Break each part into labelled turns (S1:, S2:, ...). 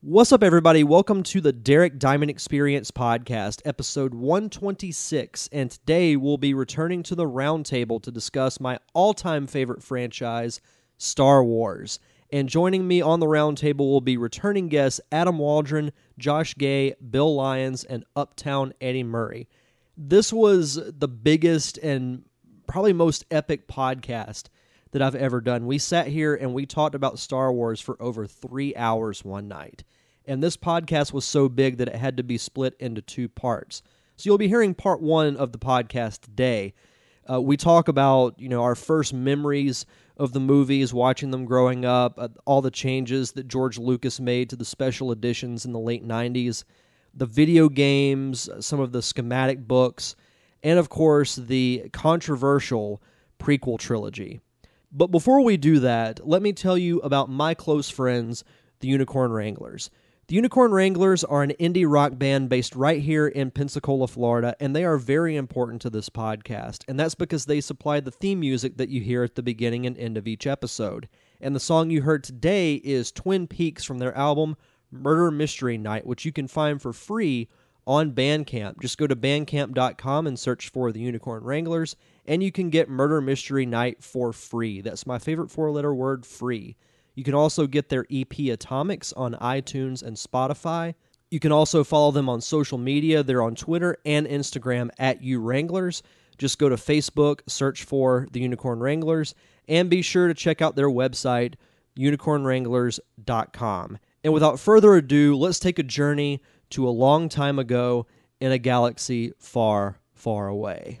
S1: What's up, everybody? Welcome to the Derek Diamond Experience Podcast, episode 126. And today we'll be returning to the roundtable to discuss my all time favorite franchise, Star Wars. And joining me on the roundtable will be returning guests Adam Waldron, Josh Gay, Bill Lyons, and Uptown Eddie Murray. This was the biggest and probably most epic podcast that I've ever done. We sat here and we talked about Star Wars for over three hours one night. And this podcast was so big that it had to be split into two parts. So you'll be hearing part one of the podcast today. Uh, we talk about you know our first memories of the movies, watching them growing up, uh, all the changes that George Lucas made to the special editions in the late '90s, the video games, uh, some of the schematic books, and of course the controversial prequel trilogy. But before we do that, let me tell you about my close friends, the Unicorn Wranglers. The Unicorn Wranglers are an indie rock band based right here in Pensacola, Florida, and they are very important to this podcast. And that's because they supply the theme music that you hear at the beginning and end of each episode. And the song you heard today is Twin Peaks from their album Murder Mystery Night, which you can find for free on Bandcamp. Just go to bandcamp.com and search for the Unicorn Wranglers, and you can get Murder Mystery Night for free. That's my favorite four letter word free. You can also get their EP Atomics on iTunes and Spotify. You can also follow them on social media. They're on Twitter and Instagram at U Wranglers. Just go to Facebook, search for the Unicorn Wranglers, and be sure to check out their website, unicornwranglers.com. And without further ado, let's take a journey to a long time ago in a galaxy far, far away.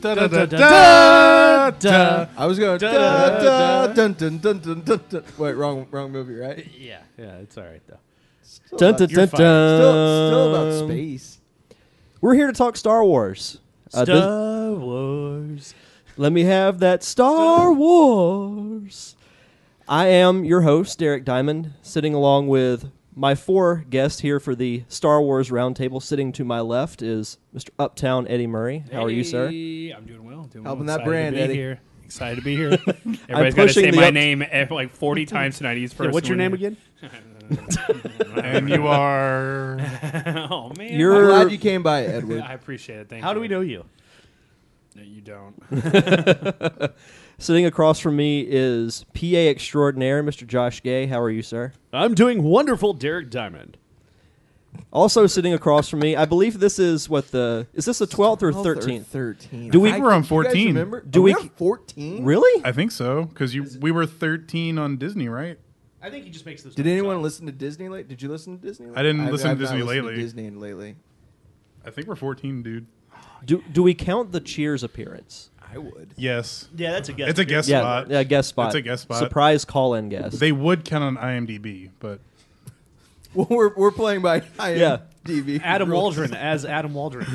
S2: da
S3: da,
S2: da
S3: da,
S2: da da
S3: da, da.
S2: I was going da
S3: Da,
S2: da
S3: da.
S2: dun dun dun dun dun. dun. Wait, wrong wrong movie, right?
S3: Yeah, yeah, it's all right though.
S2: Still
S1: Dun,
S2: about-
S1: dun,
S3: You're
S1: dun,
S3: fine.
S1: dun.
S2: Still, still about space.
S1: We're here to talk Star Wars. Uh, this-
S3: Star Wars.
S1: let me have that Star Wars. I am your host, Derek Diamond, sitting along with my four guests here for the Star Wars Roundtable. Sitting to my left is Mr. Uptown Eddie Murray. How are you, sir?
S3: Hey, I'm doing well. Doing
S2: Helping
S3: well.
S2: that
S3: Excited
S2: brand,
S3: to be
S2: Eddie.
S3: Here. Excited to be here. Everybody's got to
S1: pushing
S3: say
S1: the
S3: my
S1: up-
S3: name ev- like 40 times tonight. He's first.
S4: what's your name again?
S3: and you are. oh man.
S1: You're-
S2: I'm glad you came by, Edward.
S3: I appreciate it. Thank
S4: How
S3: you.
S4: do we know you?
S3: No, you don't.
S1: Sitting across from me is PA extraordinaire, Mr. Josh Gay. How are you, sir?
S4: I'm doing wonderful, Derek Diamond.
S1: Also sitting across from me, I believe this is what the is this the twelfth or
S2: 12th
S1: thirteenth?
S2: Thirteen.
S1: Do we-
S2: I-
S1: I
S5: think we're on
S2: you guys
S5: 14.
S2: Remember?
S1: Do
S2: Are
S1: we-
S2: on fourteen?
S1: Really?
S5: I think so, because you we were 13 on Disney, right?
S4: I think he just makes this.
S2: Did anyone listen to Disney late? Did you listen to Disney? Late?
S5: I didn't listen to
S2: I've not
S5: Disney
S2: listened
S5: lately.
S2: Disney lately.
S5: I think we're 14, dude.
S1: Do do we count the Cheers appearance?
S2: I would.
S5: Yes,
S4: Yeah, that's a guess.
S5: it's a guest
S1: yeah,
S5: spot.
S1: yeah, guest spot.
S5: It's a guest spot.
S1: Surprise call in guest.
S5: They would count on IMDb, but
S2: Well, we're we're playing by
S1: Yeah.
S2: IMDb.
S4: Adam
S2: rules.
S4: Waldron as Adam Waldron.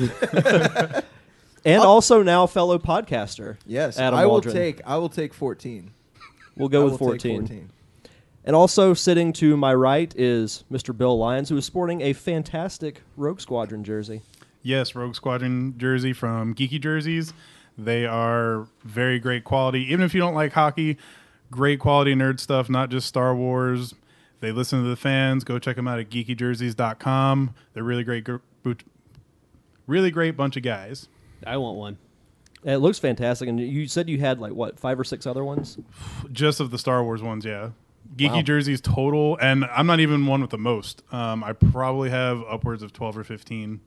S1: and also now fellow podcaster.
S2: Oh. Yes,
S1: Adam
S2: I will
S1: Waldron.
S2: take. I will take fourteen.
S1: We'll go
S2: I
S1: with
S2: will take
S1: 14. And also sitting to my right is Mr. Bill Lyons, who is sporting a fantastic Rogue Squadron jersey.
S5: yes, Rogue Squadron jersey from Geeky Jerseys. They are very great quality. Even if you don't like hockey, great quality nerd stuff, not just Star Wars. They listen to the fans. Go check them out at geekyjerseys.com. They're really great, gr- boot- really great bunch of guys.
S4: I want one.
S1: It looks fantastic, and you said you had like what five or six other ones.
S5: just of the Star Wars ones, yeah. Geeky
S1: Wow.
S5: jerseys total, and I'm not even one with the most. Um, I probably have upwards of 12 or 15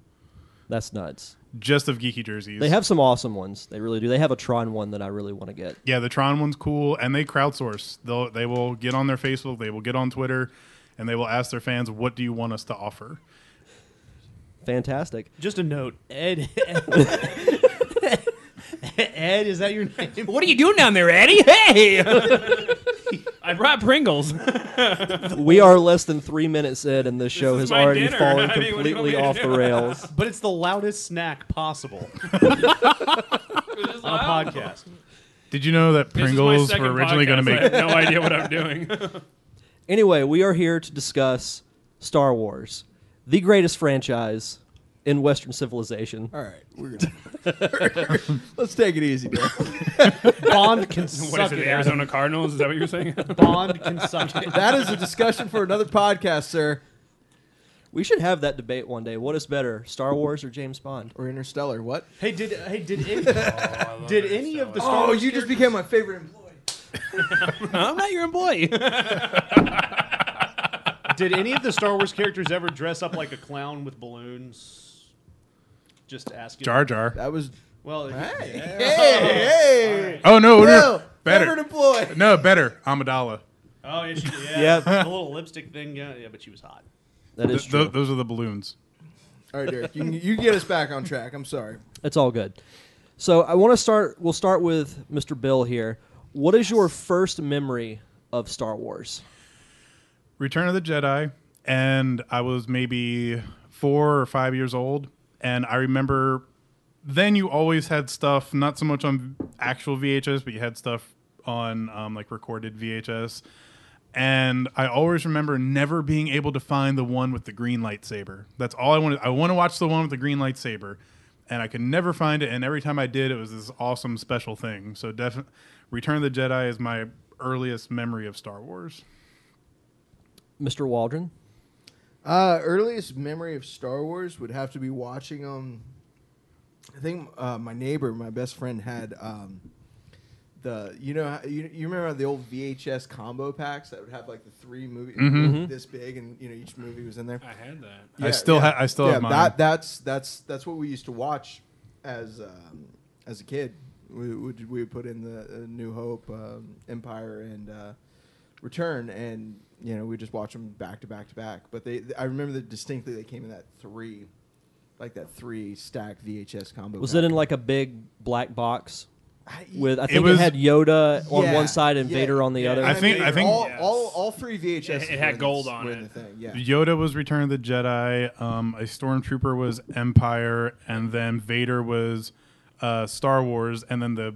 S1: That's nuts.
S5: just of geeky jerseys.
S1: They have some awesome ones. They really do. They have a Tron one that I really want to get.
S5: yeah, the Tron one's cool, and they crowdsource. They'll they will get on their Facebook, they will get on Twitter, and they will ask their fans, "What do you want us to offer?"
S1: Fantastic.
S4: Just a note, Ed. Ed, is that your name?
S3: what are you doing down there, Eddie? Hey. I brought Pringles.
S1: we are less than three minutes in, and the show
S3: is
S1: has
S3: my
S1: already
S3: dinner.
S1: fallen
S3: I mean, what do you want me
S1: completely
S3: to
S1: off the
S3: do?
S1: rails.
S4: But it's the loudest snack possible on a podcast.
S5: Did you know that
S3: This is my
S5: Pringles
S3: second
S5: were originally going to
S3: podcast. I
S5: make?
S3: have no idea what I'm doing.
S1: Anyway, we are here to discuss Star Wars, the greatest franchise in Western civilization.
S2: All right, we're gonna let's take it easy. Derek.
S4: Bond can
S3: What is
S4: suck
S3: it,
S4: it.
S3: the
S4: Adam.
S3: Arizona Cardinals? Is that what you're saying?
S4: Bond can suck it.
S2: That is a discussion for another podcast, sir.
S1: We should have that debate one day. What is better, Star Wars or James Bond?
S2: Or Interstellar. What?
S4: Hey, did hey did
S3: Oh,
S4: any, did any of the Star
S2: Oh,
S4: Wars
S2: you just became my favorite employee.
S3: I'm not your employee.
S4: Did any of the Star Wars characters ever dress up like a clown with balloons? Just asking.
S5: Jar Jar.
S2: That was
S4: Well,
S2: hey, hey,
S5: Oh no,
S2: Bill,
S5: no,
S2: favorite
S5: better.
S2: employee.
S5: No, better. Amidala.
S4: oh yeah, she, yeah,
S1: Yeah.
S4: the little lipstick thing. Yeah, yeah, but she was hot.
S1: That is
S5: Th-
S1: true.
S5: th- those are the balloons.
S2: All right, Derek, you, can- you get us back on track. I'm sorry.
S1: It's all good. So I want to start. We'll start with Mr. Bill here. What is your first memory of Star Wars?
S5: Return of the Jedi, and I was maybe four or five years old, and I remember then you always had stuff not so much on actual VHS, but you had stuff on um, like recorded VHS, and I always remember never being able to find the one with the green lightsaber. That's all I wanted. I want to watch the one with the green lightsaber, and I could never find it. And every time I did, it was this awesome special thing. So definitely, Return of the Jedi is my earliest memory of Star Wars.
S1: Mr. Waldron?
S2: Uh, earliest memory of Star Wars would have to be watching um, I think uh, my neighbor, my best friend, had um, the you know how- you, you remember the old VHS combo packs that would have like the three movies this big and you know each movie was in there.
S3: I had that.
S5: I still ha- I still have mine.
S2: That, that's that's that's what we used to watch as um, as a kid. We would we would put in the uh, New Hope, um, Empire, and uh, Return, and you know we just watch them back to back to back. But they, I remember that distinctly. They came in that three, like that three stack VHS combo.
S1: Was it in like a big black box with? I think it,
S5: was-
S1: had Yoda on
S2: Yeah,
S1: one side and
S2: yeah,
S1: Vader on the
S3: yeah.
S1: other.
S5: I think- I think-
S2: all,
S3: Yes.
S2: all all three VHS.
S3: It- it had gold on it.
S2: The thing. Yeah.
S5: Yoda was Return of the Jedi. Um, a stormtrooper was Empire, and then Vader was uh, Star Wars, and then the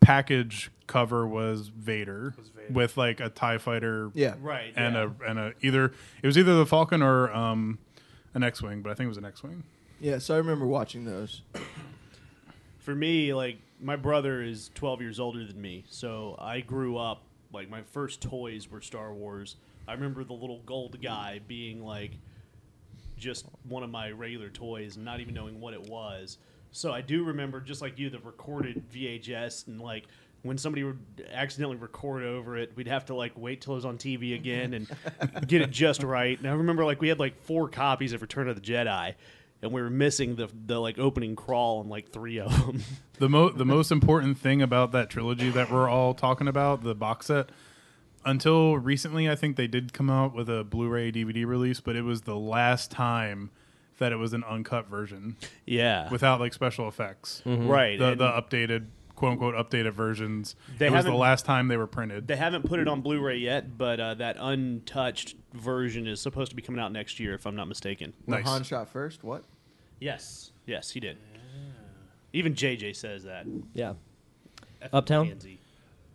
S5: package cover was Vader, with like a Tie Fighter,
S2: Yeah.
S4: Right.
S5: and
S4: yeah.
S5: a and a either it was either the Falcon or um, an X-wing, but I think it was an X-wing.
S2: Yeah. So I remember watching those.
S4: for me, like my brother is 12 years older than me, so I grew up like my first toys were Star Wars. I remember the little gold guy being like just one of my regular toys and not even knowing what it was. So I do remember just like you the recorded VHS and like when somebody would accidentally record over it, we'd have to like wait till it was on TV again and get it just right. And I remember like we had like four copies of Return of the Jedi and we were missing the the like opening crawl on like 3 of them.
S5: The mo- the most important thing about that trilogy that we're all talking about, the box set. Until recently, I think they did come out with a Blu-ray DVD release, but it was the last time that it was an uncut version.
S4: yeah.
S5: without like special effects.
S4: right.
S5: The,
S4: and
S5: the updated, quote unquote, updated versions.
S4: They
S5: it was the
S4: haven't-
S5: last time they were printed.
S4: they haven't put it on Blu-ray yet, but uh, that untouched version is supposed to be coming out next year, if I'm not mistaken.
S2: When
S5: Nice.
S2: Han shot first. What?
S4: Yes, yes, he did. Even JJ says that.
S1: yeah. Uptown?
S4: Pansy.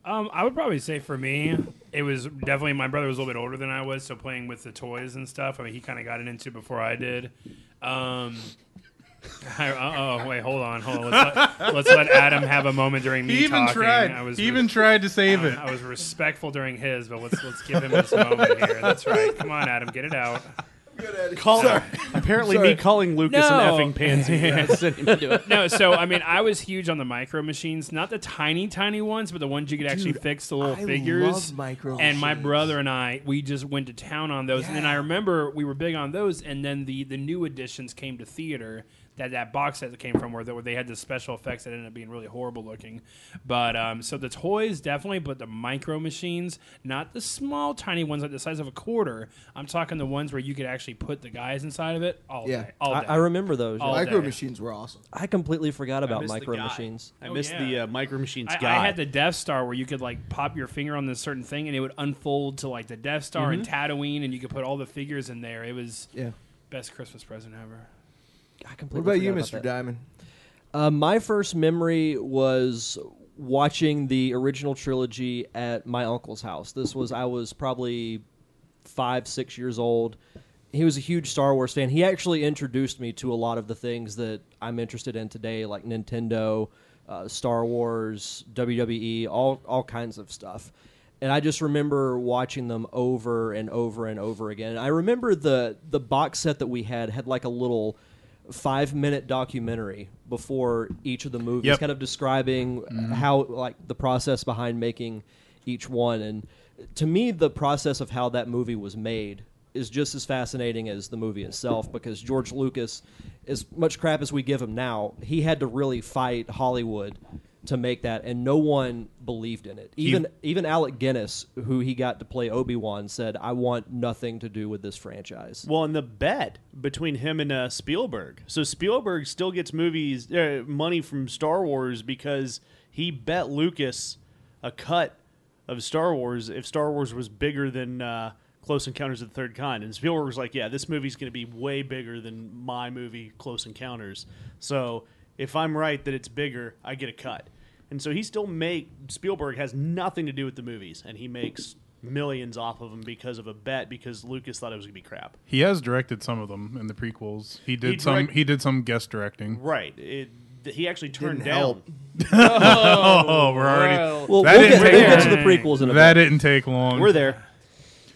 S3: Um, I would probably say for me, it was definitely my brother was a little bit older than I was, so playing with the toys and stuff. I mean, he kind of got it into before I did. Um, I, oh wait, hold on, hold on. Let's let, let's let Adam have a moment during me
S5: He even
S3: talking.
S5: tried.
S3: I was
S5: he even tried to save it.
S3: I was respectful during his, but let's let's give him this moment here. That's right. Come on, Adam, get it out.
S4: Call- apparently,
S2: Sorry.
S4: me calling Lucas
S3: No.
S4: an effing pansy.
S3: No, so I mean, I was huge on the micro machines, not the tiny, tiny ones, but the ones you could actually
S2: Dude,
S3: fix the little
S2: I
S3: figures.
S2: love micro
S3: and my
S2: machines.
S3: brother and I, we just went to town on those. And then I remember we were big on those. And then the the new editions came to theater that that box set that came from where they, where they had the special effects that ended up being really horrible looking. But um, so the toys definitely, but the micro machines, not the small tiny ones like the size of a quarter. I'm talking the ones where you could actually put the guys inside of it all
S2: Yeah.
S3: day. All
S1: I,
S3: day.
S1: I remember those. yeah.
S3: All
S1: I,
S3: day.
S2: Micro machines were awesome.
S1: completely forgot about
S4: missed the
S1: micro
S4: guy.
S1: machines.
S4: I
S3: Oh,
S4: missed
S3: yeah.
S4: the uh, micro machines
S3: I,
S4: guy.
S3: I had the Death Star where you could like pop your finger on this certain thing and it would unfold to like the Death Star and
S5: Mm-hmm.
S3: Tatooine and you could put all the figures in there. It was
S2: Yeah.
S3: best Christmas present ever.
S1: I
S2: What
S1: completely
S2: about you,
S1: forgot
S2: Mr.
S1: that.
S2: Diamond?
S1: Uh, my first memory was watching the original trilogy at my uncle's house. This was I was probably five, six years old. He was a huge Star Wars fan. He actually introduced me to a lot of the things that I'm interested in today, like Nintendo, uh, Star Wars, WWE, all all kinds of stuff. And I just remember watching them over and over and over again. And I remember the the box set that we had had like a little five minute documentary before each of the movies,
S5: Yep. Mm-hmm.
S1: kind of describing how like the process behind making each one. And to me, the process of how that movie was made is just as fascinating as the movie itself because George Lucas, as much crap as we give him now, he had to really fight Hollywood to make that, and no one believed in it. Even even Alec Guinness, who he got to play Obi Wan, said, "I want nothing to do with this franchise."
S4: Well, and the bet between him and uh, Spielberg. So Spielberg still gets movies uh, money from Star Wars because he bet Lucas a cut of Star Wars if Star Wars was bigger than uh, Close Encounters of the Third Kind. And Spielberg was like, "Yeah, this movie's going to be way bigger than my movie Close Encounters." So if I'm right that it's bigger, I get a cut. And so he still make Spielberg has nothing to do with the movies, and he makes millions off of them because of a bet because Lucas thought it was going to be crap.
S5: He has directed some of them in the prequels. He did
S4: He
S5: some.
S4: direct-
S5: he did some guest directing.
S4: Right. It, th- he actually turned
S2: Didn't
S4: down.
S2: help.
S5: Oh, we're already.
S1: Well,
S5: that
S1: we'll, get,
S5: didn't
S1: we'll
S5: take
S1: get to
S5: long.
S1: the prequels in a
S5: That
S1: bit.
S5: didn't take long.
S4: We're there.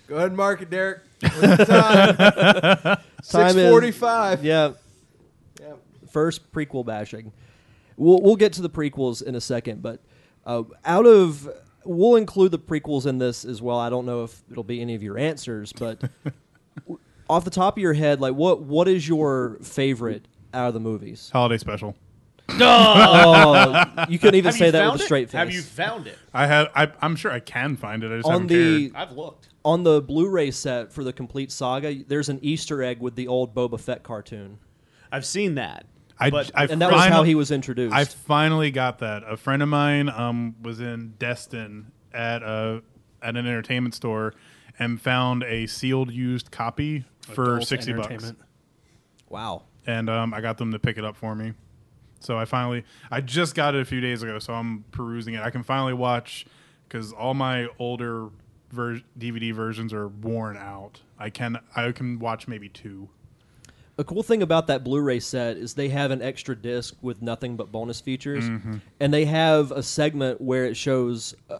S2: Go ahead and mark it, Derek. What's the time?
S1: Time is-
S2: Six forty-five.
S1: Yeah,
S2: Yep.
S1: first prequel bashing. We'll we'll get to the prequels in a second, but uh, out of we'll include the prequels in this as well. I don't know if it'll be any of your answers, but w- off the top of your head, like what what is your favorite out of the movies?
S5: Holiday special.
S1: oh, you couldn't even
S4: Have
S1: say
S4: you
S1: that
S4: found
S1: with a
S4: it?
S1: straight face.
S4: Have you found it?
S5: I have. I, I'm sure I can find it. I just
S1: on
S5: haven't
S1: the
S5: cared.
S4: I've looked.
S1: on the Blu-ray set for the complete saga, there's an Easter egg with the old Boba Fett cartoon,
S4: I've seen that.
S5: I,
S4: but
S5: I
S1: and that was how
S5: final-
S1: he was introduced.
S5: I finally got that. A friend of mine um, was in Destin at a at an entertainment store and found a sealed used copy for
S3: Adult
S5: sixty bucks,
S3: entertainment.
S1: wow.
S5: and um, I got them to pick it up for me. So I finally, I just got it a few days ago, so I'm perusing it. I can finally watch because all my older ver- DVD versions are worn out. I can I can watch maybe two.
S1: A cool thing about that Blu-ray set is they have an extra disc with nothing but bonus features, and they have a segment where it shows. Uh,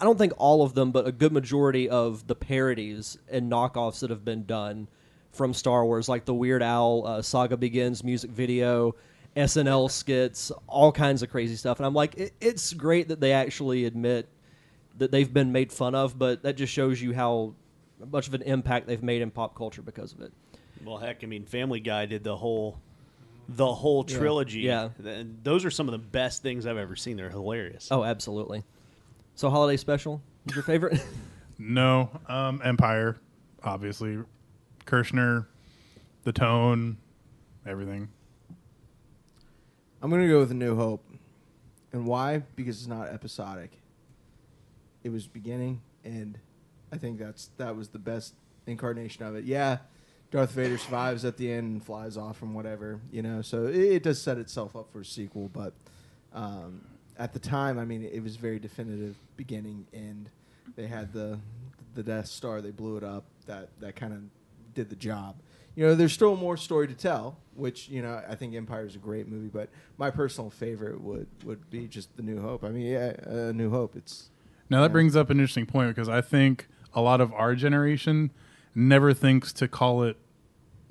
S1: I don't think all of them, but a good majority of the parodies and knockoffs that have been done from Star Wars, like the Weird Owl uh, Saga Begins music video, SNL skits, all kinds of crazy stuff. And I'm like, it, it's great that they actually admit that they've been made fun of, but that just shows you how much of an impact they've made in pop culture because of it.
S4: Well, heck, I mean, Family Guy did the whole, the whole trilogy.
S1: Yeah.
S4: And those are some of the best things I've ever seen. They're hilarious.
S1: Oh, absolutely. So holiday special is your favorite?
S5: No, um, Empire, obviously, Kirshner, the tone, everything.
S2: I'm gonna go with A New Hope, and why? Because it's not episodic. It was beginning, and I think that's that was the best incarnation of it. Yeah, Darth Vader survives at the end and flies off and whatever, you know. So it, it does set itself up for a sequel, but um, at the time, I mean, it was very definitive beginning end. They had the the Death Star, they blew it up. That that kind of did the job. You know, there's still more story to tell, which you know I think Empire is a great movie, but my personal favorite would would be just The New Hope. I mean, yeah, uh, New Hope. It's
S5: Now
S2: Yeah.
S5: that brings up an interesting point because I think a lot of our generation never thinks to call it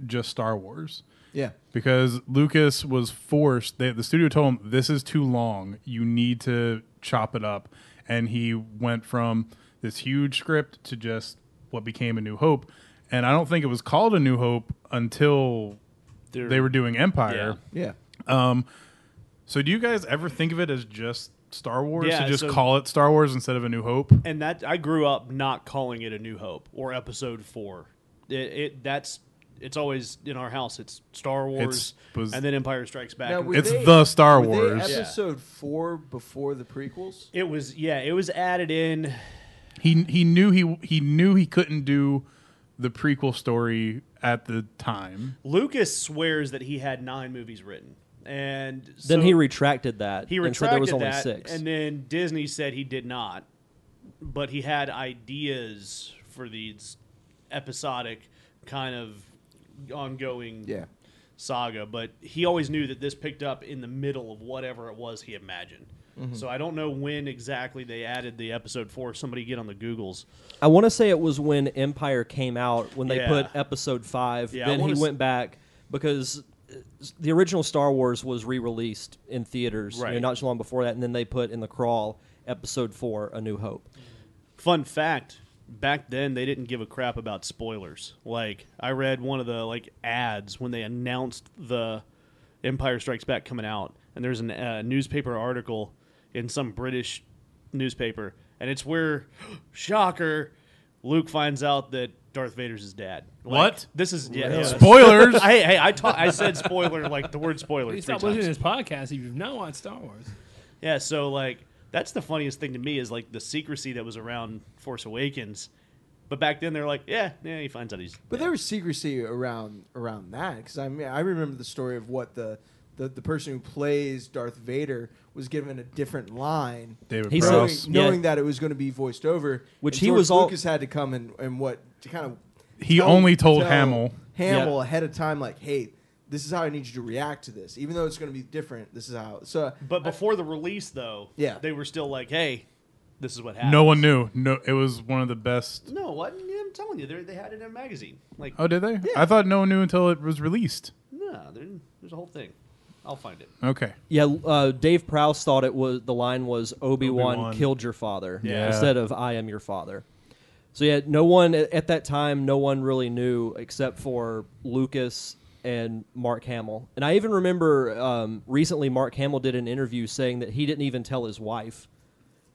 S5: just Star Wars
S2: yeah,
S5: because Lucas was forced. They, the studio told him this is too long. You need to chop it up, and he went from this huge script to just what became A New Hope. And I don't think it was called A New Hope until
S4: They're-
S5: they were doing Empire.
S2: Yeah.
S5: So do you guys ever think of it as just Star Wars?
S4: Yeah,
S5: to just
S4: so-
S5: call it Star Wars instead of A New Hope?
S4: and that I grew up not calling it a New Hope or Episode Four. It, it that's it's always in our house. It's Star Wars,
S5: was-
S4: and then Empire Strikes Back.
S2: Now,
S4: and
S2: were
S5: It's the Star
S2: were they
S5: Wars.
S4: Yeah.
S2: episode four before the prequels.
S4: it was yeah, it was added in.
S5: He he knew he he knew he couldn't do the prequel story at the time.
S4: Lucas swears that he had nine movies written, and
S1: Then
S4: so-
S1: he retracted that
S4: he
S1: and
S4: retracted
S1: said there was only
S4: that,
S1: six.
S4: and then Disney said he did not, but he had ideas for these episodic kind of ongoing
S2: Yeah.
S4: saga, but he always knew that this picked up in the middle of whatever it was he imagined. So I don't know when exactly they added the episode four. Somebody get on the Googles.
S1: I want to say it was when Empire came out when they
S4: Yeah.
S1: put Episode Five.
S4: Yeah, I
S1: then he
S4: wanna s-
S1: went back because uh, s- the original Star Wars was re-released in theaters you know,
S4: Right.
S1: not so long before that, and then they put in the crawl Episode Four: A New Hope.
S4: Fun fact: back then they didn't give a crap about spoilers. Like I read one of the like ads when they announced the Empire Strikes Back coming out, and there's a uh, newspaper article in some British newspaper, and it's where shocker, Luke finds out that Darth Vader's his dad. Like,
S5: What?
S4: This is yeah. yeah.
S5: Spoilers.
S4: I, hey, I ta- I said spoiler like the word spoiler
S3: Please
S4: three
S3: stop listening to
S4: times.
S3: this podcast if you've not watched Star Wars.
S4: Yeah, so like that's the funniest thing to me is like the secrecy that was around Force Awakens. But back then they're like, yeah, yeah, he finds out he's.
S2: But there was secrecy around around that because I mean I remember the story of what the, the the person who plays Darth Vader was given a different line,
S5: David
S1: He said-
S2: knowing,
S5: Prowse.
S1: Yeah.
S2: knowing that it was going to be voiced over,
S1: Which
S2: and
S1: he
S2: George
S1: was all-
S2: Lucas had to come and and what to kind of
S5: He only told
S2: tell
S5: Hamill.
S2: Hamill
S1: Yeah.
S2: ahead of time like hey. This is how I need you to react to this, even though it's going to be different. This is how. So,
S4: But before the release, though,
S2: Yeah.
S4: they were still like, hey, this is what happened.
S5: No one knew. No, it was one of the best.
S4: No, what? Yeah, I'm telling you, they're- they had it in a magazine. Like,
S5: Oh, did they? I thought no one knew until it was released.
S4: no, there- there's a whole thing. I'll find it.
S5: Okay.
S1: Yeah, uh, Dave Prowse thought it was the line was Obi Wan
S5: Obi-Wan.
S1: killed your father
S5: Yeah.
S1: instead of I am your father. So yeah, no one at at that time, no one really knew except for Lucas and Mark Hamill. And I even remember um, recently Mark Hamill did an interview saying that he didn't even tell his wife.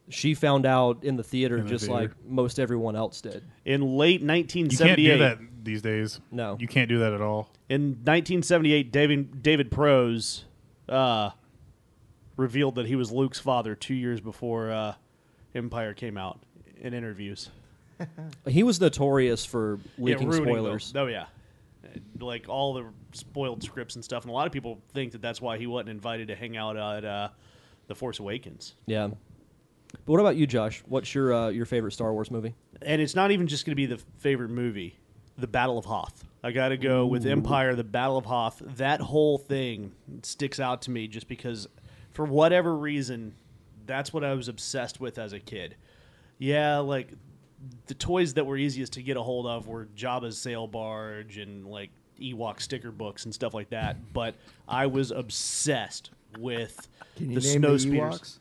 S1: She found out in the theater
S5: In the
S1: just
S5: theater.
S1: like most everyone else did.
S4: In late
S5: You can't
S4: 1978,
S5: do that these days.
S1: No.
S5: You can't do that at all.
S4: in 1978, David David Prose uh, revealed that he was Luke's father two years before uh, Empire came out in interviews.
S1: He was notorious for leaking
S4: ruining
S1: spoilers.
S4: The, oh yeah, like all the spoiled scripts and stuff. And a lot of people think that that's why he wasn't invited to hang out at uh, the Force Awakens.
S1: Yeah. But what about you, Josh? What's your uh, your favorite Star Wars movie?
S4: And it's not even just going to be the favorite movie, the Battle of Hoth. I got to go with Empire, the Battle of Hoth. That whole thing sticks out to me just because, for whatever reason, that's what I was obsessed with as a kid. Yeah, like the toys that were easiest to get a hold of were Jabba's sail barge and like Ewok sticker books and stuff like that. But I was obsessed with
S2: can you
S4: the
S2: name
S4: snow
S2: the
S4: spears.
S2: Ewoks?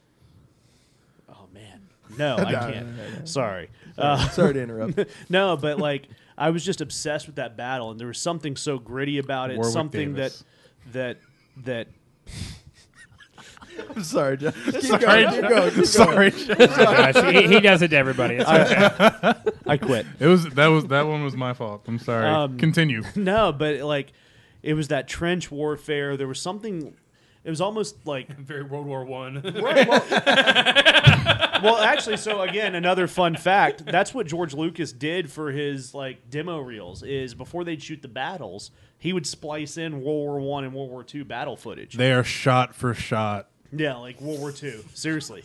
S4: Oh man, no, I can't. Sorry. Uh,
S2: Sorry to interrupt.
S4: no, but like I was just obsessed with that battle, and there was something so gritty about it.
S5: Warwick
S4: something
S5: Davis.
S4: that that that
S2: I'm sorry, Josh. Keep
S5: Sorry,
S2: going. Keep going. Keep
S5: sorry.
S3: Oh, Gosh, he, he does it to everybody. It's okay.
S4: I quit.
S5: It was that was that one was my fault. I'm sorry.
S4: Um,
S5: Continue.
S4: no, but like it was that trench warfare. There was something. It was almost like
S3: Very World War One.
S4: Right, well, well, actually, so again, another fun fact. That's what George Lucas did for his like demo reels. Is before they'd shoot the battles, he would splice in World War One and World War Two battle footage.
S5: They are shot for shot.
S4: yeah, like World War Two. Seriously,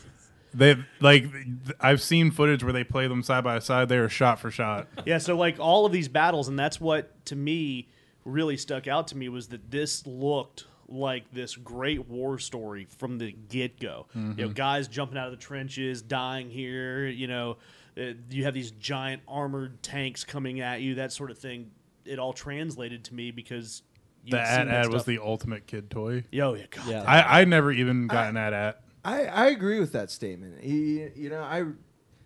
S5: They like th- I've seen footage where they play them side by side. They are shot for shot.
S4: yeah. So like all of these battles, and that's what to me really stuck out to me was that this looked like this great war story from the get go. You
S5: Mm-hmm.
S4: know, guys jumping out of the trenches, dying here. You know, uh, you have these giant armored tanks coming at you, that sort of thing. It all translated to me because you
S5: The ad ad was
S4: stuff.
S5: the ultimate kid toy.
S4: yo yeah, God,
S1: Yeah.
S5: I I never even got an ad at.
S2: I, I agree with that statement. He, you know, I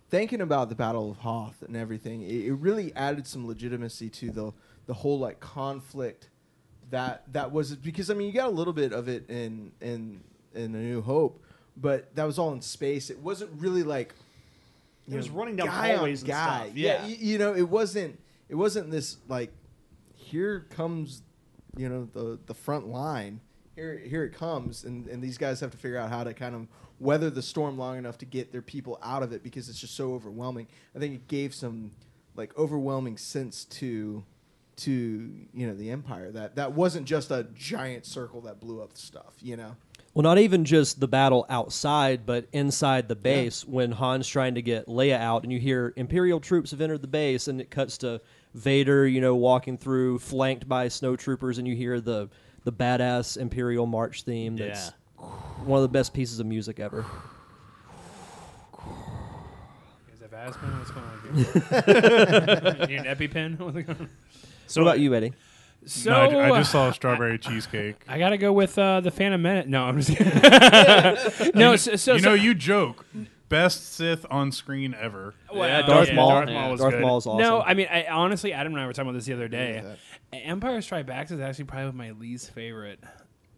S2: thinking about the Battle of Hoth and everything. It, it really added some legitimacy to the the whole like conflict that that was because I mean you got a little bit of it in in in A New Hope, but that was all in space. It wasn't really like
S4: It was running down
S2: guy on
S4: hallways and
S2: guy.
S4: stuff.
S2: Yeah,
S4: Yeah.
S2: y- you know, it wasn't it wasn't this like here comes you know the the front line. Here here it comes and and these guys have to figure out how to kind of weather the storm long enough to get their people out of it because it's just so overwhelming. I think it gave some like overwhelming sense to to you know the empire that that wasn't just a giant circle that blew up stuff, you know.
S1: Well, not even just the battle outside, but inside the base when Han's trying to get Leia out, and you hear Imperial troops have entered the base, and it cuts to Vader, you know, walking through, flanked by snowtroopers, and you hear the the badass Imperial march theme. That's one of the best pieces of music ever.
S3: Is that Aspen? What's going on here? Need an EpiPen? What's going on?
S1: So, what about you, Eddie?
S3: So uh,
S5: No, I ju- I, just saw strawberry cheesecake.
S3: I gotta go with uh, the Phantom Menace. No, I'm just kidding. no, so, so,
S5: you know,
S3: so-
S5: you joke. Best Sith on screen ever.
S3: Well,
S1: Yeah, Darth Maul.
S3: uh, Darth
S1: Yeah.
S3: Maul was
S1: Darth
S3: good.
S1: Maul's awesome.
S3: No, I mean, I, honestly, Adam and I were talking about this the other day. Empire Strikes Back is actually probably my least favorite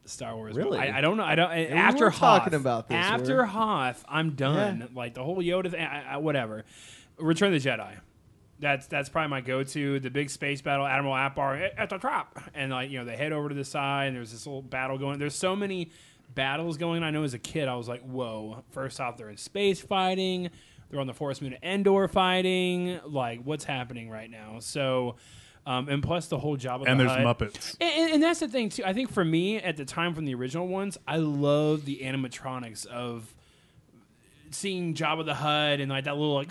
S3: Star Wars. movie.
S2: Really?
S3: I, I don't know. I don't. I-
S2: we
S3: after
S2: were
S3: Hoth,
S2: talking about this,
S3: after
S2: we're-
S3: Hoth, I'm done. Like the whole Yoda, thing, I, I, whatever. Return of the Jedi. That's that's probably my go-to. The big space battle, Admiral Akbar "Eh, at the trap, and like you know they head over to the side, and there's this little battle going. There's so many battles going. I know as a kid, I was like, whoa! First off, they're in space fighting. They're on the Forest Moon of Endor fighting. Like, what's happening right now? So, um, and plus the whole job.
S5: And
S3: the
S5: there's
S3: Hutt.
S5: Muppets.
S3: And, and, and that's the thing too. I think for me at the time from the original ones, I love the animatronics of seeing Jabba the Hutt and like that little like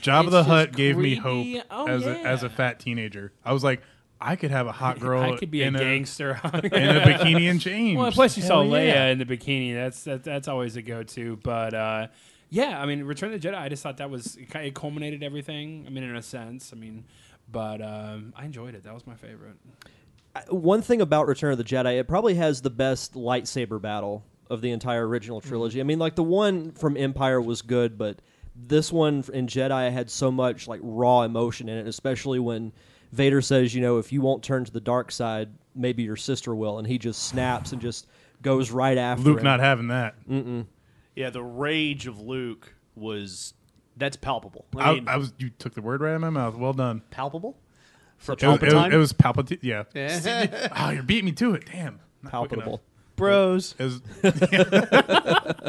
S5: Job of the
S3: It's just
S5: Hutt gave me hope
S3: creepy. Oh,
S5: as a,
S3: yeah.
S5: as a fat teenager. I was like, I could have a hot girl.
S3: I could be a
S5: in
S3: gangster.
S5: in a bikini and chains.
S3: well, plus you saw
S5: Hell
S3: Leia
S5: yeah.
S3: in the bikini. That's that, that's always a go-to. But uh, yeah, I mean, Return of the Jedi. I just thought that was it, kind of culminated everything. I mean, in a sense. I mean, but um, I enjoyed it. That was my favorite.
S1: one thing about Return of the Jedi, it probably has the best lightsaber battle of the entire original
S5: Mm-hmm.
S1: trilogy. I mean, like the one from Empire was good, but this one in Jedi had so much like raw emotion in it, especially when Vader says, you know, if you won't turn to the dark side, maybe your sister will, and he just snaps and just goes right after
S5: Luke
S1: him.
S5: not having that.
S4: Yeah, the rage of Luke was that's palpable. I,
S5: I,
S4: mean,
S5: I was. You took the word right out of my mouth. Well done.
S4: palpable for
S5: It was, it was,
S4: Palpatine,
S5: it was Palpatine. Yeah. oh, you're beating me to it. Damn. Not quick
S1: palpable.
S4: bros.
S5: enough. It was-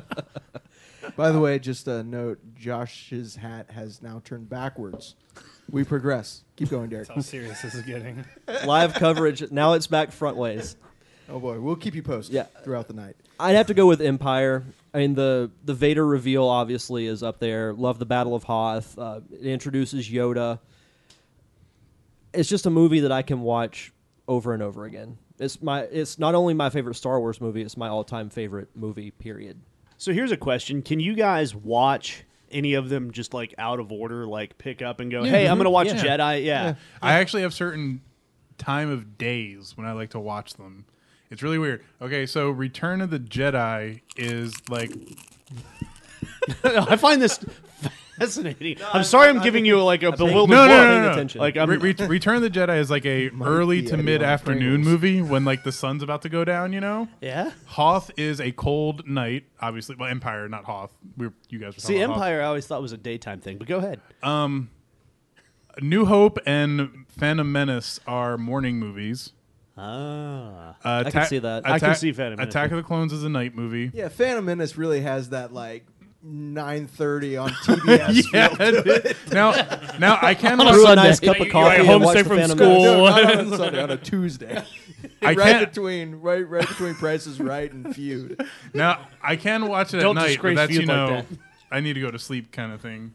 S2: By the way, just a note: Josh's hat has now turned backwards. We progress. Keep going, Derek.
S3: How serious this is getting.
S1: Live coverage. Now it's back front ways.
S2: Oh boy, we'll keep you posted
S1: Yeah.
S2: throughout the night.
S1: I'd have to go with Empire. I mean, the the Vader reveal obviously is up there. Love the Battle of Hoth. Uh, it introduces Yoda. It's just a movie that I can watch over and over again. It's my it's not only my favorite Star Wars movie, it's my all time favorite movie. Period.
S4: So here's a question: Can you guys watch any of them just like out of order, like pick up and go, "Hey, I'm gonna watch
S5: Yeah.
S4: Jedi." Yeah.
S5: I actually have certain time of days when I like to watch them. It's really weird. Okay, so Return of the Jedi is like
S4: I find this fascinating. I'm sorry, I'm giving you like a bewildered
S5: no, no,
S4: look.
S5: no, no, no.
S1: attention.
S4: Like I'm
S5: Re- Re- Return of the Jedi is like a early
S2: be
S5: to
S2: Eddie on
S5: mid afternoon
S2: Pringles.
S5: movie when like the sun's about to go down. You know.
S4: yeah.
S5: Hoth is a cold night, obviously. Well, Empire, not Hoth. We were, you guys were
S4: See,
S5: talking about Hoth.
S4: Empire I always thought was a daytime thing, but go ahead.
S5: New Hope and Phantom Menace are morning movies.
S4: Ah,
S5: Uh,
S1: I can see that.
S4: I can
S5: Attack-
S4: see Phantom Menace.
S5: Attack of the Clones is a night movie.
S2: Yeah, Phantom Menace really has that like 9:30 on TBS.
S5: Yeah. now, now I can
S1: Brew a
S5: watch,
S1: nice
S3: Sunday.
S1: cup of
S3: Yeah,
S1: coffee and
S3: you're
S1: watch
S3: homesick
S1: the
S3: from
S1: Phantom
S3: school.
S1: Menace.
S2: no, not on a Sunday, on a Tuesday.
S5: I
S2: right
S5: can
S2: between right right between prices right and feud.
S5: now I can watch it
S4: Don't
S5: at night. But
S4: disgrace
S5: that's you
S4: Feud like
S5: know,
S4: that.
S5: I need to go to sleep kind of thing.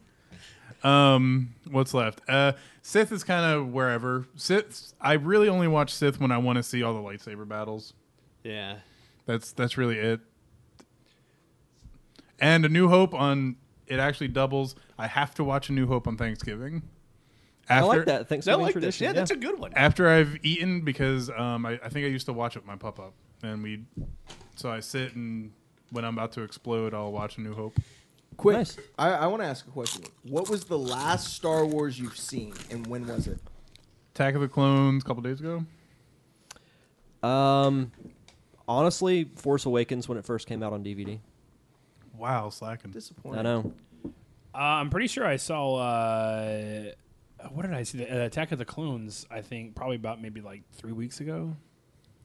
S5: Um, what's left? Uh, Sith is kind of wherever. Sith. I really only watch Sith when I want to see all the lightsaber battles.
S4: yeah.
S5: That's that's really it. And A New Hope on it actually doubles. I have to watch A New Hope on Thanksgiving.
S1: I
S5: After,
S1: like that
S4: I
S1: Thanksgiving
S4: like this.
S1: tradition.
S4: Yeah, that's a good one.
S5: After I've eaten because um, I, I think I used to watch it with my pup up, and we so I sit and when I'm about to explode, I'll watch A New Hope.
S2: Quick,
S1: Nice.
S2: I, I want to ask a question. What was the last Star Wars you've seen, and when was it?
S5: Attack of the Clones a couple days ago.
S1: Um, honestly, Force Awakens when it first came out on DVD.
S5: Wow, slacking.
S2: Disappointing.
S1: I know.
S3: Uh, I'm pretty sure I saw. Uh, what did I see? The uh, Attack of the Clones. I think probably about maybe like three weeks ago.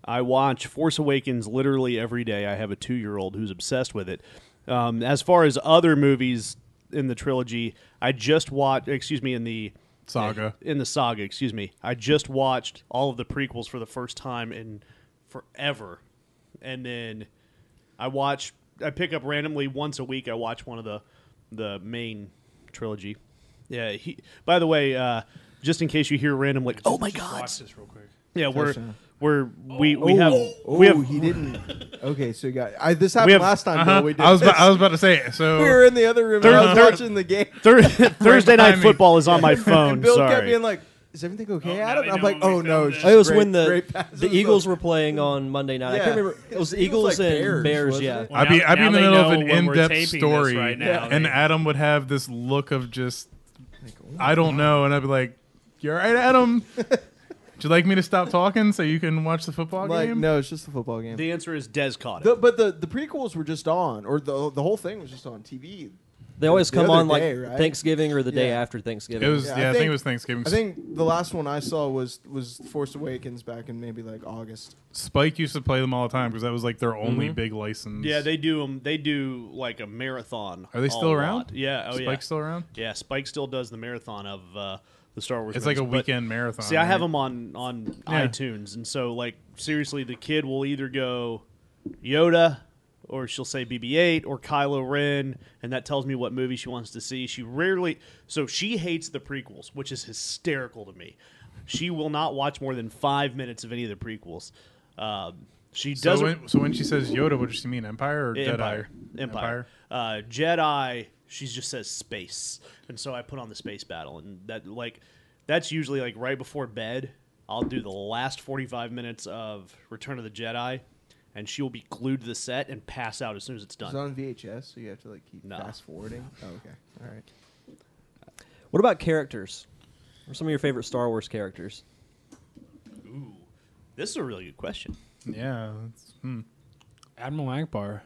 S4: I watch Force Awakens literally every day. I have a two year old who's obsessed with it. Um, as far as other movies in the trilogy, I just watched, excuse me, in the
S5: Saga.
S4: In the saga, excuse me. I just watched all of the prequels for the first time in forever. And then I watch, I pick up randomly once a week, I watch one of the, the main trilogy. Yeah. He, by the way, uh, just in case you hear random, like, oh my
S3: Just
S4: God.
S3: Watch this real quick.
S4: Yeah, we're
S2: Touchdown.
S4: we're we we have
S2: Oh,
S4: we have
S2: he didn't. Okay, so you got I, this happened
S4: have-
S2: last time.
S5: Uh-huh.
S2: Bill. We did.
S5: I was about,
S2: this.
S5: I was about to say it. So
S2: we were in the other room. and I was
S4: Third-
S2: watching the game.
S4: Thur- Thursday night
S5: timing.
S4: football is on my phone.
S2: And Bill kept
S4: sorry.
S2: being like, "Is everything okay,
S3: Oh, now
S2: Adam?"
S3: they
S2: I'm
S3: know
S2: like,
S3: when we
S2: "Oh no!"
S3: filmed
S2: it's
S3: it.
S2: just
S1: It was
S2: great-
S1: when the
S2: great passes."
S1: the
S2: It was
S1: Eagles
S2: like-
S1: were playing on Monday night. I
S2: Yeah.
S1: can't remember. It was
S2: I think it
S1: Eagles
S2: was like
S1: and
S2: Bears,
S1: Bears.
S2: wasn't
S1: Yeah.
S2: it?
S3: Well,
S5: I'd be
S3: now-
S5: I'd be
S3: now
S5: in the
S3: they
S5: middle of
S3: know
S5: an
S3: when we're
S5: in-depth
S3: taping this
S5: story,
S3: right now.
S5: and
S3: They-
S5: Adam would have this look of just
S2: oh
S5: I don't know, and I'd be like, "You're right, Adam. Would you like me to stop talking so you can watch the football
S2: like,
S5: game?"
S2: no, it's just a football game.
S4: the answer is Des caught it.
S2: The- but the the prequels were just on, or the the whole thing was just on TV.
S1: They always
S2: The
S1: come
S2: other
S1: on like
S2: day, right?
S1: Thanksgiving or the day
S2: Yeah.
S1: after Thanksgiving.
S5: It was yeah, I, think, it was Thanksgiving.
S2: I think the last one I saw was was Force Awakens back in maybe like August.
S5: Spike used to play them all the time because that was like their only big license.
S4: Mm-hmm. yeah, they do them. They do like a marathon.
S5: Are they
S4: a
S5: still around?
S4: lot. Yeah. Oh
S5: Spike's
S4: yeah.
S5: still around.
S4: yeah. Spike still does the marathon of uh, the Star Wars.
S5: It's like a
S4: movies, but-
S5: weekend marathon.
S4: See, I have
S5: right?
S4: them on on
S5: Yeah.
S4: iTunes, and so like seriously, the kid will either go Yoda, or she'll say BB-8 or Kylo Ren, and that tells me what movie she wants to see. She rarely, so she hates the prequels, which is hysterical to me. She will not watch more than five minutes of any of the prequels. Um, she
S5: So
S4: doesn't.
S5: when, so when she says Yoda, what does she mean? Empire or
S4: Empire.
S5: Jedi?
S4: Empire. Uh, Jedi, she just says space. And so I put on the space battle. And that, like, that's usually, like, right before bed. I'll do the last 45 minutes of Return of the Jedi, and she will be glued to the set and pass out as soon as it's
S2: It's
S4: done.
S2: on VHS, so you have to like keep
S4: No.
S2: fast forwarding. Oh, okay, all right.
S1: What about characters? What are some of your favorite Star Wars characters?
S4: Ooh. This is a really good question.
S5: Yeah. that's- hmm.
S3: Admiral Akbar.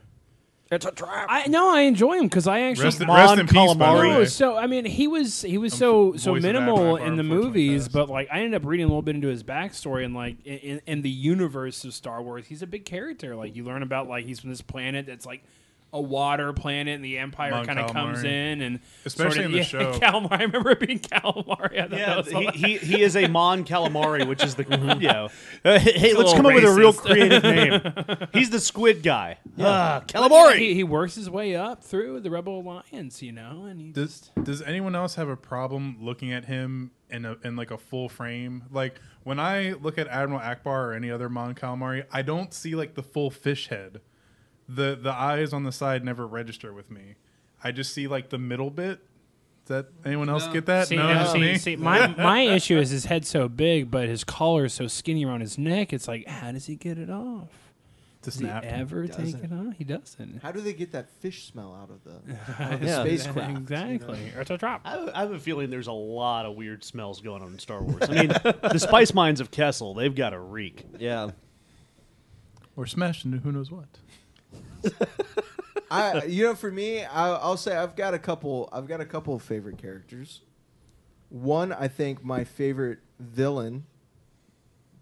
S1: It's a trap.
S3: I no, I enjoy him because I actually
S5: Rest, in- rest in peace, by the
S4: Calamari.
S3: No,
S5: way.
S3: so I mean, he was he was
S5: I'm
S3: so
S5: f-
S3: so
S5: voice of
S3: minimal
S5: Avatar,
S3: in the
S5: unfortunately,
S3: movies,
S5: fast.
S3: but like I ended up reading a little bit into his backstory and like in- in, in the universe of Star Wars, he's a big character. Like you learn about like he's from this planet that's like a water planet, and the Empire
S5: Mon
S3: kind of comes
S5: Calamari.
S3: in and
S5: Especially
S3: sorta-
S5: in the
S3: yeah,
S5: show.
S3: Calamari, I remember it being Calamari. I thought that
S4: Yeah,
S3: was
S4: he,
S3: hilarious.
S4: he, he is a Mon Calamari, which is the you know. Uh, Hey, let's
S3: little
S4: come up with a real
S3: racist.
S4: creative name. He's the Squid Guy. Ah,
S3: But
S4: Calamari.
S3: He, he works his way up through the Rebel Alliance, you know, and he
S5: Does Does anyone else have a problem looking at him in a in like a full frame? Like when I look at Admiral Akbar or any other Mon Calamari, I don't see like the full fish head. the The eyes on the side never register with me. I just see like the middle bit. Does that anyone else get that?
S3: See,
S5: no,
S3: now,
S5: just
S3: see,
S5: me.
S3: see, my my issue is his head's so big, but his collar is so skinny around his neck. It's like, how does he get it off?
S5: To
S3: Does Uh, he
S5: snap.
S3: ever take
S2: Doesn't.
S3: it off? He doesn't.
S2: How do they get that fish smell out of the, out of the
S1: Yeah.
S2: spacecraft? you know?
S3: Exactly. Or it's a drop.
S4: I have, I have a feeling there's a lot of weird smells going on in Star Wars. I mean, the spice mines of Kessel, they've got a reek.
S1: Yeah.
S5: or smashed into who knows what.
S2: I, you know, for me, I, I'll say I've got a couple. I've got a couple of favorite characters. One, I think my favorite villain,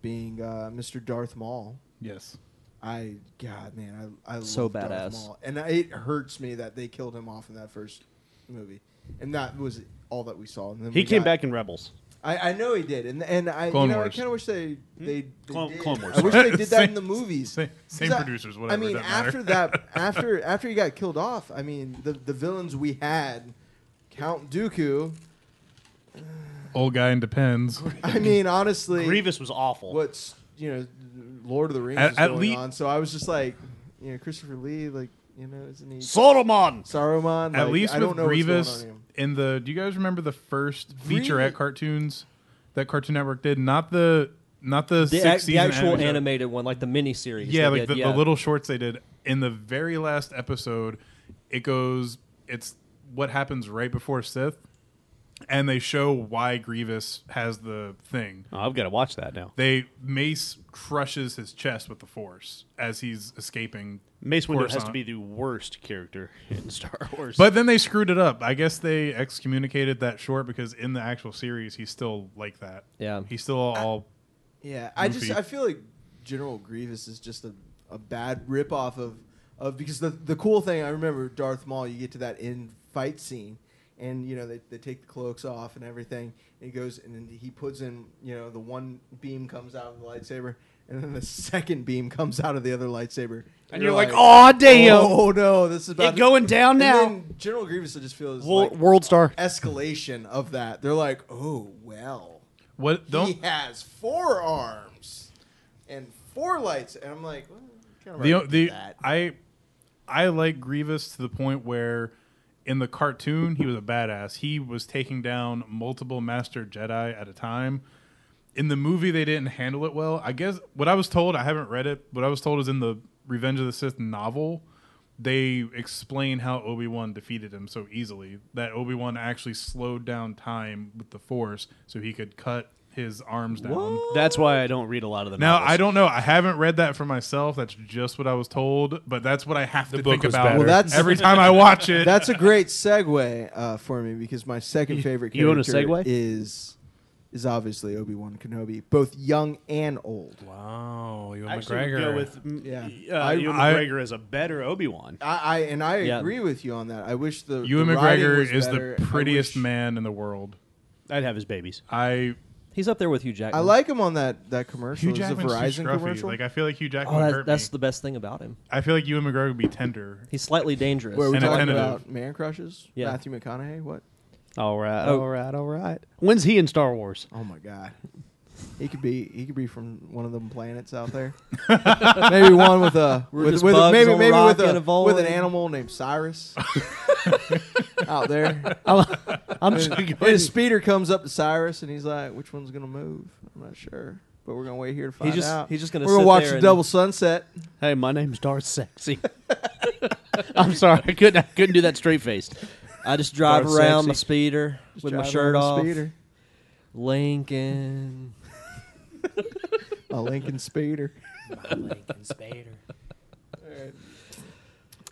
S2: being uh, Mr. Darth Maul.
S5: Yes.
S2: I God, man, I I
S1: So
S2: love Darth
S1: badass.
S2: Maul. and I, it hurts me that they killed him off in that first movie, and that was all that we saw. And then
S4: He
S2: we
S4: came
S2: got-
S4: back in Rebels.
S2: I, I know he did, and and I
S5: Clone
S2: you know
S5: Wars.
S2: I kind of wish they they, they
S4: Hmm? Clone-
S2: did.
S4: Clone Wars,
S2: I wish
S5: sorry.
S2: they did that
S5: Same-
S2: in the movies.
S5: same- same
S2: 'Cause I-
S5: producers,
S2: I
S5: whatever,
S2: mean,
S5: doesn't matter.
S2: after that, after after he got killed off, I mean the the villains we had, Count Dooku.
S5: Old guy and depends.
S2: I mean, honestly,
S4: Grievous was awful.
S2: what's you know, Lord of the Rings
S5: At-
S2: was
S5: at
S2: going
S5: lea-
S2: on, so I was just like, you know, Christopher Lee, like you know, isn't he
S4: Solomon!
S2: Saruman?
S5: At
S2: Like,
S5: least
S2: I
S5: with
S2: don't know what's going
S5: Grievous
S2: on here.
S5: in the. Do you guys remember the first
S2: Grievous-
S5: featurette cartoons that Cartoon Network did? Not the not the,
S1: The,
S5: six
S1: ac- the
S5: season
S1: actual
S5: anime show.
S1: animated one, like the miniseries.
S5: Yeah,
S1: they
S5: like
S1: did,
S5: the,
S1: yeah.
S5: the little shorts they did in the very last episode. It goes. It's what happens right before Sith, and they show why Grievous has the thing.
S4: Oh, I've got to watch that now.
S5: They Mace crushes his chest with the Force as he's escaping.
S4: Mace Windu has
S5: Coruscant.
S4: to be the worst character in Star Wars.
S5: But then they screwed it up. I guess they excommunicated that short because in the actual series, he's still like that.
S1: Yeah.
S5: he's still all.
S2: Yeah, I just
S5: Goofy.
S2: I feel like General Grievous is just a, a bad ripoff of of because the the cool thing I remember Darth Maul. You get to that end fight scene, and you know they, they take the cloaks off and everything. And he goes and then he puts in you know the one beam comes out of the lightsaber, and then the second beam comes out of the other lightsaber.
S4: and you're, like, oh damn,
S2: Oh no! This is about
S4: It going down
S2: And
S4: now."
S2: then General Grievous just feels
S4: Wo-
S2: like
S4: world star.
S2: escalation of that. They're like, oh well,
S5: What don't
S2: he has four arms and four lights, and I'm like, well, kind of
S5: the,
S2: already
S5: the
S2: did that.
S5: I I like Grievous to the point where in the cartoon he was a badass. He was taking down multiple Master Jedi at a time. In the movie they didn't handle it well. I guess what I was told, I haven't read it, what I was told is in the Revenge of the Sith novel, they explain how Obi-Wan defeated him so easily. That Obi-Wan actually slowed down time with the Force so he could cut his arms down.
S4: That's why I don't read a lot of the.
S5: Now
S4: novels.
S5: I don't know. I haven't read that for myself. That's just what I was told, but that's what I have to
S3: book
S5: think
S3: was
S5: about
S3: better. Well,
S2: that's-
S5: every time I watch it.
S2: That's a great segue uh, for me because my second favorite
S4: you own a
S2: character
S4: segue?
S2: is is obviously Obi Wan Kenobi, both young and old.
S3: Wow, you
S4: Actually, I would go with mm,
S2: Yeah.
S4: uh,
S2: I-
S4: Ewan
S5: I-
S4: McGregor as a better Obi Wan.
S2: I, I and I
S1: Yeah.
S2: agree with you on that. I wish the
S5: Ewan
S2: the writing
S5: McGregor
S2: was
S5: is
S2: better.
S5: the
S2: I
S5: prettiest
S2: wish-
S5: man in the world.
S4: I'd have his babies.
S5: I
S1: He's up there with Hugh Jackman.
S2: I like him on that that commercial.
S5: Hugh
S2: It was a
S5: Jackman's too
S2: Verizon
S5: scruffy.
S2: commercial.
S5: Like I feel like Hugh Jackman
S1: Oh,
S5: would
S1: that,
S5: hurt
S1: that's
S5: me.
S1: the best thing about him.
S5: I feel like Ewan McGregor would be tender.
S1: He's slightly dangerous.
S2: Where are we
S5: And
S2: talking
S5: attentive.
S2: about man crushes?
S1: Yeah.
S2: Matthew McConaughey. What?
S4: All right,
S1: Oh.
S4: all right, all right. When's he in Star Wars?
S2: Oh my god. He could be he could be from one of them planets out there. maybe one with a
S1: We're
S2: with,
S1: just
S2: with a,
S1: bugs
S2: maybe
S1: on
S2: maybe
S1: rock
S2: with
S1: and
S2: a,
S1: a vole.
S2: with an animal named Cyrus out there.
S4: I'm
S2: And,
S4: just going.
S2: and a speeder comes up to Cyrus and he's like, "Which one's gonna move? I'm not sure, but we're gonna wait here to find
S1: just-
S2: out."
S1: he's just gonna
S2: we're gonna
S1: sit
S2: watch
S1: there
S2: the
S1: and-
S2: double sunset.
S4: Hey, my name's Darth Sexy. I'm sorry, I couldn't. I couldn't do that straight faced.
S1: I just drive
S4: Darth
S1: around
S4: Sexy.
S1: my speeder
S2: Just
S1: with my
S2: drive
S1: shirt
S2: on the
S1: off.
S2: speeder,
S1: Lincoln.
S2: a Lincoln speeder.
S3: Lincoln Spader.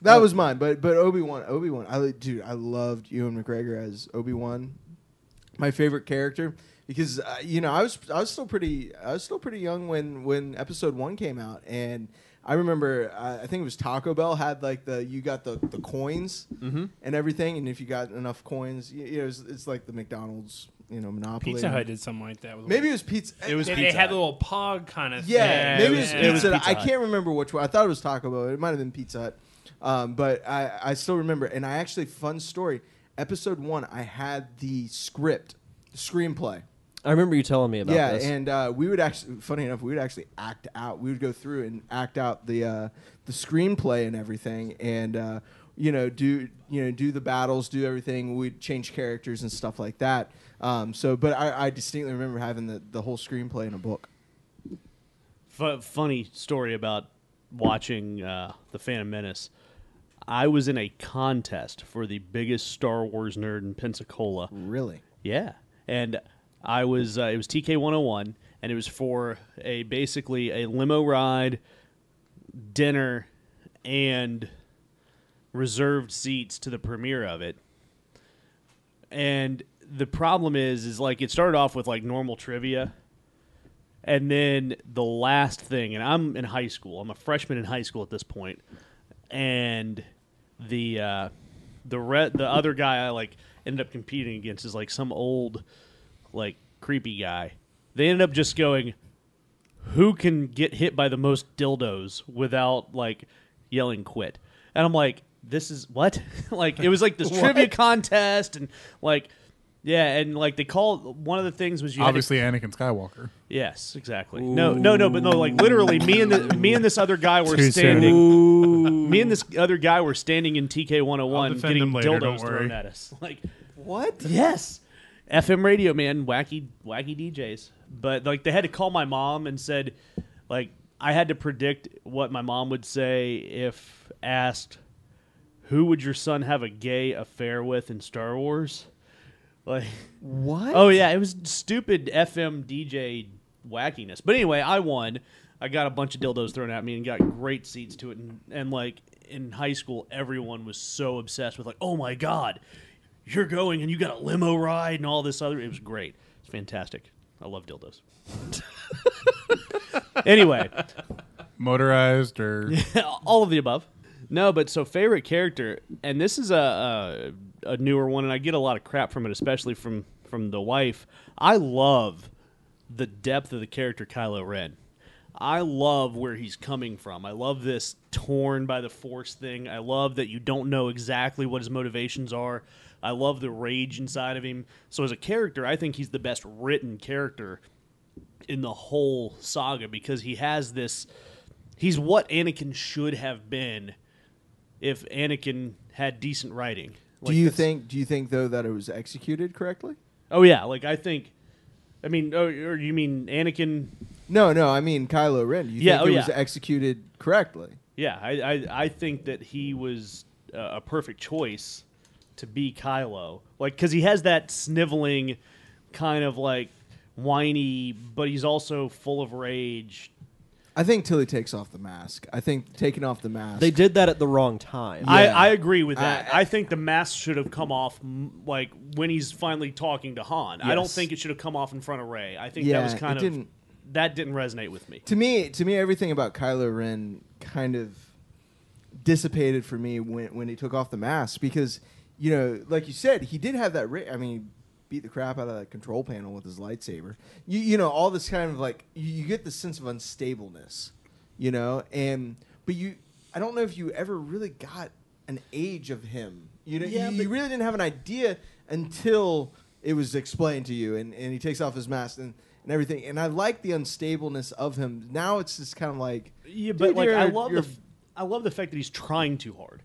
S2: That was mine, but but Obi Wan, Obi Wan, I li- dude, I loved Ewan McGregor as Obi Wan, my favorite character because uh, you know I was I was still pretty I was still pretty young when when Episode One came out, and I remember I, I think it was Taco Bell had like the you got the the coins
S4: Mm-hmm.
S2: and everything, and if you got enough coins, you, you know it's, it's like the McDonald's you know monopoly.
S3: Pizza Hut did something like that. With
S2: Maybe it was pizza.
S4: It was
S3: they,
S4: Pizza
S3: they had
S4: Hut.
S3: a little pog kind of.
S2: Yeah,
S3: thing.
S2: maybe it was,
S3: Yeah.
S2: pizza.
S4: Pizza
S2: I
S4: Hut.
S2: can't remember which one. I thought it was Taco Bell. It might have been Pizza Hut. Um, but I, I still remember. And I actually, fun story. Episode one, I had the script, the screenplay.
S1: I remember you telling me about
S2: yeah,
S1: this.
S2: and uh, we would actually, funny enough, we would actually act out. We would go through and act out the uh, the screenplay and everything, and uh, you know, do you know, do the battles, do everything. We'd change characters and stuff like that. Um, so, but I, I distinctly remember having the, the whole screenplay in a book.
S4: F- funny story about watching uh, the Phantom Menace. I was in a contest for the biggest Star Wars nerd in Pensacola.
S2: Really.
S4: Yeah, and I was uh, it was TK 101, and it was for a basically a limo ride, dinner, and reserved seats to the premiere of it. And the problem is, is like it started off with like normal trivia, and then the last thing, and I'm in high school. I'm a freshman in high school at this point, and the uh, the re- the other guy I like ended up competing against is like some old, like creepy guy. They ended up just going, "Who can get hit by the most dildos without like yelling quit?" And I'm like, "This is what?" like it was like this trivia contest and like. Yeah, and like they called one of the things was you had to
S5: Obviously, Anakin Skywalker.
S4: Yes, exactly. No, no, no, but no, like literally, me and the, me and this other guy were
S3: Too soon.
S4: standing. Me and this other guy were standing in TK one hundred
S5: I'll
S4: one,
S5: defend
S4: getting
S5: him later, don't
S4: dildos
S5: worry.
S4: thrown at us. Like
S2: What?
S4: yes, FM radio man, wacky wacky DJs. But like they had to call my mom and said, like I had to predict what my mom would say if asked, who would your son have a gay affair with in Star Wars? Like,
S1: What?
S4: oh yeah, it was stupid FM DJ wackiness. But anyway, I won. I got a bunch of dildos thrown at me and got great seats to it. And, and like in high school, everyone was so obsessed with like, oh my god, you're going and you got a limo ride and all this other. It was great. It's fantastic. I love dildos. anyway,
S5: Motorized or
S4: all of the above. No, but so favorite character, and this is a, a a newer one, and I get a lot of crap from it, especially from from the wife. I love the depth of the character Kylo Ren. I love where he's coming from. I love this torn by the force thing. I love that you don't know exactly what his motivations are. I love the rage inside of him. So as a character, I think he's the best written character in the whole saga because he has this he's what Anakin should have been if Anakin had decent writing.
S2: Do
S4: Like
S2: you
S4: that's-
S2: think? Do you think though that it was executed correctly?
S4: Oh yeah, like I think I mean oh or you mean Anakin
S2: No, no. I mean Kylo Ren. Do you
S4: Yeah,
S2: think
S4: oh,
S2: it
S4: yeah.
S2: was executed correctly?
S4: Yeah, I, I, I think that he was uh, a perfect choice to be Kylo. Like, because he has that sniveling, kind of like whiny, but he's also full of rage.
S2: I think till he takes off the mask. I think taking off the mask.
S1: They did that at the wrong time.
S4: I,
S2: Yeah.
S4: I agree with that.
S2: I-
S4: I, think the mask should have come off m- like when he's finally talking to Han. I don't
S2: Yes.
S4: think it should have come off in front of Ray. I think
S2: Yeah,
S4: that was
S2: it
S4: kind of
S2: didn't-
S4: that didn't resonate with me.
S2: to me, to me, everything about Kylo Ren kind of dissipated for me when when he took off the mask because you know, like you said, he did have that. Ra- I mean, beat the crap out of that control panel with his lightsaber. You you know, all this kind of like you, you get the sense of unstableness, you know, and but you, I don't know if you ever really got an age of him. You know,
S4: Yeah,
S2: you,
S4: but-
S2: you really didn't have an idea until it was explained to you and, and he takes off his mask and, and everything and i like the unstableness of him now it's just kind of like
S4: Yeah, but
S2: dude,
S4: like
S2: you're-
S4: I love the
S2: you're-
S4: f- I love the fact that he's trying too hard.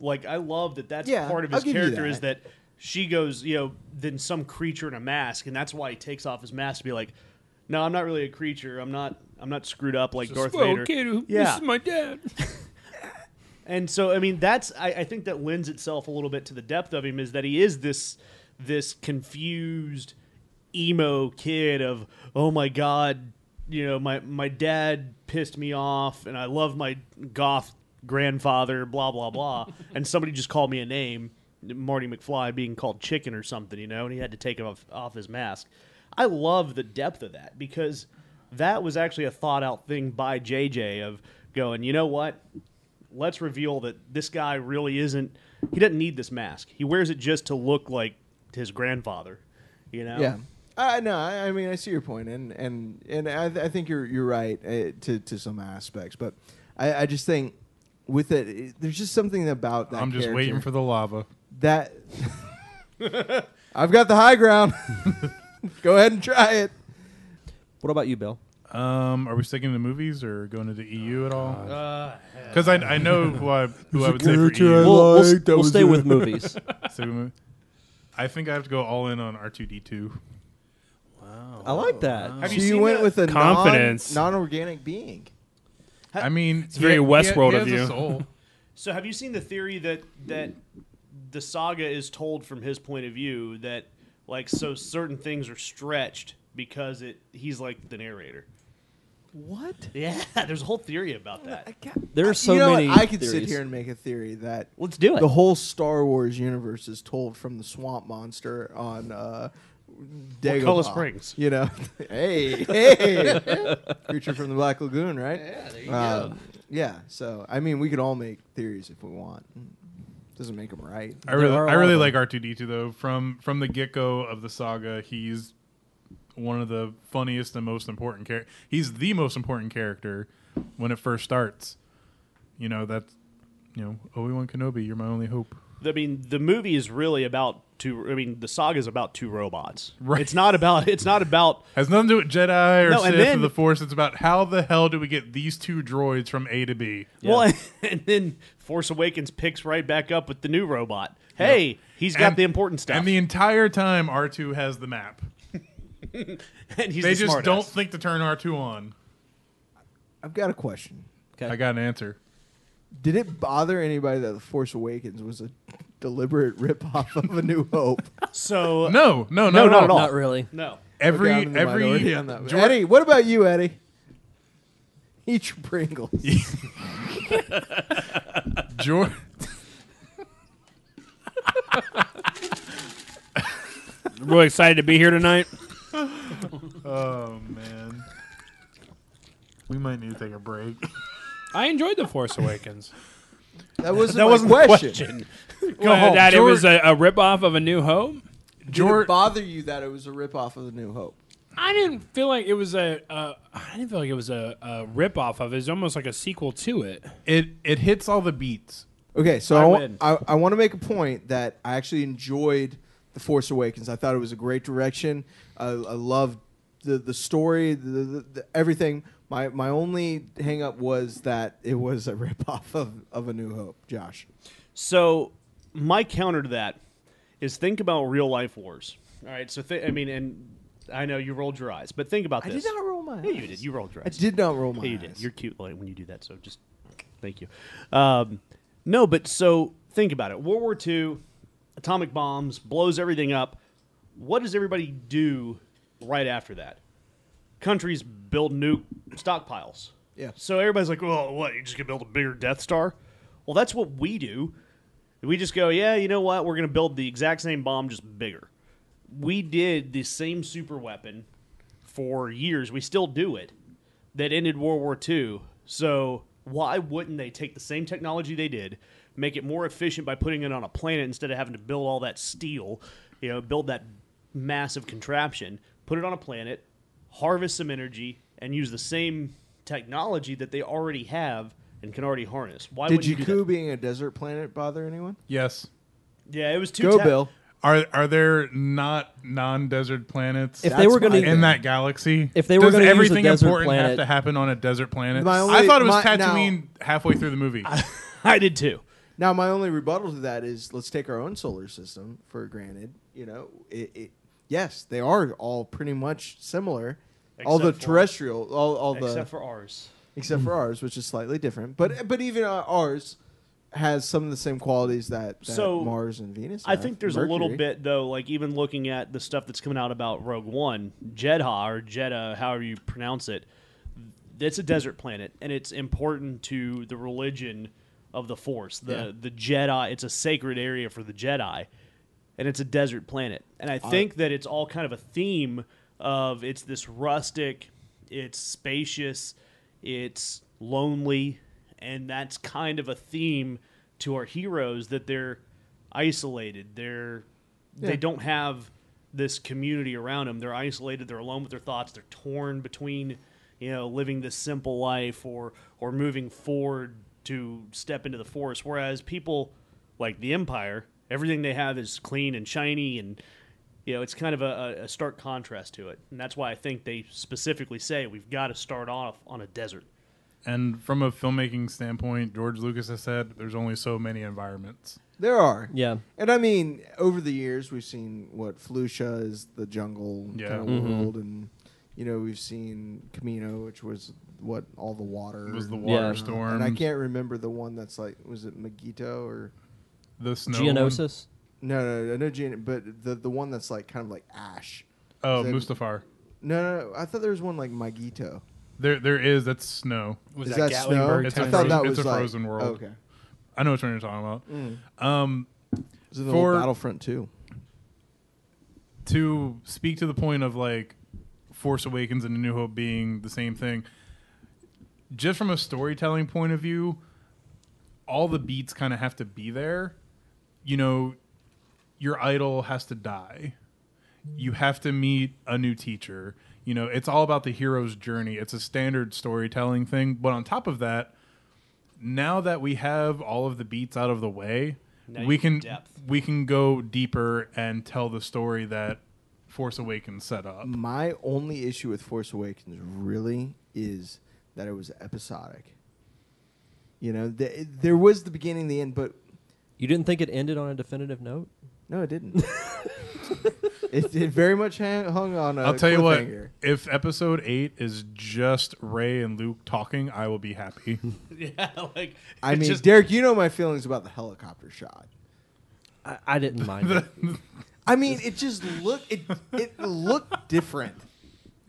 S4: Like I love that that's
S2: Yeah,
S4: part of
S2: I'll
S4: his
S2: give you
S4: character
S2: that.
S4: is that she goes, you know, then some creature in a mask, and that's why he takes off his mask to be like, no, I'm not really a creature. I'm not. I'm not screwed up like Darth Vader.
S3: This
S4: Yeah,
S3: is my dad.
S4: and so I mean that's I, I think that lends itself a little bit to the depth of him is that he is this this confused emo kid of oh my god you know my my dad pissed me off and I love my goth grandfather blah blah blah and somebody just called me a name Marty McFly being called chicken or something you know and he had to take off off his mask I love the depth of that because that was actually a thought out thing by JJ of going you know what let's reveal that this guy really isn't he doesn't need this mask he wears it just to look like his grandfather you know
S2: yeah I Uh, no, I, I mean I see your point, and and and I, th- I think you're you're right uh, to to some aspects, but I, I just think with it, it- there's just something about that.
S5: I'm just
S2: character
S5: waiting for the lava.
S2: that. I've got the high ground. Go ahead and try it.
S1: What about you, Bill?
S5: Um, are we sticking to movies or going to the EU at all?
S3: Uh,
S5: Because I, I know who I, who I would say for E EU.
S1: We'll, we'll s- we'll stay with movies.
S5: So we move- I think I have to go all in on R2D2.
S1: I like that.
S5: Have
S2: So
S5: you
S2: you,
S5: seen
S2: went
S5: that?
S2: with a
S3: Confidence.
S2: non organic being.
S5: I mean, it's
S3: very Westworld of you.
S4: so have you seen the theory that that the saga is told from his point of view that like so certain things are stretched because it he's like the narrator
S2: What?
S4: yeah there's a whole theory about that
S1: There are so
S2: you know
S1: many.
S2: What? I could sit
S1: theories.
S2: here and make a theory that
S4: let's do it
S2: the whole Star Wars universe is told from the swamp monster on uh, Dagobah.
S4: Wakulla Springs.
S2: You know, hey, hey, creature from the Black Lagoon, right? Yeah, there you go. Yeah, so I mean, we could all make theories if we want. Doesn't make them right.
S5: I really,
S1: are a
S5: I
S1: lot
S5: really
S1: of
S5: like R2D2 though. From from the get go of the saga, he's one of the funniest and most important character. He's the most important character when it first starts. You know that's you know Obi Wan Kenobi. You're my only hope.
S4: I mean, the movie is really about two. I mean, the saga is about two robots.
S5: Right.
S4: It's not about. It's not about.
S5: Has nothing to do with Jedi or
S4: No, and
S5: Sith
S4: then-
S5: or the Force. It's about how the hell do we get these two droids from A to B?
S4: Well, and then Force Awakens picks right back up with the new robot. Hey, he's got
S5: And-
S4: the important stuff,
S5: And the entire time, R2 has the map.
S4: and he's the
S5: they just
S4: smartass.
S5: don't think to turn R2 on.
S2: I've got a question.
S1: Okay.
S5: I got an answer.
S2: Did it bother anybody that the Force Awakens was a deliberate ripoff of A New Hope.
S4: So
S5: No, no, no,
S2: No, not at all.
S1: Not really.
S4: no.
S5: Every
S2: Down in the
S5: every
S2: minority on that.
S5: Jordan-
S2: Eddie, what about you, Eddie? Eat your Pringles.
S5: Jordan.
S3: Really excited to be here tonight.
S5: Oh man, we might need to take a break.
S3: I enjoyed The Force Awakens.
S2: That wasn't
S4: That
S2: my
S4: wasn't the
S2: question.
S3: Go
S5: home,
S3: that it
S5: George.
S3: was a, a ripoff of A New Hope.
S2: Did it
S5: Jordan,
S2: bother you that it was a ripoff of The New Hope?
S3: I didn't feel like it was a. Uh, I didn't feel like it was a, a ripoff of it. It was almost like a sequel to it.
S5: it it hits all the beats.
S2: Okay, so
S4: I
S2: I, wa-
S4: win.
S2: I, I want to make a point that I actually enjoyed The Force Awakens. I thought it was a great direction. I, I loved the, the story, the, the, the, everything. My, my only hang up was that it was a ripoff of, of A New Hope, Josh.
S4: So my counter to that is think about real life wars. All right. So th- I mean, and I know you rolled your eyes, but think about this.
S2: roll my
S4: Yeah, you did. You rolled your
S2: I
S4: eyes.
S2: did not roll my
S4: Yeah, you
S2: eyes.
S4: did. You're cute like, when you do that. So just thank you. Um, no, but so think about it. World War II, atomic bombs blows everything up. What does everybody do right after that? Countries build nuke stockpiles.
S2: Yeah.
S4: So everybody's like, "Well, what? You're just gonna build a bigger Death Star?" Well, that's what we do. We just go, "Yeah, you know what? We're gonna build the exact same bomb, just bigger." We did the same super weapon for years. We still do it. That ended World War II. So why wouldn't they take the same technology they did, make it more efficient by putting it on a planet instead of having to build all that steel, you know, build that massive contraption, put it on a planet, harvest some energy, and use the same technology that they already have and can already harness. Why
S2: Did
S4: wouldn't you do
S2: Jakku being a desert planet bother anyone?
S5: Yes.
S4: that? Yeah, it was too.
S2: Go,
S4: ta-
S2: Bill.
S5: Are are there not non-desert planets
S1: If
S2: That's
S1: they were going
S2: my-
S1: to
S5: in that galaxy?
S1: If they were
S5: Does
S1: gonna use a
S5: everything
S1: desert
S5: important have
S1: planet-
S5: to happen on a desert planet?
S2: My
S5: I
S2: only-
S5: thought it was
S2: my- now-
S5: Tatooine halfway through the movie.
S4: I did too.
S2: Now, my only rebuttal to that is let's take our own solar system for granted. You know, it, it yes, they are all pretty much similar. all the
S4: Except for-
S2: terrestrial, all, all the
S4: Except for ours.
S2: except for ours, which is slightly different. But but even uh, ours has some of the same qualities that, that
S4: So,
S2: Mars and Venus.
S4: I
S2: have.
S4: think there's a little
S2: Mercury.
S4: bit though, like even looking at the stuff that's coming out about Rogue One, Jedha or Jeddah, however you pronounce it, it's a desert planet, and it's important to the religion of the Force. The the Jedi, it's a sacred area for the Jedi, and it's a desert planet. And I think that it's all kind of a theme of it's this rustic, it's spacious, it's lonely, and that's kind of a theme to our heroes that they're isolated. They're
S2: Yeah.
S4: they don't have this community around them. They're isolated. They're alone with their thoughts. They're torn between you know living this simple life or or moving forward to step into the forest. Whereas people like the Empire, everything they have is clean and shiny and. You know, it's kind of a, a- a stark contrast to it, and that's why I think they specifically say we've got to start off on a desert.
S5: and from a filmmaking standpoint, George Lucas has said there's only so many environments.
S2: There are.
S1: Yeah.
S2: And I mean, over the years, we've seen what Felucia is the jungle
S5: Yeah.
S2: kind of world, and you know we've seen Camino, which was what all the water
S5: It was the
S2: and-
S5: water
S1: Yeah.
S5: storm,
S2: And I can't remember the one that's like, was it Megiddo or
S5: the snow. one.
S1: Geonosis.
S2: no, no, I know Gian, but the the one that's like kind of like ash.
S5: Oh,
S2: Is that-
S5: Mustafar.
S2: No, no, no, I thought there was one like Megiddo.
S5: There, there is. That's snow.
S3: Was
S2: Is that, snow?
S3: Gatlinburg,
S5: It's a
S2: I
S3: Tennessee?
S2: thought that
S5: frozen-
S2: was
S5: it's a
S2: like,
S5: frozen world.
S2: Okay,
S5: I know which one you're talking about. Um,
S2: This is the
S5: For-
S2: old Battlefront too.
S5: to speak to the point of like Force Awakens and A New Hope being the same thing, just from a storytelling point of view, all the beats kind of have to be there. You know, your idol has to die. You have to meet a new teacher. You know, it's all about the hero's journey. It's a standard storytelling thing. But on top of that, now that we have all of the beats out of the way,
S4: Now
S5: we
S4: you
S5: can
S4: have depth.
S5: we can go deeper and tell the story that Force Awakens set up.
S2: My only issue with Force Awakens really is that it was episodic. You know, th- there was the beginning, the end, but
S1: You didn't think it ended on a definitive note?
S2: no, it didn't. it, it very much hang, hung on. A
S5: I'll tell you what,
S2: uh, cliffhanger.
S5: if episode 8 is just Ray and Luke talking, I will be happy.
S4: yeah, like
S2: I
S4: it's
S2: mean,
S4: just-
S2: Derek, you know my feelings about the helicopter shot.
S1: I, I didn't mind it.
S2: I mean, it just looked it it looked different.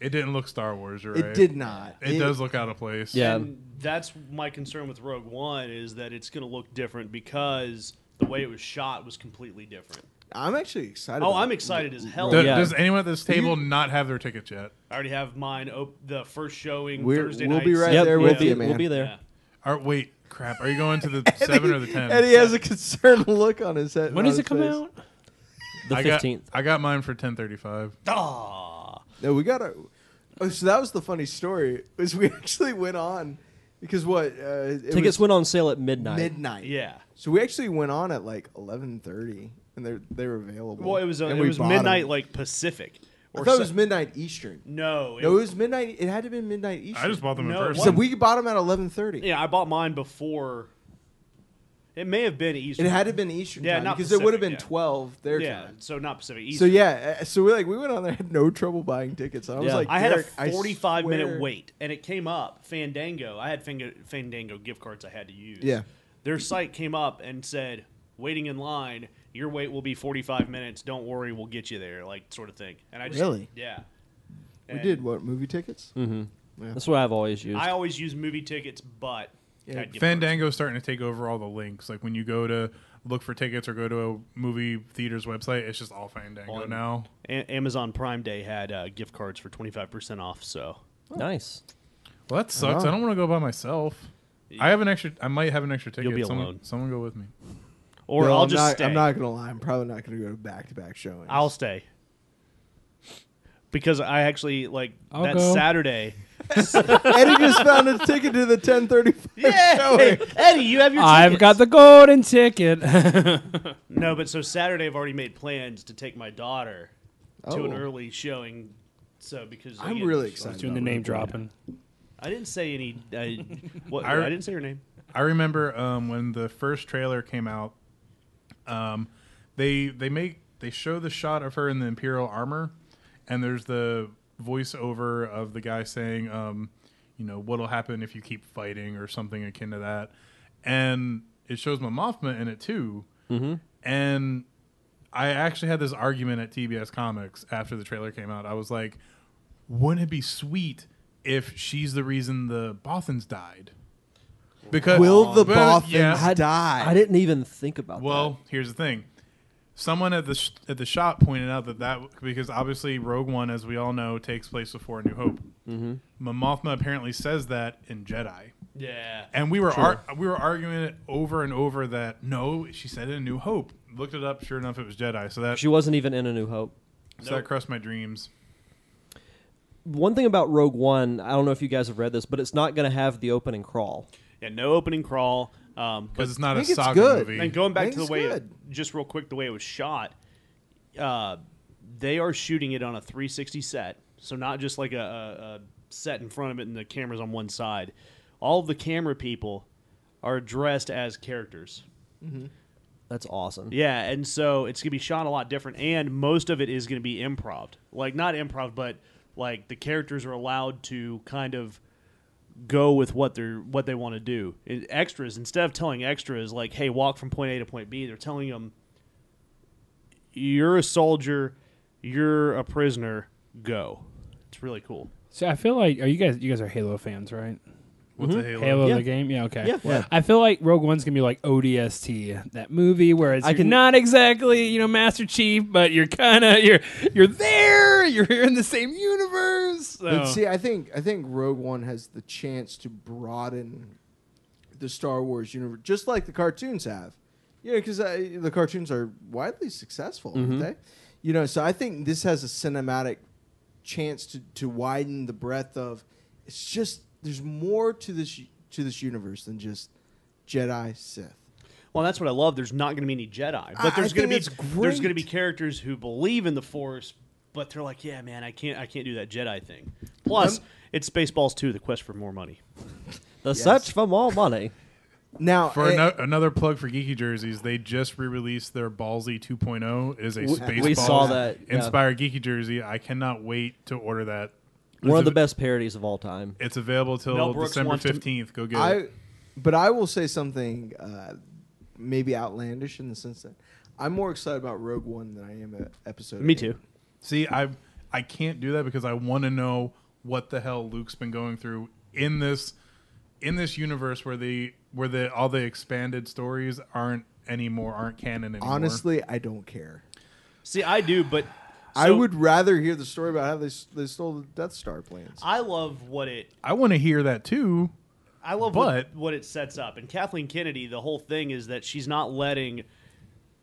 S5: It didn't look Star Wars, you're right.
S2: It did not.
S5: It, does look out of place.
S1: Yeah.
S4: And that's my concern with Rogue One is that it's going to look different because the way it was shot was completely different.
S2: I'm actually excited.
S4: Oh,
S2: about
S4: I'm
S2: it.
S4: excited as hell.
S5: Do-
S1: Yeah.
S5: Does anyone at this table not have their tickets yet?
S4: I already have mine. Op- the first showing
S2: We're-
S4: Thursday
S2: we'll
S4: night.
S2: be right
S1: Yep,
S2: there
S1: we'll
S2: with
S1: be,
S2: you, man.
S1: We'll be there.
S4: Yeah.
S5: Are, wait, crap. Are you going to the seven or the ten?
S2: Eddie has a concerned look on his head.
S3: When
S2: on
S3: does
S2: his
S3: it come
S2: face.
S3: out?
S1: The
S5: I got,
S1: fifteenth.
S5: I got mine for ten thirty-five.
S4: Ah,
S2: No, we got a. Oh, so that was the funny story. Is we actually went on because what uh, it
S1: Tickets
S2: was
S1: went on sale at midnight.
S2: midnight.
S4: yeah.
S2: So we actually went on at like 11:30, and they they were available.
S4: Well, it was uh,
S2: And
S4: it
S2: we
S4: was
S2: bought 'em.
S4: midnight like Pacific.
S2: I thought it
S4: so-
S2: was midnight Eastern.
S4: no. It,
S2: No, it was midnight. It had to be midnight Eastern.
S5: I just bought them
S4: No,
S5: in
S4: it
S5: person.
S2: So we bought them at 11:30.
S4: yeah. I bought mine before. It may have been Eastern.
S2: It had to been Eastern
S4: Yeah,
S2: time
S4: not
S2: because it would have been
S4: Pacific, yeah.
S2: 12 their
S4: yeah.
S2: time.
S4: So not Pacific
S2: So
S4: Eastern.
S2: yeah, uh, so we like we went on there had no trouble buying tickets. And I was
S1: Yeah.
S2: like,
S4: I had a
S2: "Derek, I
S4: 45 minute
S2: swear-
S4: wait, and it came up Fandango. I had Fang- Fandango gift cards I had to use.
S2: Yeah.
S4: Their site came up and said, waiting in line, your wait will be 45 minutes. Don't worry, we'll get you there, like sort of thing. And I just,
S2: Really?
S4: Yeah.
S2: We
S4: And
S2: did what movie tickets?
S1: That's what I've always used.
S4: I always use movie tickets, but. I had gift cards.
S5: Fandango's starting to take over all the links. Like when you go to look for tickets or go to a movie theater's website, it's just all Fandango
S4: On-
S5: now.
S4: A- Amazon Prime Day had uh, gift cards for 25% off, so.
S1: nice.
S5: Well, that sucks. I don't want to go by myself. I have an extra. I might have an extra ticket.
S4: You'll be
S5: someone,
S4: alone.
S5: someone go with me.
S4: Or
S2: No,
S4: I'll
S2: I'm
S4: just
S2: not,
S4: stay.
S2: I'm not gonna lie. I'm probably not gonna go to back to back showings.
S4: I'll stay. Because I actually, like,
S5: I'll
S4: that
S5: go.
S4: Saturday.
S2: Eddie just found a ticket to the 10:35
S4: Hey,
S2: showing.
S4: Eddie, you have your.
S3: I've
S4: tickets.
S3: got the golden ticket.
S4: No, but so Saturday, I've already made plans to take my daughter to an
S2: Oh.
S4: early showing. So because
S2: I'm
S4: again,
S2: really excited.
S3: Doing the name dropping.
S4: I didn't say any. I, what,
S5: I-
S4: I, didn't say her name.
S5: I remember um, when the first trailer came out. Um, they they make they show the shot of her in the imperial armor, and there's the voiceover of the guy saying, um, you know, what'll happen if you keep fighting or something akin to that, and it shows Mothma in it too, mm-hmm. and I actually had this argument at TBS Comics after the trailer came out. I was like, wouldn't it be sweet if she's the reason the Bothans died? Because
S2: Will the
S5: Well,
S2: Bothans
S5: Oh, yeah.
S1: I,
S2: die?
S1: I didn't even think about
S5: Well, here's the thing. Someone at the sh- at the shop pointed out that that because obviously Rogue One, as we all know, takes place before A New Hope. Mm-hmm. Mothma apparently says that in Jedi,
S4: Yeah.
S5: and we were ar- we were arguing it over and over that no, she said it in New Hope. Looked it up, sure enough, it was Jedi. So that
S1: that. She wasn't even in A New Hope.
S5: so that crushed my dreams.
S1: One thing about Rogue One, I don't know if you guys have read this, but it's not going to have the opening crawl.
S4: Yeah. No opening crawl. Um, but
S5: because it's not
S2: I
S5: a
S2: think it's
S5: saga
S2: good.
S5: movie.
S4: then going
S2: I
S4: back
S2: think
S4: to the
S2: it's
S4: way, it-
S2: good.
S4: just real quick, the way it was shot. Uh, they are shooting it on a 360 set, so not just like a, a, a set in front of it and the cameras on one side. All of the camera people are dressed as characters.
S1: That's awesome.
S4: Yeah, and so it's gonna be shot a lot different, and most of it is gonna be improv. Like not improv, but like the characters are allowed to kind of go with what they're what they want to do. And extras instead of telling extras like, "Hey, walk from point A to point B," they're telling them, "You're a soldier, you're a prisoner, go." It's really cool.
S3: So I feel like are you guys you guys are Halo fans, right?
S5: What's a Halo?
S3: Halo
S4: Yeah.
S3: the game? Yeah, okay.
S4: Yeah. Yeah.
S3: I feel like Rogue One's gonna be like ODST, that movie where it's
S1: I
S3: you're
S1: can-
S3: not exactly, you know, Master Chief, but you're kinda you're you're there, you're in the same universe. So.
S2: But see, I think I think Rogue One has the chance to broaden the Star Wars universe, just like the cartoons have. You know, because the cartoons are widely successful, aren't they? You know, so I think this has a cinematic chance to to widen the breadth of. It's just there's more to this to this universe than just Jedi Sith.
S4: Well, that's what I love. There's not going to be any Jedi,
S2: Ah, I- I
S4: but there's going
S2: think
S4: to be
S2: it's
S4: there's going to
S2: great.
S4: be characters who believe in the Force, but they're like, yeah, man, I can't, I can't do that Jedi thing.
S2: Um,
S4: Plus, it's Spaceballs 2, The Quest for More Money.
S1: The search for more money.
S2: Now,
S5: For
S2: eh,
S5: ano- another plug for Geeky Jerseys, they just re-released their Ballsy 2.0 is a
S1: We-
S5: space
S1: we saw that, yeah.
S5: inspired Geeky Jersey. I cannot wait to order that.
S1: One of
S5: It's
S1: the
S5: av-
S1: best parodies of all time.
S5: It's available till
S4: Mel Brooks
S5: December
S4: wants to-
S5: 15th. Go get
S2: I,
S5: it.
S2: but I will say something uh, maybe outlandish in the sense that I'm more excited about Rogue One than I am at Episode.
S4: Me
S2: eight.
S4: too.
S5: See, I I can't do that because I want to know what the hell Luke's been going through in this in this universe where the where the all the expanded stories aren't anymore aren't canon anymore.
S2: Honestly, I don't care.
S4: See, I do, but
S2: I
S4: so
S2: would rather hear the story about how they, s- they stole the Death Star plans.
S4: I love what it
S5: I want to hear that too.
S4: I love
S5: But-
S4: what, what it sets up. And Kathleen Kennedy, the whole thing is that she's not letting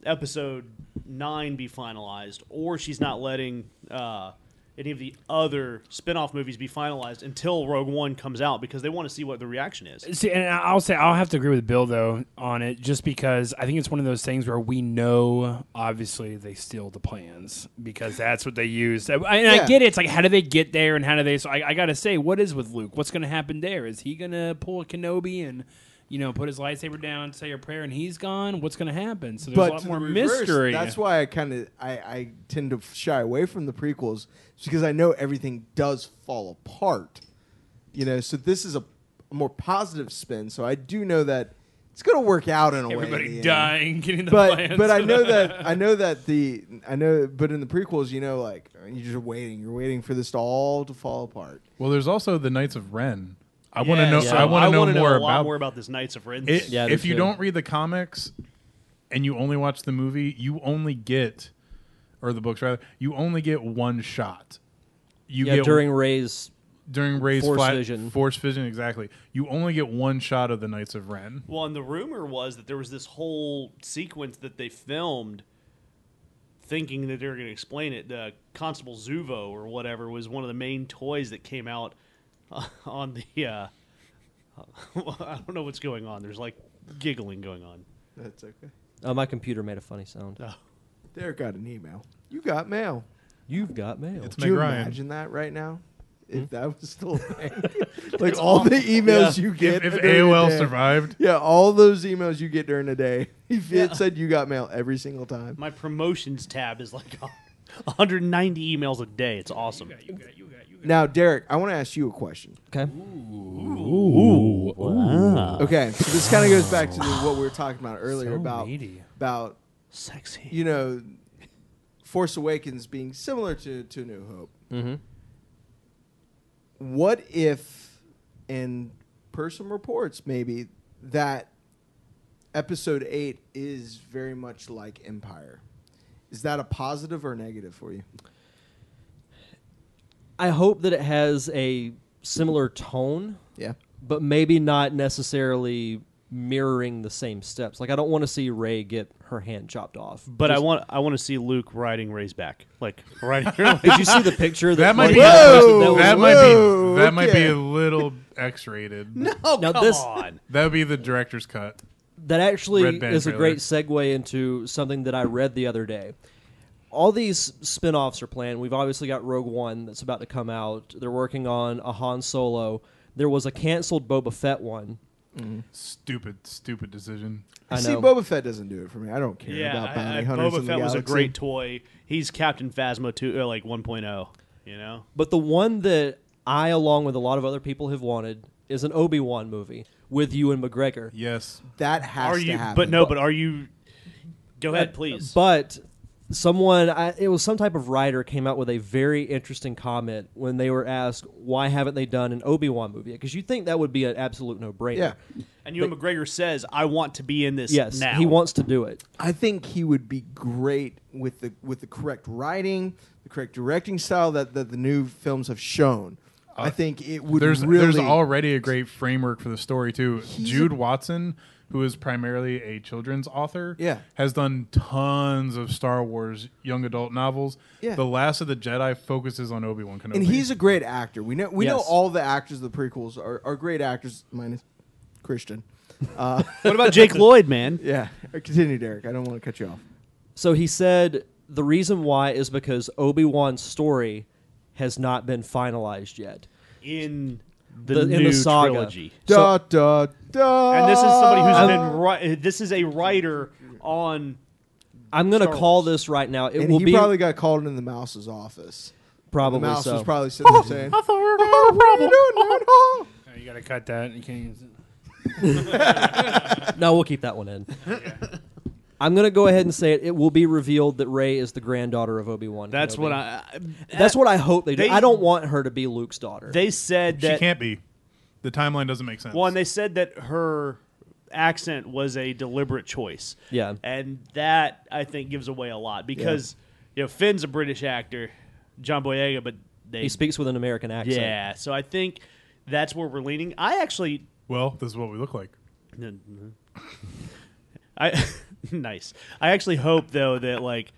S4: episode nine be finalized, or she's not letting uh, any of the other spin off movies be finalized until Rogue One comes out because they want to see what the reaction is.
S3: See, and I'll say I'll have to agree with Bill though on it, just because I think it's one of those things where we know obviously they steal the plans because that's what they used. And I
S2: Yeah.
S3: get it. It's like how do they get there and how do they? So I, I gotta say, what is with Luke? What's gonna happen there? Is he gonna pull a Kenobi and you know put his lightsaber down, say a prayer, and he's gone? What's gonna happen? So there's a lot
S2: to
S3: more
S2: the reverse,
S3: mystery.
S2: That's why I kind of I, I tend to shy away from the prequels it's because I know everything does fall apart. You know, so this is a more positive spin. So I do know that it's going to work out in a way. in
S3: everybody
S2: the end.
S3: dying, getting the
S2: But
S3: plans.
S2: but I know that I know that the I know but in the prequels you know like you're just waiting you're waiting for this to all to fall apart.
S5: Well, there's also the Knights of Ren. I want to know.
S4: So
S5: I want to know,
S4: wanna
S5: more
S4: a lot
S5: about.
S4: more about this Knights of Ren.
S5: it,
S4: thing.
S1: Yeah,
S5: if
S1: they
S5: you
S1: should.
S5: don't read the comics and you only watch the movie, you only get or the books rather, you only get one shot. You
S1: yeah,
S5: get
S1: during Ray's
S5: during Ray's
S1: Force
S5: flat-
S1: vision.
S5: Force vision, exactly. You only get one shot of the Knights of Ren.
S4: Well, and the rumor was that there was this whole sequence that they filmed thinking that they were going to explain it. The Constable Zuvo or whatever was one of the main toys that came out uh, on the. Uh, I don't know what's going on. There's like giggling going on.
S2: That's okay.
S1: Oh, my computer made a funny sound.
S2: Derek got an email. You got mail.
S1: You've got mail.
S5: It's
S2: Do
S5: Meg
S2: you
S5: Ryan. Hmm?
S2: imagine that right now? If that was still a thing, like all the emails you
S5: If,
S2: get
S5: if
S2: during the
S5: AOL
S2: day.
S5: survived,
S2: yeah, all those emails you get during the day. If it said you got mail every single time,
S4: My promotions tab is like 190 emails a day. It's awesome.
S2: now Derek, I want to ask you a question.
S1: okay.
S2: Okay, so this kind of goes back to what we were talking about earlier
S3: So
S2: about
S3: meaty.
S2: about
S4: Sexy.
S2: you know, Force Awakens being similar to to New Hope. What if, and person reports maybe that Episode Eight is very much like Empire. Is that a positive or negative for you?
S1: I hope that it has a similar tone,
S2: Yeah.
S1: but maybe not necessarily mirroring the same steps. Like I don't want to see Ray get her hand chopped off.
S4: But I want I want to see Luke riding Ray's back. Like riding her
S1: Did you see the picture that,
S5: that might be
S1: Marty posted?
S2: Whoa!
S5: that
S1: was-
S5: might
S2: whoa,
S5: be that might be
S2: okay.
S5: a little X-rated.
S4: Oh,
S1: Now
S4: come
S1: this-
S4: on.
S5: That would be the director's cut.
S1: that actually
S5: Red Band
S1: is a
S5: trailer.
S1: great segue into something that I read the other day. All these spin-offs are planned. We've obviously got Rogue One that's about to come out. They're working on a Han Solo. There was a canceled Boba Fett one.
S5: Stupid, stupid decision.
S1: I
S2: See,
S1: know.
S2: Boba Fett doesn't do it for me. I don't care
S4: Yeah,
S2: about bounty
S4: I, I,
S2: hunters in
S4: Boba
S2: the
S4: Fett was a
S2: galaxy.
S4: great toy. He's Captain Phasma too, uh, like 1.0. You know,
S1: But the one that I, along with a lot of other people, have wanted is an Obi Wan movie with you and McGregor.
S5: Yes.
S2: That has
S4: are
S2: to
S4: you?
S2: happen.
S4: But no, but are you? Go ahead,
S1: But-
S4: please.
S1: Uh, But someone, I, it was some type of writer, came out with a very interesting comment when they were asked why haven't they done an Obi Wan movie? Because you think that would be an absolute no brainer.
S2: Yeah.
S4: and Ewan McGregor says, "I want to be in this."
S1: Yes,
S4: now
S1: he wants to do it.
S2: I think he would be great with the with the correct writing, the correct directing style that, that the new films have shown. I think it would
S5: there's
S2: really
S5: there's already a great framework for the story too.
S2: He's
S5: Jude
S2: a-
S5: Watson, who is primarily a children's author,
S2: Yeah.
S5: has done tons of Star Wars young adult novels.
S2: Yeah.
S5: The Last of the Jedi focuses on Obi Wan Kenobi,
S2: and he's a great actor. We know we know
S1: Yes.
S2: all the actors of the prequels are, are great actors minus Christian. Uh,
S4: what about Jake Lloyd, man?
S2: Yeah. Uh, Continue, Derek. I don't want to cut you off.
S1: So he said the reason why is because Obi Wan's story has not been finalized yet.
S4: In the,
S1: The- in the
S4: new
S1: saga.
S4: trilogy.
S2: Da da da.
S4: And this is somebody who's been. Ri- uh, this is a writer on.
S1: I'm going to
S4: Star
S1: call this right now. It
S2: And
S1: will
S2: he
S1: be
S2: probably got called into the mouse's office. The
S1: probably
S2: mouse
S1: so.
S2: was probably sitting there saying,
S4: I thought we were having a problem.
S3: Oh, you gotta cut that. You can't use it.
S1: no, we'll keep that one in. I'm gonna go ahead and say it. It will be revealed that Ray is the granddaughter of Obi Wan.
S4: That's what I. I-
S1: That's what I hope they do.
S4: They-
S1: I don't want her to be Luke's daughter.
S4: They said
S5: She
S4: that.
S5: can't be. The timeline doesn't make sense.
S4: Well, and they said that her accent was a deliberate choice.
S1: Yeah.
S4: And that I think gives away a lot because you know Finn's a British actor, John Boyega, but they
S1: he speaks with an American accent.
S4: Yeah, so I think that's where we're leaning. I actually
S5: well, this is what we look like.
S4: I nice. I actually hope though that like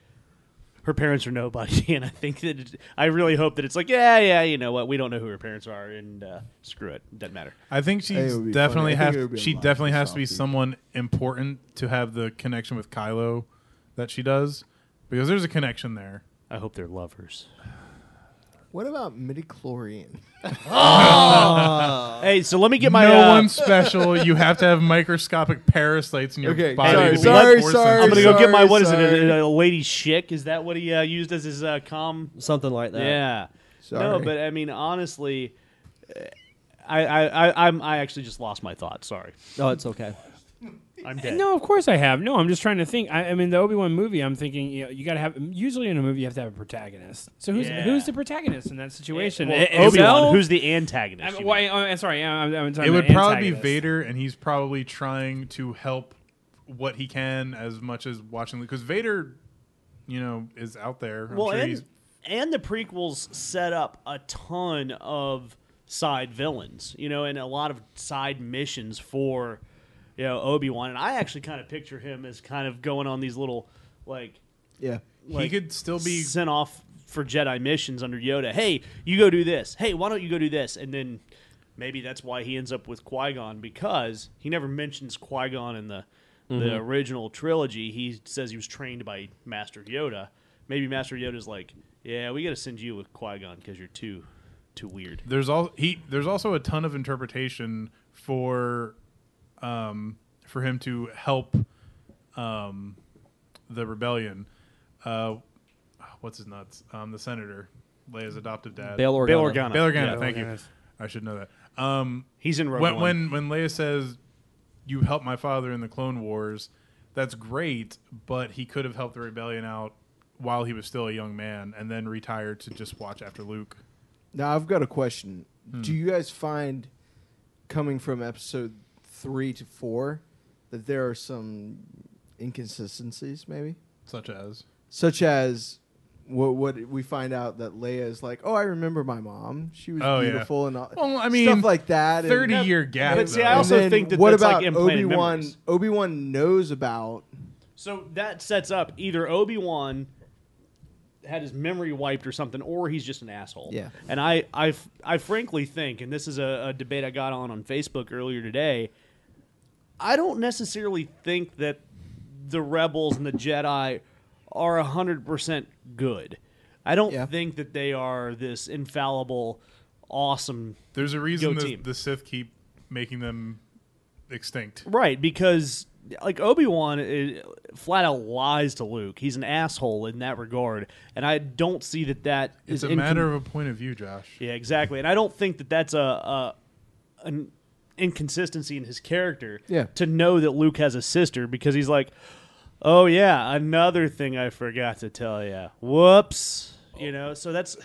S4: her parents are nobody, and I think that it, I really hope that it's like yeah, yeah, you know what? We don't know who her parents are, and uh, screw it, doesn't matter.
S5: I think she
S2: It would be
S5: definitely
S2: funny. I think it would be
S5: has.
S2: a
S5: She
S2: lot
S5: definitely
S2: of
S5: has to be
S2: selfies.
S5: someone important to have the connection with Kylo that she does, because there's a connection there.
S4: I hope they're lovers.
S2: What about midi chlorian?
S4: Hey, so let me get my
S5: no
S4: uh,
S5: one's special. You have to have microscopic parasites in your
S2: Okay,
S5: body.
S4: sorry,
S5: to be
S2: sorry,
S5: force
S2: sorry,
S4: I'm
S5: sensitive.
S4: gonna go get my what is
S2: sorry.
S4: it? A, a lady chick? Is that what he uh, used as his uh, com?
S1: something like that.
S4: yeah. No,
S2: Sorry.
S4: but I mean honestly, uh, I I I, I'm, I actually just lost my thought. Sorry,
S1: Oh, it's okay.
S4: I'm dead.
S3: No, of course I have. No, I'm just trying to think. I, I mean, the Obi Wan movie. I'm thinking you, know, you got to have. Usually in a movie, you have to have a protagonist. So who's
S4: Yeah.
S3: who's the protagonist in that situation?
S4: Well,
S3: Eh,
S4: Obi-Wan,
S3: Ezell?
S4: who's the antagonist?
S3: I'm,
S4: you
S3: why, I'm sorry. I'm, I'm talking
S5: It would
S3: about
S5: probably be
S3: antagonist.
S5: Vader, and he's probably trying to help what he can as much as watching because Vader, you know, is out there. I'm
S4: well,
S5: sure
S4: and,
S5: he's-
S4: and the prequels set up a ton of side villains, you know, and a lot of side missions for, you know, Obi Wan. And I actually kind of picture him as kind of going on these little, like,
S2: yeah.
S4: like,
S5: he could still be.
S4: sent off for Jedi missions under Yoda. Hey, you go do this. Hey, why don't you go do this? And then maybe that's why he ends up with Qui Gon because he never mentions Qui Gon in the
S5: Mm-hmm.
S4: the original trilogy. He says he was trained by Master Yoda. Maybe Master Yoda's like, yeah, we got to send you with Qui Gon because you're too too weird.
S5: There's all he. There's also a ton of interpretation for, um, for him to help, um, the rebellion. Uh, what's his nuts? Um, the senator, Leia's adoptive dad,
S1: Bail Organa.
S4: Bail Organa.
S5: Bail Organa.
S4: Yeah.
S5: thank you.
S3: Organa's-
S5: I should know that. Um,
S4: He's in Rogue
S5: when,
S4: One.
S5: when when Leia says, "You helped my father in the Clone Wars," that's great, but he could have helped the rebellion out while he was still a young man, and then retired to just watch after Luke.
S2: Now I've got a question. Do
S5: Hmm.
S2: you guys find coming from episode three to four that there are some inconsistencies, maybe,
S5: Such as
S2: such as what what we find out that Leia is like, oh, I remember my mom. She was
S5: Oh, yeah.
S2: beautiful and all,
S5: Well, I mean,
S2: stuff like that. and-
S5: thirty year gap.
S4: but see,
S5: though.
S4: I
S2: And
S4: also-
S2: then
S4: think that
S2: what
S4: that's,
S2: about
S4: like, implanted
S2: Obi Wan?
S4: memories.
S2: Obi Wan knows about
S4: So that sets up either Obi Wan had his memory wiped or something, or he's just an asshole.
S2: Yeah.
S4: And I, I, I frankly think, and this is a, a debate I got on on Facebook earlier today. I don't necessarily think that the rebels and the Jedi are hundred percent good. I don't
S2: Yeah.
S4: think that they are this infallible, awesome
S5: there's a reason
S4: Go
S5: the,
S4: team.
S5: the Sith keep making them extinct.
S4: Right, because like Obi Wan flat out lies to Luke. He's an asshole in that regard, and I don't see that that
S5: It's
S4: is
S5: a
S4: incon-
S5: matter of a point of view, Josh.
S4: yeah, exactly, and I don't think that that's a, a an inconsistency in his character.
S2: Yeah.
S4: to know that Luke has a sister because he's like, oh yeah, another thing I forgot to tell you. Whoops, you know. So that's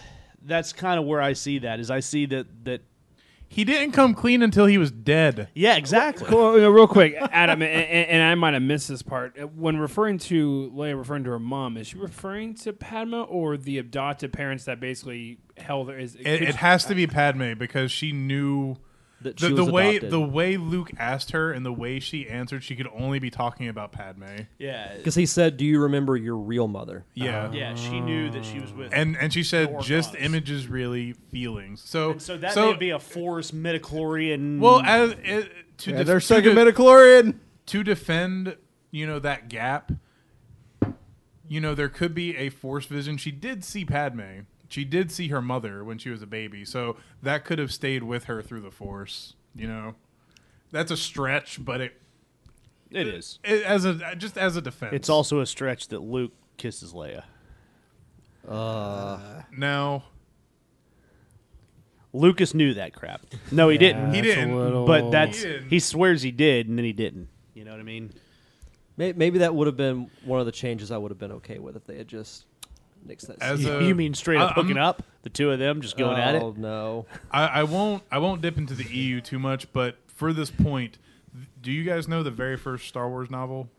S4: that's kind of where I see that is I see that that
S5: He didn't come clean until he was dead.
S4: yeah, exactly.
S3: Well, you know, real quick, Adam, and, and, and I might have missed this part. Uh, When referring to Leia, referring to her mom, is she referring to Padma or the adopted parents that basically held her? Is
S5: It, it has to be Padme because she knew
S1: That
S5: the,
S1: she
S5: the
S1: was
S5: way
S1: adopted.
S5: the way Luke asked her and the way she answered, she could only be talking about Padme.
S4: Yeah,
S1: Because he said, "Do you remember your real mother?"
S5: Yeah,
S4: yeah. She knew that she was with
S5: Uh-huh. and and she said
S4: Your
S5: just
S4: thoughts.
S5: images, really feelings. So
S4: And so that may be a force midichlorian.
S5: well as it, to
S2: yeah,
S5: def-
S2: their
S5: to,
S2: second
S5: de-
S2: midichlorian.
S5: to defend you know that gap. You know there could be a force vision. She did see Padme. She did see her mother when she was a baby, so that could have stayed with her through the force. You know, that's a stretch, but it
S4: it is.
S5: It- as a just as a defense.
S4: It's also a stretch that Luke kisses Leia.
S5: no.
S4: Lucas knew that crap. No, he didn't.
S5: He
S3: That's a
S5: didn't,
S3: little-
S4: but that's
S5: He didn't.
S4: he swears he did, and then he didn't. You know what I mean?
S1: May- Maybe that would have been one of the changes I would have been okay with if they had just nixed that.
S5: As
S1: scene.
S5: a-
S4: you mean straight up
S5: I- I'm-
S4: hooking up? The two of them just going at it?
S1: Oh no!
S5: I, I won't I won't dip into the EU too much, but for this point, th- do you guys know the very first Star Wars novel?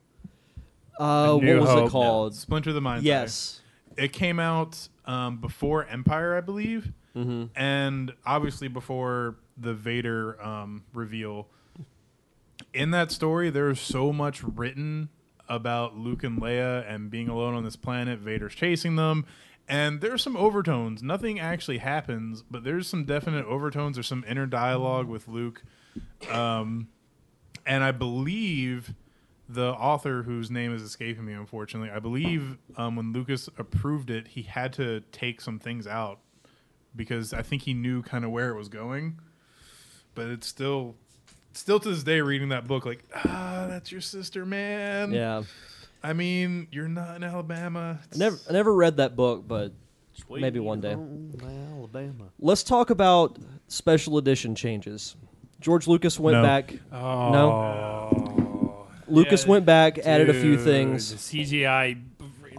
S1: Uh, what
S3: New
S1: was
S3: Hope.
S1: it called?
S5: Splinter of the Mind. Flayer.
S1: Yes.
S5: It came out um, before Empire, I believe, and obviously before the Vader um, reveal. In that story, there's so much written about Luke and Leia and being alone on this planet. Vader's chasing them, and there's some overtones. Nothing actually happens, but there's some definite overtones. There's some inner dialogue with Luke, um, and I believe the author whose name is escaping me unfortunately i believe um, when lucas approved it he had to take some things out because i think he knew kind of where it was going but it's still still to this day reading that book like ah that's your sister man
S1: Yeah.
S5: i mean you're not in alabama
S1: I never, I never read that book, but maybe one day. Let's talk about special edition changes. George Lucas went
S5: No.
S1: back.
S3: Oh.
S1: No. Lucas
S3: Yeah,
S1: went back, added a few
S3: Dude,
S1: things.
S3: The CGI.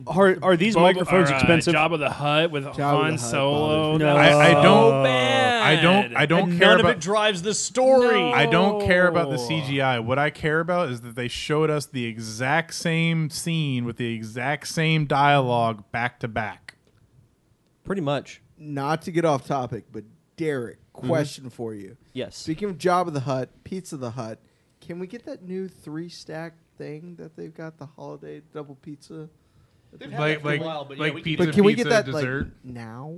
S4: Are, are these
S3: Boba-
S4: microphones
S3: or, uh,
S4: expensive?
S3: Job of the Hut with
S2: the
S3: Han
S2: Hutt
S3: Solo.
S2: bothers
S4: me. No.
S5: I, I don't
S3: So bad.
S5: i don't i don't
S4: And
S5: care
S4: none
S5: about
S4: of it drives the story.
S3: No.
S5: I don't care about the
S3: Oh.
S5: CGI. What I care about is that they showed us the exact same scene with the exact same dialogue back to back.
S1: Pretty much.
S2: Not to get off topic, but Derek, question for you.
S1: Mm-hmm. Yes.
S2: Speaking of Job of the Hut, Pizza the Hut, can we get that new three stack thing that they've got the holiday double pizza?
S4: had that
S5: Like
S4: for a
S5: like
S4: while, but yeah,
S5: like
S4: we can-
S5: pizza,
S2: But can we get
S5: pizza,
S2: that
S5: dessert.
S2: like now?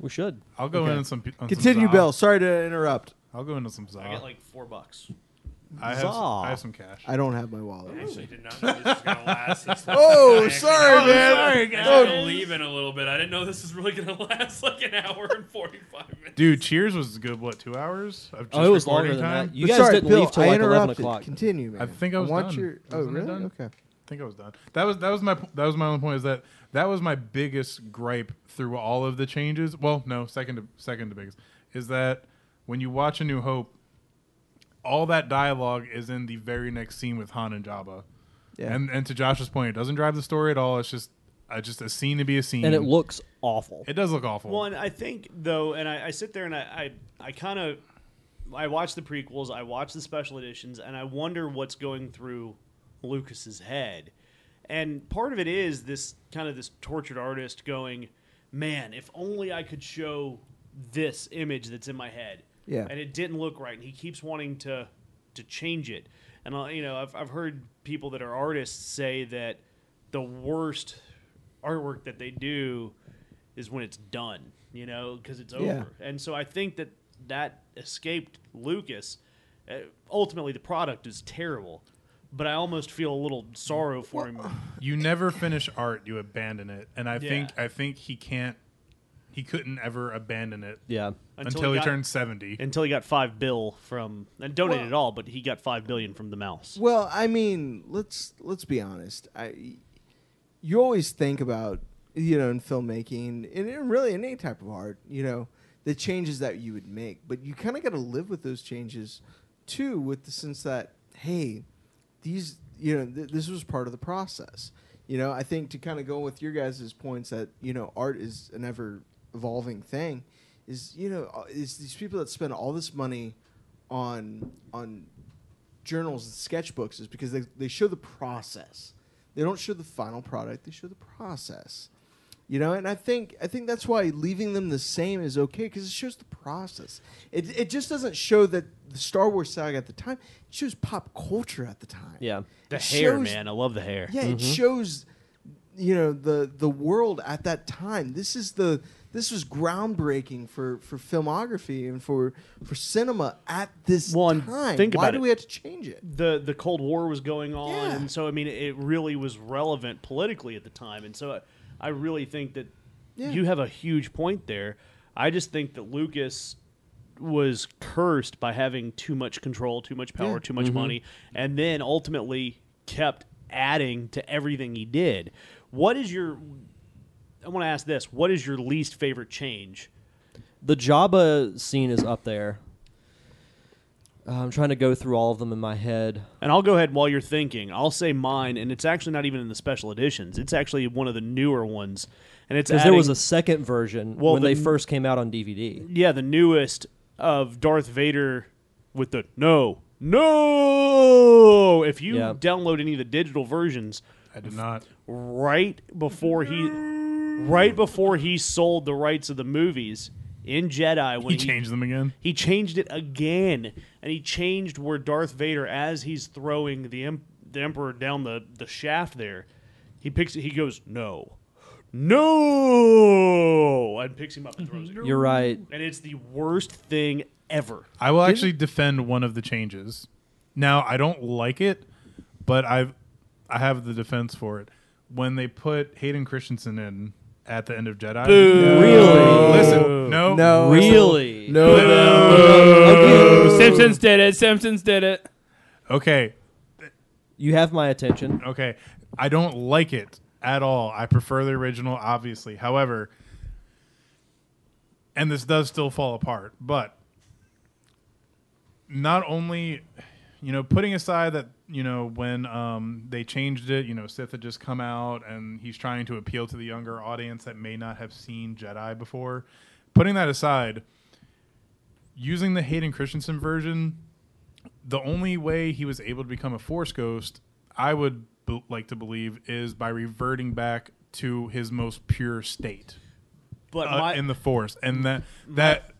S1: We should.
S5: I'll go
S2: Okay.
S5: in on some. pi- On
S2: Continue,
S5: some za.
S2: Bill. Sorry to interrupt.
S5: I'll go into some za.
S4: I get like four bucks.
S5: I, have some,
S1: Za.
S5: I have some cash.
S2: I don't have my wallet.
S3: Actually, did not know this was gonna last. It's like-
S2: Oh,
S3: I
S2: sorry,
S3: actually-
S2: man.
S3: I
S2: Sorry,
S3: tried to
S5: oh.
S2: guys.
S3: leave in a little bit. I didn't know this was really gonna last like an hour and forty-five minutes.
S5: Dude, Cheers was a good. What two hours? Of just
S1: Oh, it was
S5: recording
S1: longer than
S5: time?
S1: that. You
S2: But
S1: guys
S2: sorry,
S1: didn't
S2: Bill,
S1: leave till
S2: I
S1: like eleven
S2: interrupted.
S1: o'clock.
S2: Continue, man.
S5: I think I was
S2: want
S5: done.
S2: your. Oh,
S5: Wasn't I
S2: really?
S5: done?
S2: Okay.
S5: I think I was done. That was that was my that was my only point. Is that that was my biggest gripe through all of the changes. Well, no, second to second to biggest is that when you watch A New Hope, all that dialogue is in the very next scene with Han and Jabba.
S2: Yeah.
S5: And and to Josh's point, it doesn't drive the story at all. It's just uh, just a scene to be a scene.
S1: And it looks awful.
S5: it does look awful.
S4: Well, and I think though, and I, I sit there and I, I, I kind of, I watch the prequels, I watch the special editions, and I wonder what's going through Lucas's head. And part of it is this kind of this tortured artist going, man, if only I could show this image that's in my head.
S2: Yeah.
S4: And it didn't look right, and he keeps wanting to, to change it. And I, you know, I've I've heard people that are artists say that the worst artwork that they do is when it's done, you know, because it's over.
S2: Yeah.
S4: And so I think that that escaped Lucas. Uh, ultimately, the product is terrible, but I almost feel a little sorrow for him.
S5: you never finish art you abandon it and i think
S4: Yeah.
S5: i think he can't he couldn't ever abandon it
S1: yeah.
S5: until,
S4: Until he got-
S5: he, turned 70
S4: Until he got five bill from and donated it all, but he got five billion from the mouse.
S2: Well, I mean, let's let's be honest. I you always think about you know in filmmaking and in really in any type of art, you know, the changes that you would make, but you kind of got to live with those changes too, with the sense that hey, these you know th- this was part of the process. You know, I think to kind of go with your guys' points that you know art is an ever evolving thing. Is you know uh, is these people that spend all this money on on journals and sketchbooks is because they, they show the process. They don't show the final product, they show the process. You know, and I think I think that's why leaving them the same is okay because it shows the process. It, it just doesn't show that the Star Wars saga at the time. It shows pop culture at the time.
S1: Yeah.
S4: The
S2: It
S4: hair,
S2: shows-
S4: man, I love the hair.
S2: Yeah, it shows you know the the world at that time. This is the this was groundbreaking for for filmography and for for cinema at this
S4: Well, and
S2: time.
S4: think
S2: why
S4: about
S2: do
S4: it.
S2: we have to change it?
S4: the the Cold War was going on,
S2: Yeah.
S4: and so I mean, it really was relevant politically at the time, and so I, I really think that
S2: Yeah.
S4: you have a huge point there. I just think that Lucas was cursed by having too much control, too much power,
S2: Yeah.
S4: too much money, and then ultimately kept adding to everything he did. What is your? I want to ask this: What is your least favorite change?
S1: The Jabba scene is up there. Uh, I'm trying to go through all of them in my head.
S4: And I'll go ahead while you're thinking. I'll say mine, and it's actually not even in the special editions. It's actually one of the newer ones, and it's
S1: Because there was
S4: adding-
S1: a second version
S4: Well,
S1: when
S4: the
S1: they
S4: n-
S1: first came out on DVD.
S4: yeah the newest of Darth Vader with the no no. If you
S1: Yeah.
S4: download any of the digital versions,
S5: I did not.
S4: right before he right before he sold the rights of the movies in Jedi when
S5: He changed them again.
S4: He changed it again, and he changed where Darth Vader, as he's throwing the em- the Emperor down the, the shaft there, he picks it. He goes no, no, and picks him up and throws it.
S1: You're right.
S4: And it's the worst thing ever.
S5: I will actually defend one of the changes. Now I don't like it, but I've I have the defense for it. When they put Hayden Christensen in at the end of Jedi,
S1: Really?
S5: listen, no,
S2: No.
S1: Really?
S2: Oh, No.
S3: Simpsons did it. Simpsons did it.
S5: okay,
S1: You have my attention.
S5: okay. I don't like it at all. I prefer the original, obviously. However, and this does still fall apart, but not only, you know, putting aside that, you know, when um, they changed it, you know, Sith had just come out and he's trying to appeal to the younger audience that may not have seen Jedi before. Putting that aside, using the Hayden Christensen version, the only way he was able to become a Force ghost, I would b- like to believe, is by reverting back to his most pure state
S4: But
S5: uh,
S4: my
S5: in the Force, and that that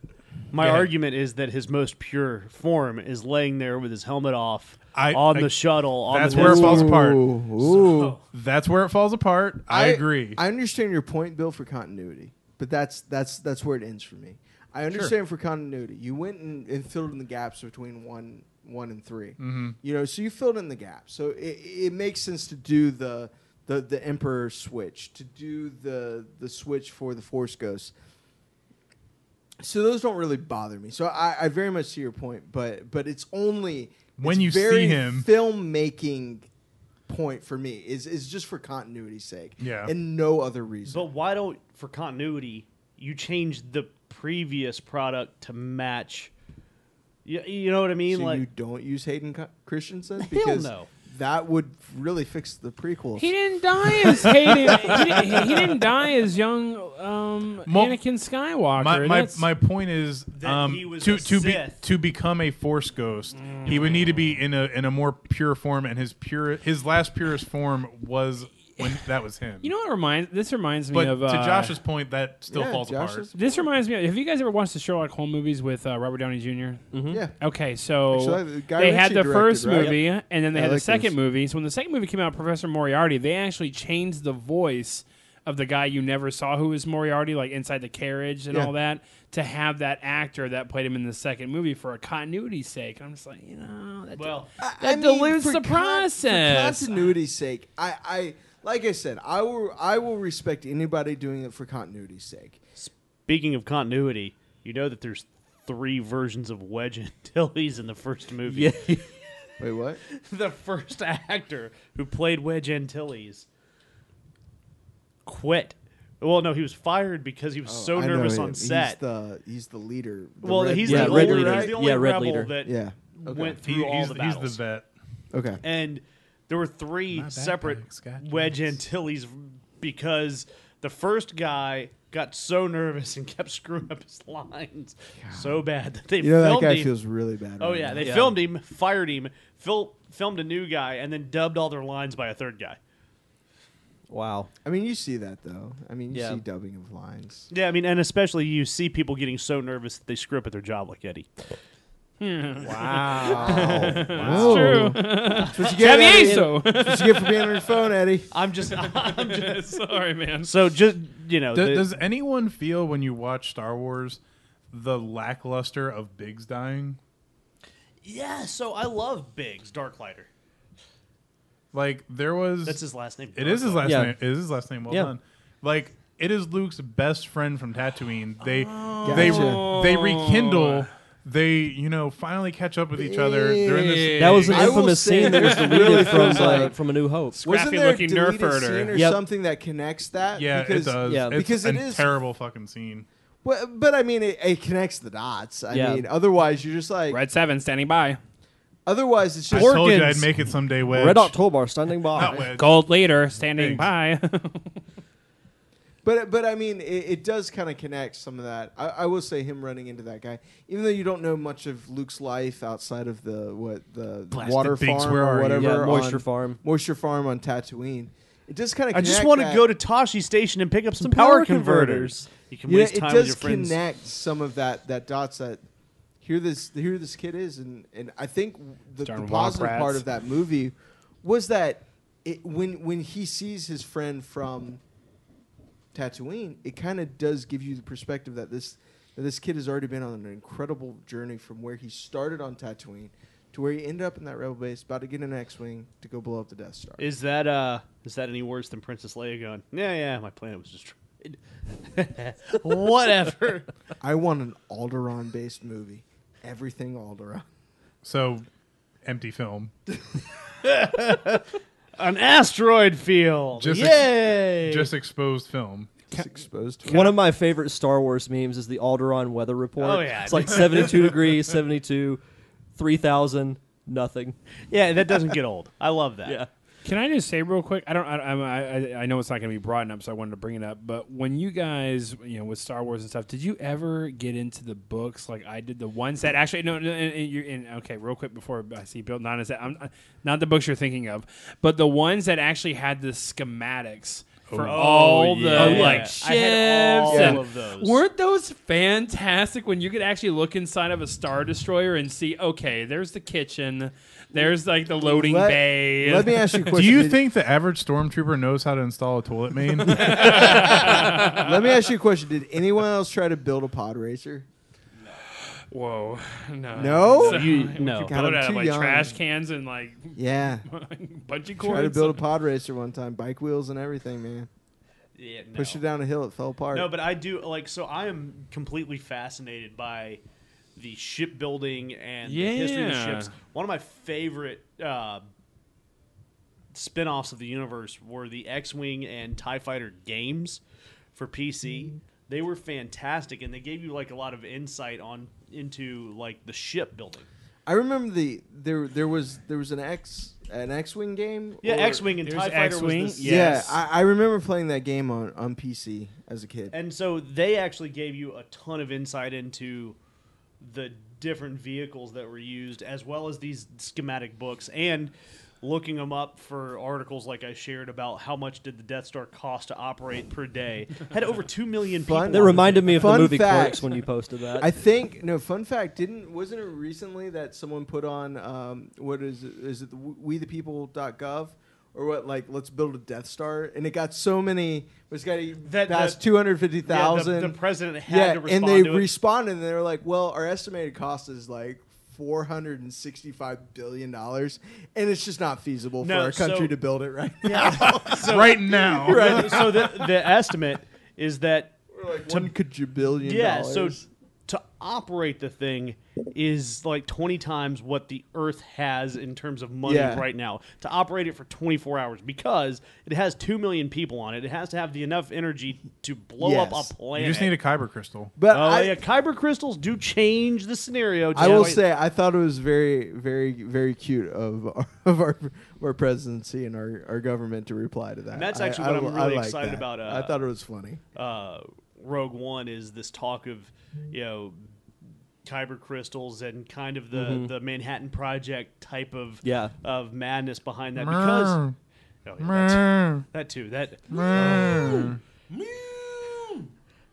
S4: my
S5: Go ahead.
S4: argument is that his most pure form is laying there with his helmet off
S5: I-
S4: on
S5: I-
S4: the shuttle. On
S5: that's
S4: the
S5: where it
S4: Death
S5: falls
S4: Star.
S5: apart.
S2: Ooh.
S5: That's where it falls apart. I, agree.
S2: I understand your point, Bill, for continuity, but that's that's that's where it ends for me. I understand for continuity. You went and, and filled in the gaps between one one and 3
S5: Mm-hmm.
S2: You know, so you filled in the gaps. So it, it makes sense to do the the the emperor switch, to do the the switch for the force ghosts. So those don't really bother me. So I, I very much see your point, but but it's only
S5: When
S2: it's
S5: you see
S2: very
S5: him-
S2: filmmaking point for me is is just for continuity's sake.
S5: Yeah.
S2: And no other reason.
S4: But why don't, for continuity, you change the previous product to match? You, you know what I mean?
S2: so
S4: like
S2: you don't use Hayden Co- Christensen
S4: no.
S2: that would really fix the prequels.
S3: He didn't die as Hayden. he, didn't, he didn't die as young um,
S5: Mo-
S3: Anakin Skywalker.
S5: my, my,
S3: That's-
S5: my point is
S4: That
S5: um,
S4: he was
S5: to
S4: a
S5: to be,
S4: Sith. Mm.
S5: to become a Force ghost, he would need to be in a in a more pure form, and his pure his last purest form was when that was him.
S3: you know what reminds this reminds me
S5: but
S3: of
S5: to
S3: uh,
S5: Josh's point, that still
S2: Yeah,
S5: falls
S2: Josh
S5: apart.
S2: is-
S3: This reminds me. Of, have you guys ever watched the Sherlock Holmes movies with uh, Robert Downey junior
S4: Mm-hmm.
S2: Yeah.
S3: Okay, so
S2: Actually, Guy
S3: they had
S2: Ritchie
S3: the
S2: directed,
S3: first
S2: right?
S3: movie, and then they
S2: I
S3: had the
S2: like
S3: second
S2: those.
S3: movie. So when the second movie came out, Professor Moriarty, they actually changed the voice of the guy you never saw, who was Moriarty, like inside the carriage and
S2: Yeah.
S3: all that, to have that actor that played him in the second movie for a continuity's sake. And I'm just like, you know, that
S4: well,
S3: That dilutes
S2: for
S3: the process.
S2: For continuity's sake, I, I like I said, I will I will respect anybody doing it for continuity's sake.
S4: speaking of continuity, you know that there's three versions of Wedge Antilles in the first movie.
S2: Wait, what?
S4: the first actor who played Wedge Antilles quit. Well, no, he was fired because he was so
S2: Oh, I know
S4: nervous
S2: him.
S4: on
S2: He's
S4: set.
S2: the he's the leader. the
S4: well,
S2: red
S4: he's,
S1: Yeah,
S4: the
S2: leader,
S1: red
S4: only,
S1: leader.
S4: he's
S2: right?
S4: the only
S1: Yeah, red
S4: rebel
S1: leader.
S4: that
S2: Yeah. Okay.
S4: went
S5: He-
S4: through all
S5: he's,
S4: the
S5: he's
S4: battles.
S5: the vet.
S2: Okay.
S4: and there were three
S5: backpack,
S4: separate
S5: Scott
S4: Wedge
S5: Jones.
S4: Antilles because the first guy got so nervous and kept screwing up his lines so bad that they
S2: You know that
S4: filmed
S2: guy
S4: him.
S2: feels really bad.
S4: oh
S2: right
S4: yeah,
S2: now.
S4: they filmed him, fired him, fil- filmed a new guy, and then dubbed all their lines by a third guy.
S1: Wow.
S2: I mean, you see that though. I mean, you
S1: Yeah.
S2: see dubbing of lines.
S4: Yeah, I mean, and especially you see people getting so nervous that they screw up at their job, like Eddie.
S2: That's
S3: true.
S2: That's what you get, Eddie.
S3: Travieso.
S2: That's what you get for being on your phone, Eddie.
S4: I'm just, I'm just
S3: Sorry, man.
S4: so just you know,
S5: Does,
S4: the-
S5: does anyone feel when you watch Star Wars the lackluster of Biggs dying?
S4: yeah. So I love Biggs Darklighter.
S5: Like there was
S4: That's his last name.
S5: It is his
S4: Darklighter.
S5: last
S1: Yeah.
S5: name. It is his last name. Well
S1: Yeah.
S5: done. Like it is Luke's best friend from Tatooine. They
S2: Oh. Gotcha.
S5: they they rekindle. They you know finally catch up with each other. They're in this.
S1: That was an
S2: I will
S1: infamous
S2: say
S1: scene that was deleted from like from A New Hope.
S2: Wasn't
S3: Scrappy
S2: there a
S3: looking
S2: deleted
S3: nerf herder.
S2: scene or
S1: Yep.
S2: something that connects that?
S5: Yeah,
S2: because,
S5: it does.
S1: yeah,
S5: it's
S2: because it
S5: a
S2: is-
S5: terrible fucking scene.
S2: But, but I mean, it, it connects the dots. I
S1: Yeah.
S2: mean, otherwise you're just like.
S3: Red Seven standing by.
S2: Otherwise, it's
S5: I
S2: just.
S5: told you I'd
S1: Organs.
S5: make it someday, Wedge.
S1: Red October standing
S5: Not
S1: by.
S5: Wedge.
S3: Gold leader standing by.
S2: But but I mean, it, it does kind of connect some of that. I, I will say him running into that guy, even though you don't know much of Luke's life outside of the what the
S5: Blasted
S2: water
S5: Binks,
S2: farm
S5: where are
S2: or
S5: you?
S2: whatever,
S1: Yeah, moisture
S2: on-
S1: farm.
S2: moisture farm on Tatooine. It just kind of.
S4: I just want to go to Toshi Station and pick up some, power,
S2: power
S4: converters. You can
S2: You know,
S4: waste
S2: it
S4: time
S2: does
S4: with your friends.
S2: connect some of that that dots that here this here this kid is, and and I think the, the
S3: Darn
S2: positive
S3: Womp
S2: part
S3: rats.
S2: of that movie was that it when when he sees his friend from Tatooine, it kind of does give you the perspective that this that this kid has already been on an incredible journey from where he started on Tatooine to where he ended up in that rebel base, about to get an X-wing to go blow up the Death Star.
S4: Is that uh is that any worse than Princess Leia going? Yeah, yeah, my planet was destroyed. Whatever.
S2: I want an Alderaan-based movie, everything Alderaan.
S5: So, empty film.
S4: An asteroid field.
S5: Just ex-
S4: Yay.
S5: Just exposed film.
S2: It's exposed to
S1: One of my favorite Star Wars memes is the Alderaan weather report.
S4: Oh, yeah.
S1: It's like 72 degrees, 72, 3,000, nothing.
S4: yeah, that doesn't get old. I love that.
S1: Yeah.
S3: Can I just say real quick? I don't. I, I, I, I know it's not going to be brought up, so I wanted to bring it up. But when you guys, you know, with Star Wars and stuff, did you ever get into the books like I did? The ones that actually no, no and, and you and okay, real quick before I see Bill, not is that I'm uh, not the books you're thinking of, but the ones that actually had the schematics for
S2: Oh,
S3: all the
S4: yeah.
S3: Oh, like ships.
S4: I had all
S3: and-
S4: of those.
S3: Weren't those fantastic when you could actually look inside of a star destroyer and see? Okay, there's the kitchen. There's like the loading
S2: Let-
S3: bay.
S2: Let me ask you a
S5: Do
S2: question.
S5: you
S2: Did-
S5: think the average stormtrooper knows how to install a toilet main? I
S2: Let me ask you a question. Did anyone else try to build a pod racer?
S3: Whoa, no,
S2: No?
S3: Uh, So-
S4: You-
S3: would
S4: no.
S2: God,
S3: you build
S2: I'm
S3: out of
S2: too
S3: like
S2: young.
S3: trash cans and like
S2: Yeah.
S3: bungee cords.
S2: Tried to build a pod racer one time, bike wheels and everything, man.
S4: Yeah, no.
S2: Pushed it down a hill, it fell apart.
S4: No, but I do like so. I am completely fascinated by the shipbuilding and the history of the
S3: Yeah.
S4: ships. One of my favorite uh, spin-offs of the universe were the X-wing and Tie Fighter games for
S3: Mm-hmm.
S4: PC. They were fantastic, and they gave you like a lot of insight on into like the shipbuilding.
S2: I remember the there there was there was an X an X wing game.
S4: Yeah,
S2: or-
S4: X-wing and
S3: There's
S4: Tie Fighter
S3: X-wing,
S4: was the
S3: yeah. yes.
S2: Yeah, I, I remember playing that game on, on PC as a kid.
S4: And so they actually gave you a ton of insight into the different vehicles that were used, as well as these schematic books and looking them up for articles like I shared about how much did the Death Star cost to operate per day. Had over 2 million people.
S2: Fun-
S4: on
S1: That
S4: the
S1: reminded me of the
S2: Fun
S1: movie
S2: fact.
S1: Clerks when you posted that.
S2: I think no fun fact didn't wasn't it recently that someone put on um, what is it, is it the we the people.gov or what like let's build a death star and it got so many it's got to
S4: That-
S2: past
S4: that- Yeah, the-
S2: 250,000
S4: the, president
S2: yeah,
S4: had to respond
S2: and they
S4: to it.
S2: responded and they were like well our estimated cost is like 465 billion dollars and it's just not feasible
S4: No,
S2: for our country
S4: so-
S2: to build it right
S5: right now.
S4: Right, so the, the estimate is that
S2: now like 1 quadrillion
S4: Yeah, so
S2: dollars.
S4: to operate the thing is like 20 times what the Earth has in terms of money
S2: Yeah.
S4: right now to operate it for 24 hours because it has 2 million people on it. It has to have the enough energy to blow up
S2: Yes.
S4: a
S5: You
S4: planet.
S5: just need a kyber crystal.
S2: but
S4: Oh,
S2: I,
S4: yeah, kyber crystals do change the scenario.
S2: I will
S4: Jeff.
S2: say I thought it was very, very, very cute of our, of our our presidency and our, our government to reply to that.
S4: And that's
S2: I-
S4: actually
S2: I
S4: what I'm
S2: li- I
S4: really
S2: like
S4: excited
S2: that.
S4: about, uh,
S2: I thought it was funny.
S4: uh, Rogue One is this talk of, you know, kyber crystals and kind of the,
S2: Mm-hmm.
S4: the Manhattan Project type of
S1: Yeah.
S4: of madness behind that because Oh,
S5: Mrrr.
S4: yeah, that's-
S5: Mrrr.
S4: That too. That
S5: Mrrr.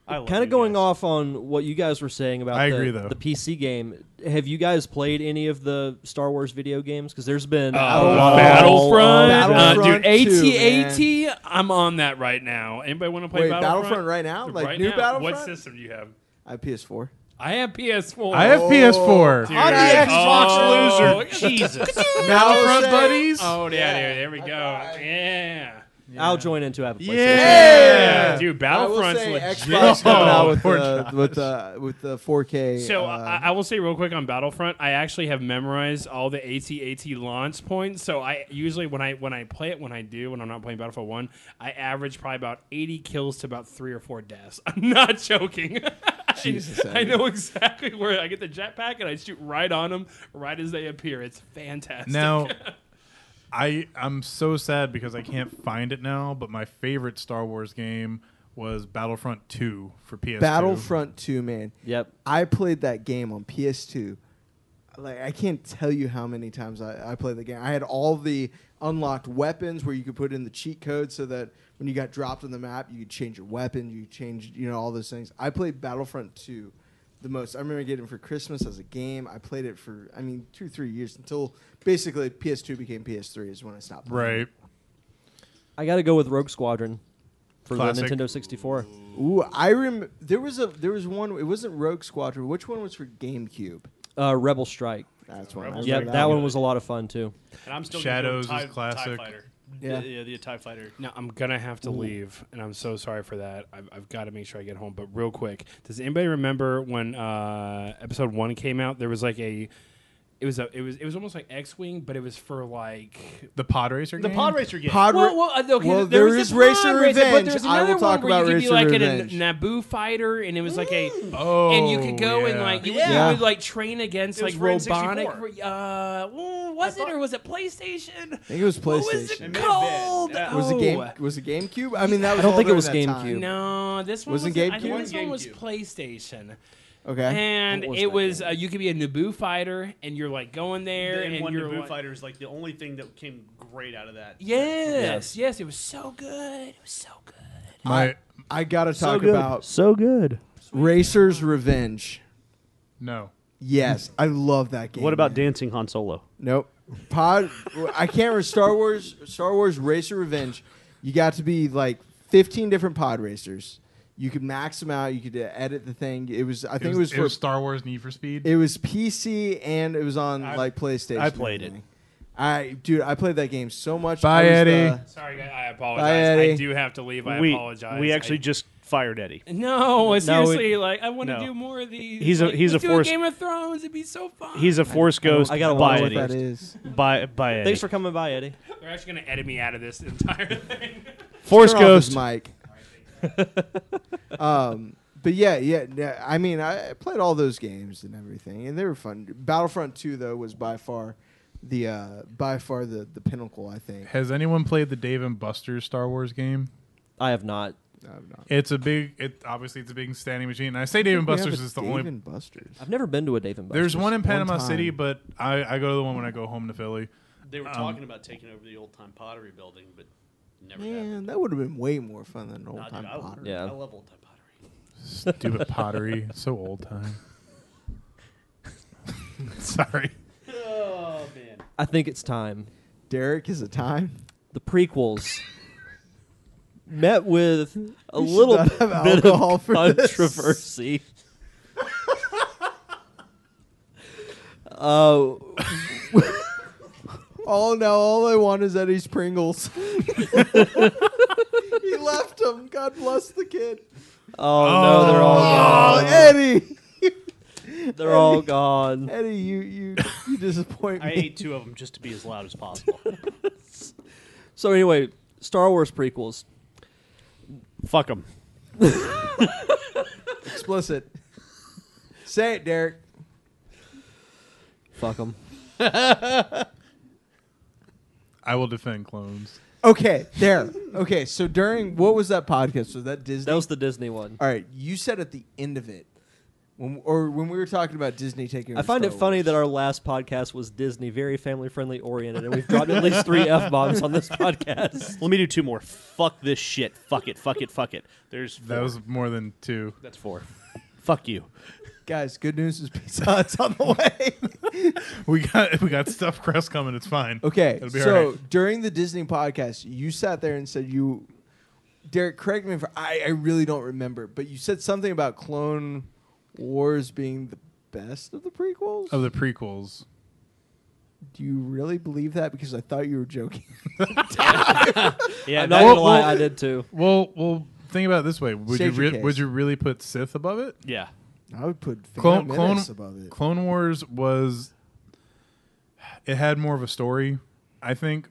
S4: I love
S1: kind
S4: you
S1: of going
S4: guys.
S1: off on what you guys were saying about
S5: I
S1: the,
S5: agree, though.
S1: the PC game. Have you guys played any of the Star Wars video games? Because there's been
S2: Oh,
S3: Battlefront,
S2: oh, Battlefront
S3: uh, dude.
S2: two,
S3: AT-AT, I'm on that right now. Anybody want to play
S2: Wait,
S3: Battlefront?
S2: Battlefront right now? Like
S3: Right
S2: new
S3: now.
S2: Battlefront?
S3: What system do you have?
S2: I have PS4.
S3: I have PS4.
S5: I have PS4.
S3: Dude.
S4: on the Xbox
S3: Oh,
S4: loser. Jesus.
S2: Battlefront
S5: buddies?
S3: Oh yeah, dude. There we go. Yeah.
S1: I'll join into Apple.
S5: Yeah.
S2: I
S3: dude.
S2: will
S3: Battlefront's
S2: say
S3: legit.
S2: Xbox coming out
S5: Oh,
S2: with
S5: poor
S2: the, with the with the 4K.
S3: So
S2: uh,
S3: I, I will say real quick on Battlefront, I actually have memorized all the AT-AT launch points. So I usually when I when I play it, when I do, when I'm not playing Battlefield One, I average probably about 80 kills to about three or four deaths. I'm not joking.
S2: Jesus,
S3: I
S2: Andy.
S3: know exactly where I get the jetpack and I shoot right on them right as they appear. It's fantastic.
S5: Now, I I'm so sad because I can't find it now. But my favorite Star Wars game was Battlefront 2 for PS.
S2: Battlefront 2, man.
S1: Yep.
S2: I played that game on PS2. Like I can't tell you how many times I, I played the game. I had all the unlocked weapons where you could put in the cheat code so that when you got dropped on the map, you could change your weapon, you changed, you know, all those things. I played Battlefront 2 the most. I remember getting it for Christmas as a game. I played it for I mean two, three years until basically PS2 became PS3 is when I stopped. Playing.
S5: Right.
S1: I got to go with Rogue Squadron for
S5: Classic.
S1: the Nintendo 64.
S2: Ooh, I rem. There was a there was one. It wasn't Rogue Squadron. Which one was for GameCube?
S1: Uh, Rebel Strike.
S2: That's one.
S4: Rebel
S2: I
S1: Yep,
S2: remember
S1: that one was a lot of fun too.
S4: And I'm still
S5: Shadows
S4: gonna go
S5: is
S4: TIE,
S5: classic.
S4: TIE fighter.
S2: Yeah.
S4: Yeah, yeah, the TIE fighter.
S3: Now I'm gonna have to leave, and I'm so sorry for that. I've, I've got to make sure I get home. But real quick, does anybody remember when uh, episode one came out? There was like a, it was a, it was it was almost like X-wing, but it was for like.
S5: The Pod Racer
S4: The
S5: game.
S4: pod racer game.
S2: Pod
S3: Well, well, uh, okay,
S2: well,
S3: there,
S2: there
S3: was
S2: is
S3: this Pod
S2: Racer
S3: Racer, but there
S2: Revenge.
S3: was
S2: I will
S3: another
S2: talk
S3: one where
S2: about
S3: you could be
S2: Racer
S3: like
S2: Revenge. Mm.
S3: a N- Naboo fighter, and it was like a.
S5: Oh.
S3: and you could go and
S5: yeah.
S3: like you, would-
S4: Yeah.
S3: you would like train against
S4: It was
S3: like
S4: for N64.
S3: robotic. Uh, well, was
S4: I
S3: it
S4: thought-
S3: or was it PlayStation? I
S2: think it was
S3: What was
S2: PlayStation.
S4: It
S3: it
S4: may have been.
S3: called?
S4: Yeah.
S2: Was it game?
S3: Oh.
S2: Was it GameCube? I mean, that was.
S1: don't
S2: all
S1: think it
S2: during
S1: was
S2: that
S1: GameCube.
S2: time.
S3: No, this one was
S2: Wasn't
S3: I think
S2: GameCube?
S3: this one was
S4: GameCube.
S3: PlayStation,
S2: Okay.
S3: and
S1: What was
S3: it
S1: that
S3: was
S1: game?
S3: uh, you could be a Naboo fighter, and you're like going there,
S4: and
S3: and,
S4: one
S3: you're
S4: Naboo
S3: like,
S4: fighter is like the only thing that came great out of that.
S3: Yes, yes, it was so good. It was so good.
S5: My
S2: I gotta talk about
S1: so good.
S2: Racer's Revenge.
S5: no.
S2: Yes, I love that game.
S4: What about
S2: man.
S4: dancing Han Solo?
S2: Nope. Pod. I can't remember Star Wars. Star Wars Racer Revenge. You got to be like 15 different pod racers. You could max them out. You could uh, edit the thing. It was. I think it was, for.
S5: Star Wars Need for Speed.
S2: it was PC and it was on
S4: I-
S2: like PlayStation.
S4: I
S2: and
S4: played it.
S2: everything. I dude, I played that game so much.
S5: Bye,
S2: I was
S5: Eddie.
S2: the-
S3: Sorry, guys, I apologize.
S2: Bye, Eddie.
S3: I do have to leave. I
S4: we
S3: apologize.
S4: we actually
S3: I,
S4: just fired Eddie.
S3: no, seriously,
S1: it-
S3: like I want to
S4: no.
S3: do more of these.
S4: He's a-
S3: Like,
S4: he's a
S3: let's do
S4: forced-
S3: Game of Thrones. It'd be so fun.
S4: He's a force ghost.
S1: I gotta
S4: by
S1: watch
S2: what
S4: Eddie.
S2: that is.
S4: By by Eddie.
S1: Thanks for coming by, Eddie.
S3: They're actually gonna edit me out of this entire thing.
S4: force
S2: Turn off his
S4: ghost.
S2: mic. um, but yeah, yeah, yeah. I mean, I I played all those games and everything, and they were fun. Battlefront Two though was by far the uh, by far the the pinnacle. I think.
S5: Has anyone played the Dave and Buster's Star Wars game?
S1: I have not.
S2: I'm not-
S5: It's a big. It obviously it's a big standing machine. And I say Dave and
S2: We have
S5: Buster's
S2: a
S5: is the
S2: Dave
S5: only.
S2: and Buster's.
S1: I've never been to a Dave and Buster's.
S5: There's one in Panama
S2: time.
S5: City, but I, I go to the one when I go home to Philly.
S4: They were talking about taking over the old time pottery building, but never
S2: Man, that would have been way more fun than an old time
S4: I,
S2: pottery.
S1: Yeah. I
S4: love old time pottery.
S5: Stupid pottery, so old time. Sorry.
S4: Oh man.
S1: I think it's time.
S2: Derek is a time.
S1: The prequels met with a little
S2: not
S1: bit
S2: have alcohol
S1: of
S2: for this.
S1: controversy. uh,
S2: Oh no! All I want is Eddie's Pringles. he left him. God bless the kid.
S1: oh, no, they're all
S2: Oh,
S1: gone.
S2: Eddie,
S1: They're all gone.
S2: Eddie, you you you disappoint
S4: I
S2: me.
S4: ate two of them just to be as loud as possible.
S1: So anyway, Star Wars prequels.
S4: Fuck them.
S2: explicit. Say it, Derek.
S1: Fuck them.
S5: I will defend clones.
S2: Okay, there. Okay, so during what was that podcast? Was that Disney?
S1: That was the Disney one.
S2: All right, you said at the end of it, when, or when we were talking about Disney taking.
S1: I
S2: over
S1: find
S2: Star
S1: it funny
S2: Wars.
S1: that our last podcast was Disney, very family friendly oriented, and we've dropped at least three f bombs on this podcast.
S4: Let me do two more. Fuck this shit. Fuck it. Fuck it. Fuck it. There's four.
S5: That was more than two.
S4: that's four. Fuck you.
S2: guys, good news is Pizza Hut's on the way.
S5: We got we got stuffed crust coming. It's fine.
S2: okay,
S5: It'll be all
S2: so
S5: right.
S2: during the Disney podcast, you sat there and said you, Derek, correct me if I, I really don't remember, but you said something about Clone Wars being the best of the prequels.
S5: of the prequels.
S2: Do you really believe that? Because I thought you were joking.
S4: Yeah.
S1: I'm not
S5: Well,
S1: gonna lie,
S5: well-
S1: I did too.
S5: Well, well, think about it this way: would
S2: Save
S5: you
S2: your
S5: re-
S2: case.
S5: would you really put Sith above it?
S4: yeah.
S2: I would put
S5: Clone
S2: Phantom
S5: Clone
S2: Menace above it.
S5: Clone Wars was it had more of a story, I think.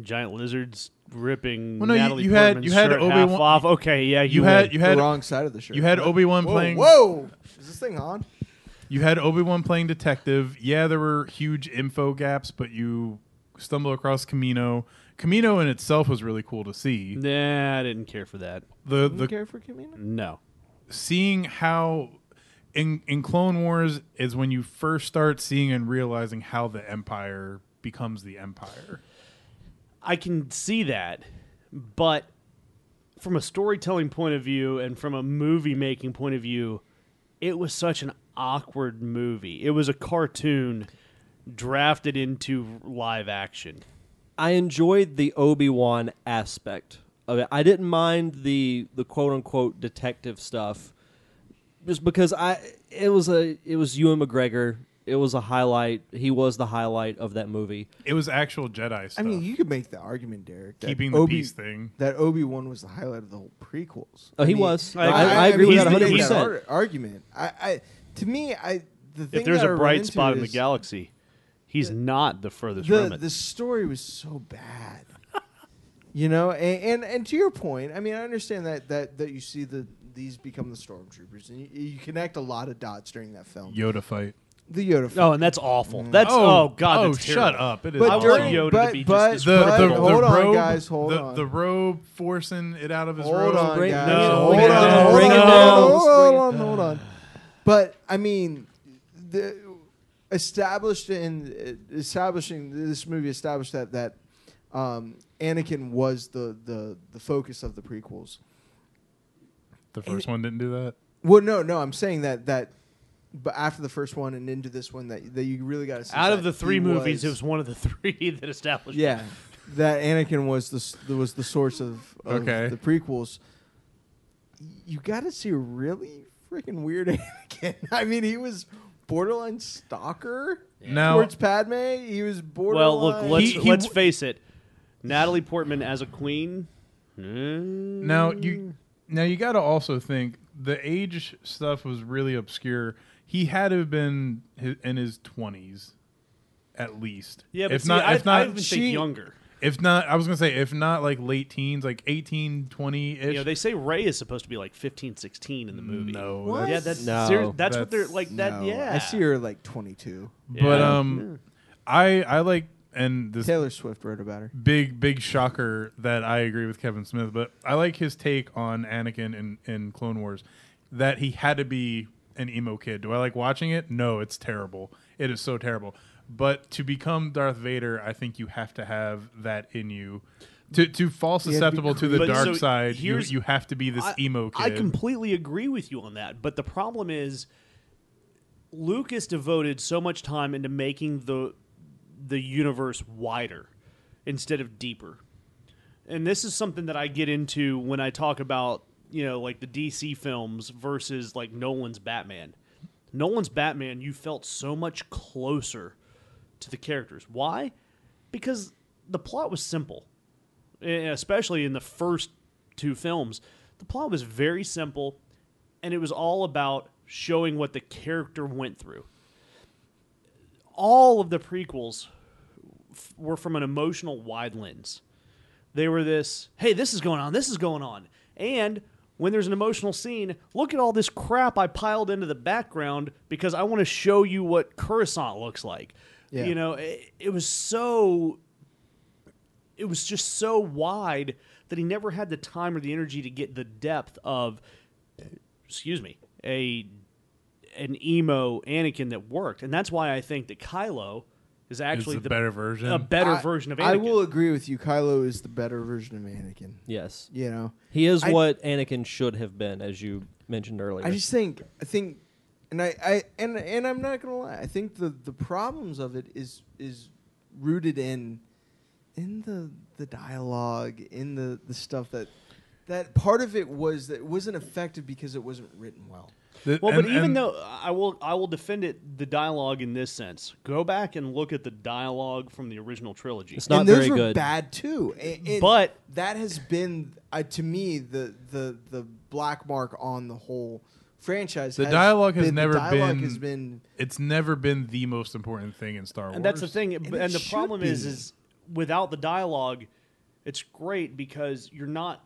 S4: giant lizards ripping
S5: Well, no, you-
S4: Natalie
S5: you had-
S4: Portman's
S5: you had
S4: shirt half
S5: Obi-Wan-
S4: off. Okay, yeah, you,
S5: You had
S4: win.
S5: you had
S2: the wrong side of the shirt.
S5: you had
S2: What?
S5: Obi-Wan
S2: Whoa,
S5: playing-
S2: Whoa! Is this thing on?
S5: you had Obi Wan playing detective. Yeah, there were huge info gaps, but you stumble across Camino. Camino in itself was really cool to see.
S4: Nah, I didn't care for that.
S5: The
S2: You
S5: the
S2: care for Camino?
S4: No.
S5: seeing how in in Clone Wars is when you first start seeing and realizing how the Empire becomes the Empire.
S4: I can see that, but from a storytelling point of view and from a movie making point of view, it was such an awkward movie. It was a cartoon drafted into live action.
S1: I enjoyed the Obi Wan aspect of it. I didn't mind the the quote unquote detective stuff, just because I it was a it was Ewan McGregor. It was a highlight. He was the highlight of that movie.
S5: It was actual Jedi
S2: I
S5: stuff.
S2: mean, you could make the argument, Derek. that
S5: keeping the
S2: Obi-
S5: peace thing.
S2: That Obi Wan was the highlight of the whole prequels.
S1: Oh,
S2: I
S1: he
S2: mean,
S1: was.
S4: I-
S1: I,
S4: I-
S1: I agree with
S2: mean, he's
S1: that
S2: the-
S1: hundred
S2: he's the
S1: percent.
S2: ar- Argument. I, I, to me, I the thing
S4: If there's
S2: that I
S4: a
S2: run
S4: bright
S2: into
S4: spot in the
S2: is
S4: galaxy, he's not the furthest from
S2: The
S4: it.
S2: the story was so bad. You know, and, and and to your point, I mean, I understand that that that you see the these become the stormtroopers, and you, you connect a lot of dots during that film.
S5: Yoda fight.
S2: The Yoda.
S4: oh,
S2: film.
S4: and that's awful.
S2: Mm.
S4: That's oh, god.
S5: Oh,
S4: that's
S5: shut
S4: terrible.
S5: up! It is.
S2: But
S4: I want
S5: awful.
S2: during,
S4: Yoda to
S2: but,
S4: be just
S2: but,
S4: as
S5: the,
S2: but-
S5: the, the
S2: hold on,
S5: robe,
S2: guys, hold
S5: the,
S2: on.
S5: the robe forcing it out of his
S2: Hold
S5: robe.
S2: on,
S1: Bring-
S2: guys.
S4: no,
S2: hold
S4: bring it
S2: on,
S4: down.
S2: hold
S4: Bring
S2: on,
S4: it
S2: hold
S4: down.
S2: on, Hold on, hold on. But I mean, the, established in establishing this movie established that that um, Anakin was the, the the focus of the prequels.
S5: The first one didn't do that.
S2: Well, no, no, I'm saying that that, but after the first one and into this one, that that you really got to
S4: Out of the three movies,
S2: was,
S4: it was one of the three that established.
S2: yeah, that Anakin was the s- was the source of, of
S5: Okay.
S2: the prequels. You got to see a really freaking weird Anakin. I mean, he was borderline stalker
S5: Now-
S2: towards Padme. He was borderline.
S4: Well, look, let's
S5: He- he
S4: let's
S5: w-
S4: face it. Natalie Portman as a queen. Mm.
S5: Now you now you got to also think the age stuff was really obscure. He had to have been hi- in his twenties, at least.
S4: Yeah, but
S5: if
S4: see,
S5: not,
S4: I,
S5: if not,
S4: I even think younger.
S5: If not, I was gonna say if not like late teens, like 18, 20 ish.
S4: You know, they say Ray is supposed to be like 15, 16 in the movie.
S5: no,
S2: What?
S4: Yeah,
S5: that's-
S4: that's
S1: No,
S4: serious- that's, what they're
S5: that's-
S4: like. That
S2: No,
S4: yeah.
S2: I see her like 22.
S5: but
S4: Yeah.
S5: um, I I like and this
S2: Taylor Swift wrote about her.
S5: big big shocker that I agree with Kevin Smith, but I like his take on Anakin in in Clone Wars that he had to be an emo kid. Do I like watching it? No, it's terrible. It is so terrible. But to become Darth Vader, I think you have to have that in you. To to fall
S2: be
S5: susceptible to the
S4: But
S5: dark
S4: so
S5: side, you,
S4: here's-
S5: you have to be this
S4: I,
S5: emo kid.
S4: I completely agree with you on that, but the problem is Lucas devoted so much time into making the the universe wider instead of deeper. And this is something that I get into when I talk about, you know, like the DC films versus like Nolan's Batman. Nolan's Batman, you felt so much closer to the characters. Why? Because the plot was simple eh, especially in the first two films, the plot was very simple and it was all about showing what the character went through. All of the prequels f- were from an emotional wide lens. They were this, hey, this is going on, this is going on. And when there's an emotional scene, look at all this crap I piled into the background because I want to show you what Coruscant looks like.
S2: Yeah.
S4: You know, it, it was so it was just so wide that he never had the time or the energy to get the depth of excuse me a an emo Anakin that worked and that's why I think that Kylo is actually
S5: the
S4: the
S5: better version.
S4: a better
S2: I-
S4: version of Anakin
S2: I will agree with you. Kylo is the better version of Anakin.
S1: Yes,
S2: You know,
S1: he is
S2: I-
S1: what Anakin should have been, as you mentioned earlier.
S2: I just think I think and I, I and and I'm not gonna lie, I think the, the problems of it is is rooted in in the the dialogue, in the, the stuff that that part of it was that it wasn't effective because it wasn't written well.
S5: The-
S4: well
S5: and-
S4: but even
S5: and-
S4: though I will I will defend it the dialogue in this sense go back and look at the dialogue from the original trilogy
S1: it's not
S2: and those
S1: very
S2: were
S1: good.
S2: bad too. And- and
S4: But-
S2: that has been uh, to me the the the black mark on the whole franchise.
S5: The dialogue has
S2: been-
S5: never
S2: the dialogue
S5: been-
S2: has been
S5: it's never been the most important thing in Star Wars.
S4: And that's the thing. b- And,
S2: it
S4: the
S2: should
S4: problem is,
S2: be.
S4: is without the dialogue, it's great because you're not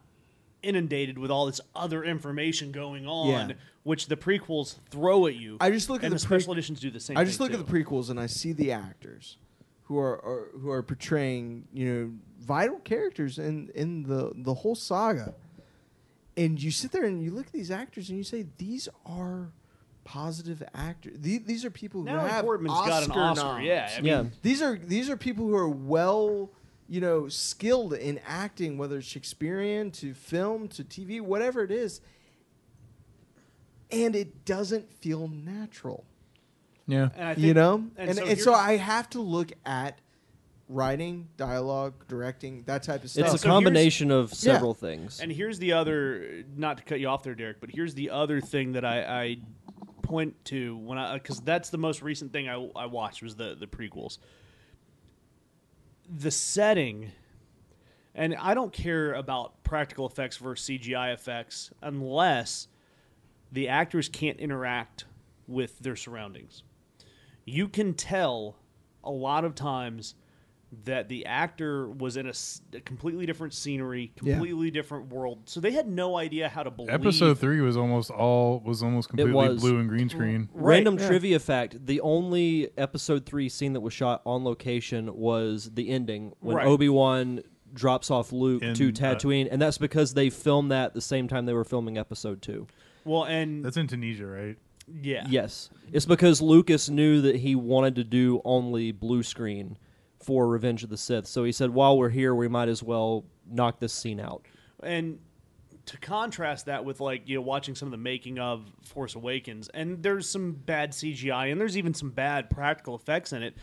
S4: inundated with all this other information going on,
S2: Yeah.
S4: which the prequels throw at you.
S2: I just look at
S4: and
S2: the pre-
S4: special editions do the same.
S2: I just
S4: thing,
S2: look at
S4: too.
S2: the prequels and I see the actors who are, are who are portraying you know vital characters in in the the whole saga, and you sit there and you look at these actors and you say these are positive actors. These, these are people who
S4: Natalie
S2: have
S4: Portman's
S2: Oscar
S4: got an Oscar.
S2: noms.
S4: Yeah, I mean,
S1: yeah.
S2: These are these are people who are well, you know, skilled in acting, whether it's Shakespearean to film to TV, whatever it is. And it doesn't feel natural,
S5: Yeah.
S4: and I think,
S2: you know. And,
S4: and
S2: and,
S4: so
S2: so,
S4: here's-
S2: I have to look at writing, dialogue, directing, that type of stuff.
S1: It's
S4: So
S1: a
S4: here's-
S1: combination of
S2: Yeah.
S1: several things.
S4: And here's the other, not to cut you off there, Derek, but here's the other thing that I, I point to when I, because that's the most recent thing I, I watched was the, the prequels. The setting, and I don't care about practical effects versus CGI effects unless the actors can't interact with their surroundings. You can tell a lot of times that the actor was in a, s- a completely different scenery,
S2: Yeah.
S4: completely different world. So they had no idea how to believe.
S5: Episode three was almost all was almost completely
S1: was.
S5: blue and green screen.
S4: Right,
S1: Random
S4: yeah.
S1: trivia fact: the only episode three scene that was shot on location was the ending when
S4: Right.
S1: Obi Wan drops off Luke
S5: In,
S1: to
S5: uh,
S1: Tatooine, and that's because they filmed that the same time they were filming episode two.
S4: Well, and
S5: That's in Tunisia, right?
S4: yeah,
S1: Yes, it's because Lucas knew that he wanted to do only blue screen for Revenge of the Sith, so he said, "While we're here, we might as well knock this scene out."
S4: and to contrast that with like you know watching some of the making of Force Awakens, and there's some bad CGI, and there's even some bad practical effects in it.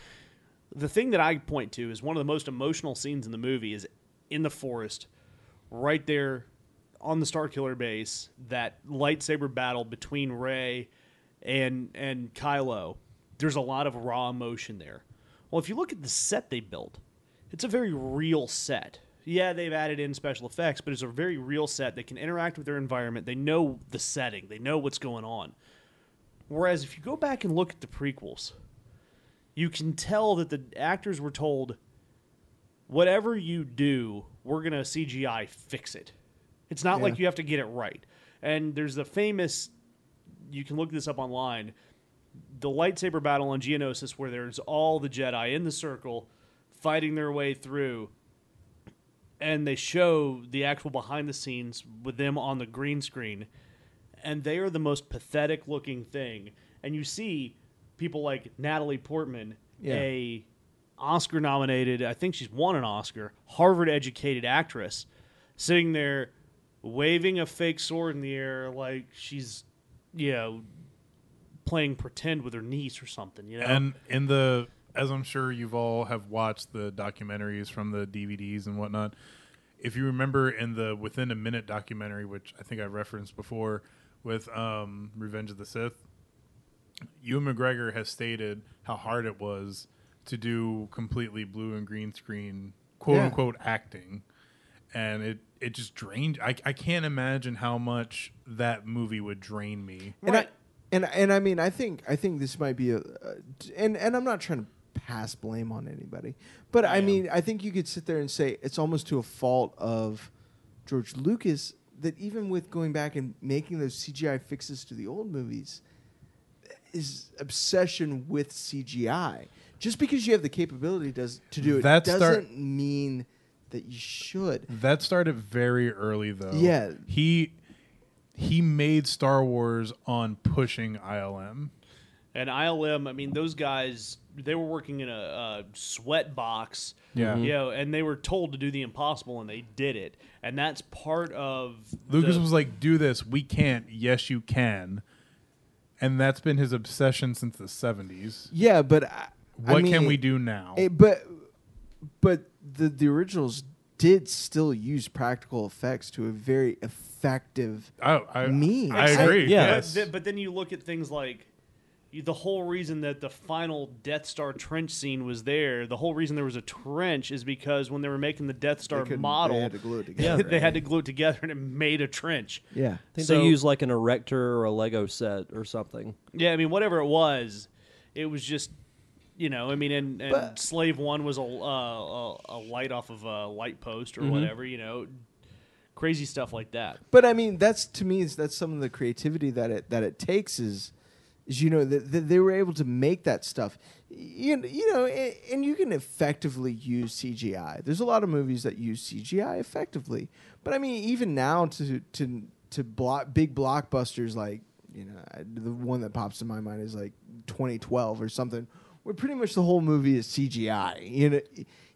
S4: The thing that I point to is one of the most emotional scenes in the movie is in the forest, right there on the Starkiller base, that lightsaber battle between Rey and and Kylo. There's a lot of raw emotion there. Well, if you look at the set they built, it's a very real set. Yeah, they've added in special effects, but it's a very real set. They can interact with their environment. They know the setting. They know what's going on. Whereas if you go back and look at the prequels, you can tell that the actors were told, whatever you do, we're going to CGI fix it. It's not like you have to get it right. And there's the famous, you can look this up online, the lightsaber battle on Geonosis where there's all the Jedi in the circle fighting their way through. And they show the actual behind the scenes with them on the green screen. And they are the most pathetic looking thing. And you see people like Natalie Portman,
S2: Yeah.
S4: a Oscar nominated, I think she's won an Oscar, Harvard educated actress, sitting there waving a fake sword in the air like she's, you know, playing pretend with her niece or something, you know?
S5: And in the as I'm sure you've all have watched the documentaries from the DVDs and whatnot. If you remember in the within a minute documentary, which I think I referenced before with um, Revenge of the Sith, Ewan McGregor has stated how hard it was to do completely blue and green screen quote
S2: Yeah.
S5: unquote acting. And it, it just drained. I, I can't imagine how much that movie would drain me.
S2: and I and and I mean I think I think this might be a, a and and I'm not trying to pass blame on anybody, but I mean I think you could sit there and say it's almost to a fault of George Lucas that even with going back and making those CGI fixes to the old movies, his obsession with CGI. Just because you have the capability does to do it
S5: That
S2: doesn't
S5: start-
S2: mean that you should.
S5: That started very early though.
S2: Yeah.
S5: He he made Star Wars on pushing ILM.
S4: And ILM, I mean, those guys, they were working in a, a sweat box.
S5: Yeah.
S2: Mm-hmm.
S4: You know, and they were told to do the impossible and they did it. And that's part of.
S5: Lucas
S4: the-
S5: was like, "Do this. We can't. Yes, you can." And that's been his obsession since the 70s.
S2: Yeah, but I, I
S5: What can
S2: mean-
S5: we do now?
S2: It, Eh, but but the the originals did still use practical effects to a very effective.
S5: I, I,
S2: Me.
S5: I agree.
S1: I- yeah.
S4: But,
S5: yes.
S4: th- but then you look at things like you- the whole reason that the final Death Star trench scene was there, the whole reason there was a trench is because when they were making the Death Star
S2: couldn't- they
S4: model,
S2: had to glue it together,
S4: they had
S2: right?
S4: to glue it together and it made a trench.
S2: Yeah,
S1: I think
S4: So-
S1: they use like an erector or a Lego set or something.
S4: Yeah, I mean, whatever it was, it was just you know, I mean, and, and
S2: But-
S4: Slave One was a, uh, a a light off of a light post or
S5: Mm-hmm.
S4: whatever, you know, crazy stuff like that.
S2: But I mean, that's to me is that's some of the creativity that it that it takes is, is you know that that they were able to make that stuff. You, you know, and, and you can effectively use CGI. There's a lot of movies that use CGI effectively, but I mean, even now to to to block big blockbusters like you know I- the one that pops to my mind is like 2012 or something, where pretty much the whole movie is CGI. You know,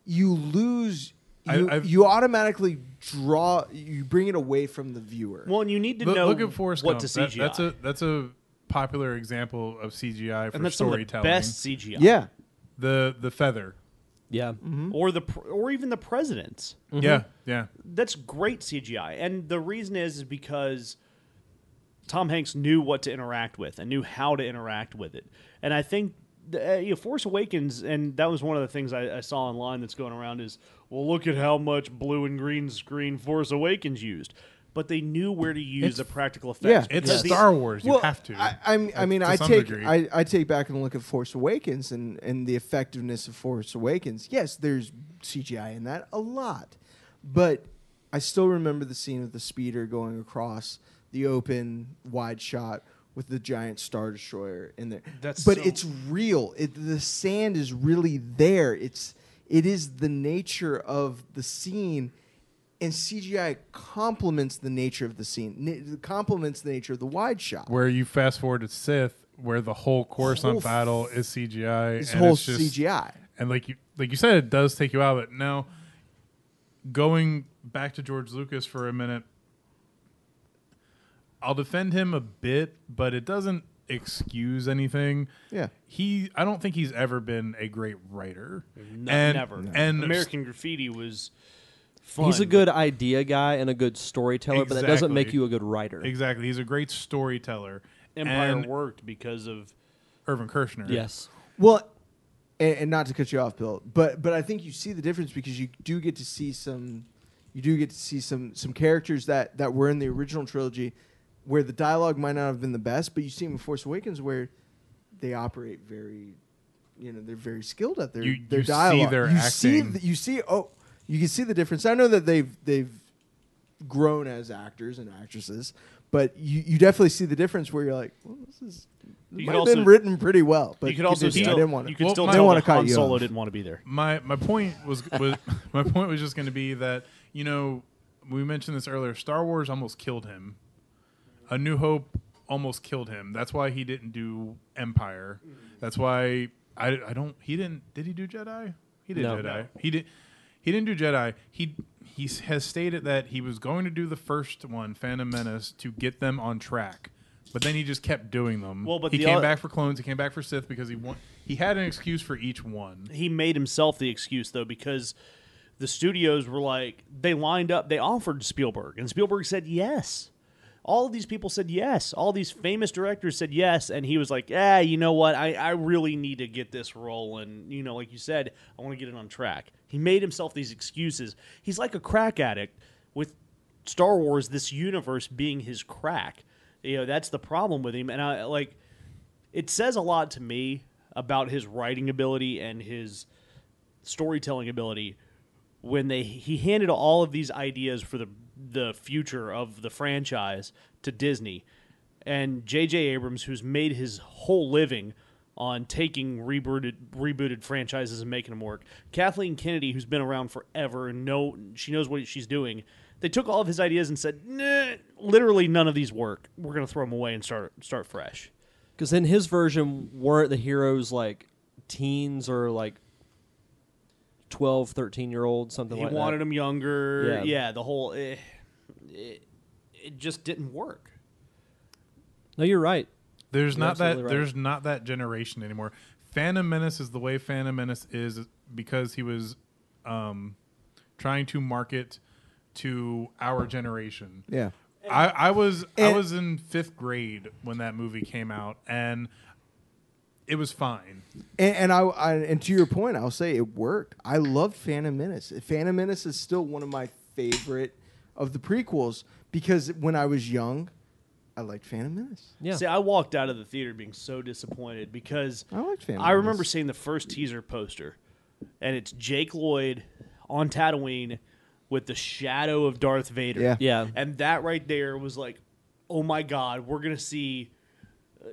S2: you lose.
S5: I-
S2: You,
S5: I've-
S2: you automatically draw you bring it away from the viewer
S4: Well, and you need to
S5: Look,
S4: know
S5: look at Forrest
S4: what
S5: Gump.
S4: to
S5: That-
S4: CGI.
S5: that's a that's a popular example of CGI for
S4: and that's some of the
S5: storytelling.
S4: best CGI.
S2: yeah
S5: the the feather.
S1: Yeah.
S4: or the pr- or even the presidents.
S5: Yeah, yeah.
S4: that's great CGI. And the reason is, is because Tom Hanks knew what to interact with and knew how to interact with it. And I think the, uh, you know, Force Awakens, and that was one of the things I, I saw online that's going around is, well, look at how much blue and green screen Force Awakens used. But they knew where to use the practical effects.
S2: Yeah.
S5: It's
S4: because these-
S5: Star Wars. You have to.
S2: I, I'm, I
S5: Uh,
S2: mean,
S5: to
S2: I
S5: some
S2: take
S5: degree.
S2: I, I take back and look at Force Awakens and and the effectiveness of Force Awakens. Yes, there's CGI in that a lot, but I still remember the scene of the speeder going across the open wide shot with the giant star destroyer in there.
S4: That's
S2: but
S4: so-
S2: it's real. It, the sand is really there. It's it is the nature of the scene. And CGI complements the nature of the scene, n- complements the nature of the wide shot.
S5: where you fast forward to Sith, where the whole course
S2: Whole
S5: on
S2: f-
S5: battle is CGI.
S2: It's
S5: and
S2: whole
S5: it's just-
S2: CGI.
S5: And like you like you said, it does take you out. But now, going back to George Lucas for a minute, I'll defend him a bit, but it doesn't excuse anything.
S2: Yeah.
S5: he. I don't think he's ever been a great writer.
S4: No,
S5: and,
S4: never.
S5: And
S4: American Graffiti was fun.
S1: He's a good idea guy and a good storyteller, but that doesn't make
S5: Exactly.
S1: you a good writer.
S5: exactly, he's a great storyteller.
S4: Empire
S5: and
S4: worked because of
S5: Irvin Kershner.
S1: Yes.
S2: Well, and, and not to cut you off, Bill, but but I think you see the difference because you do get to see some, you do get to see some some characters that that were in the original trilogy, where the dialogue might not have been the best, but you see them in Force Awakens where they operate very, you know, they're very skilled at their
S5: You-
S2: their
S5: you see
S2: dialogue.
S5: their
S2: you see
S5: acting.
S2: th- you see oh you can see the difference. I know that they've they've grown as actors and actresses. But you, you definitely see the difference where you're like, well, this is this
S4: You
S2: might
S4: could
S2: have been
S4: also-
S2: written pretty well. But
S4: you could also
S2: continue.
S4: still,
S2: I didn't want to.
S4: you could
S5: Well,
S4: still
S5: my-
S4: tell
S2: I wanna
S4: that Han
S2: cut you
S4: Solo
S2: off.
S4: didn't want to be there.
S5: my my point was was my point was just going to be that you know we mentioned this earlier. Star Wars almost killed him. A New Hope almost killed him. That's why he didn't do Empire. That's why I I don't he didn't did he do Jedi? He did
S1: No.
S5: Jedi. He did he didn't do Jedi. He he s- has stated that he was going to do the first one, Phantom Menace, to get them on track. But then he just kept doing them.
S4: Well, but
S5: he
S4: the
S5: came
S4: oth-
S5: back for clones. He came back for Sith because he won- he had an excuse for each one.
S4: he made himself the excuse though because the studios were like they lined up they offered spielberg and spielberg said yes all of these people said yes all these famous directors said yes and he was like yeah you know what i, I really need to get this role and you know like you said i want to get it on track he made himself these excuses he's like a crack addict with star wars this universe being his crack you know that's the problem with him and i like it says a lot to me about his writing ability and his storytelling ability when they he handed all of these ideas for the the future of the franchise to Disney and J.J. Abrams, who's made his whole living on taking rebooted rebooted franchises and making them work. Kathleen Kennedy, who's been around forever and know she knows what she's doing. They took all of his ideas and said, nah, literally none of these work. We're gonna throw them away and start start fresh.
S1: Because in his version, weren't the heroes like teens or like 12, 13 year olds, something
S4: he
S1: like
S4: wanted
S1: that?
S4: him younger.
S1: Yeah.
S4: Yeah, the whole eh, it, it just didn't work.
S1: No, you're right.
S5: There's
S1: You're
S5: not that
S1: absolutely right.
S5: there's not that generation anymore. Phantom Menace is the way Phantom Menace is because he was um, trying to market to our generation.
S2: Yeah.
S5: I, I was I
S2: And-
S5: was in fifth grade when that movie came out and it was fine.
S2: And, and I, I and to your point, I'll say it worked. I loved Phantom Menace. Phantom Menace is still one of my favorite of the prequels because when I was young, I liked Phantom Menace.
S1: Yeah.
S4: See, I walked out of the theater being so disappointed because
S2: I liked Phantom
S4: I remember
S2: Menace.
S4: seeing the first teaser poster, and it's Jake Lloyd on Tatooine with the shadow of Darth Vader.
S2: Yeah.
S1: Yeah.
S4: And that right there was like, oh my God, we're going to see.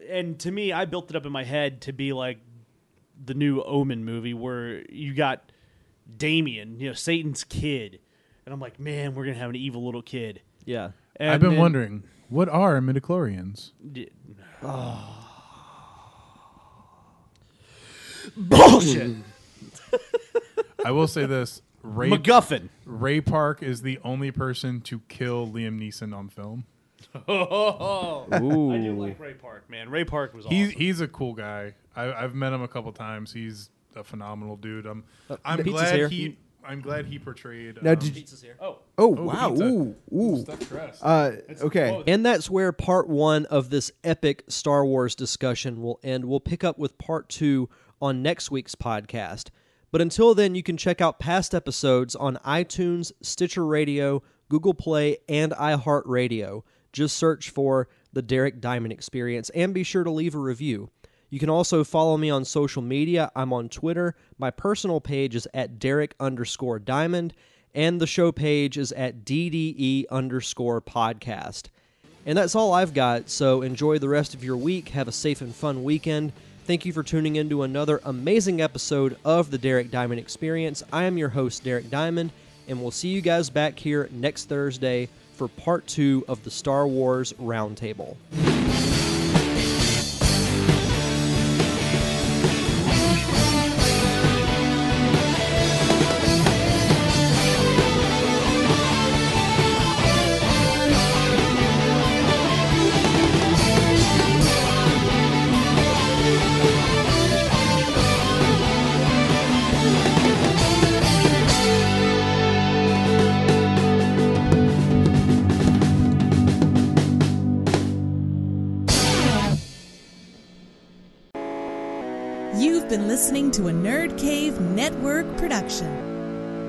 S4: And to me, I built it up in my head to be like the new Omen movie where you got Damien, you know, Satan's kid. And I'm like, man, we're going to have an evil little kid.
S1: Yeah.
S4: And
S5: I've been
S4: then-
S5: wondering what are midichlorians?
S4: D-
S5: I will say this: Ray
S4: MacGuffin.
S5: Ray Park is the only person to kill Liam Neeson on film.
S4: I do
S1: Ooh.
S4: like Ray Park, man. Ray Park was awesome.
S5: He's he's a cool guy. I, I've met him a couple times. He's a phenomenal dude. I'm
S2: Uh,
S5: I'm
S1: pizza's
S5: glad
S1: here.
S5: he I'm glad he portrayed.
S2: Now,
S5: um,
S2: did you,
S4: oh,
S2: oh,
S5: Oh,
S2: wow,
S5: pizza.
S2: ooh, ooh.
S5: stuffed crust.
S2: Uh, okay,
S1: And that's where part one of this epic Star Wars discussion will end. We'll pick up with part two on next week's podcast. But until then, you can check out past episodes on iTunes, Stitcher Radio, Google Play, and iHeartRadio. Just search for The Derek Diamond Experience and be sure to leave a review. You can also follow me on social media. I'm on Twitter. My personal page is at Derek underscore Diamond, and the show page is at DDE underscore podcast. And that's all I've got, so enjoy the rest of your week. Have a safe and fun weekend. Thank you for tuning in to another amazing episode of the Derek Diamond Experience. I am your host, Derek Diamond, and we'll see you guys back here next Thursday for part two of the Star Wars Roundtable.
S6: You've been listening to a Nerd Cave Network production.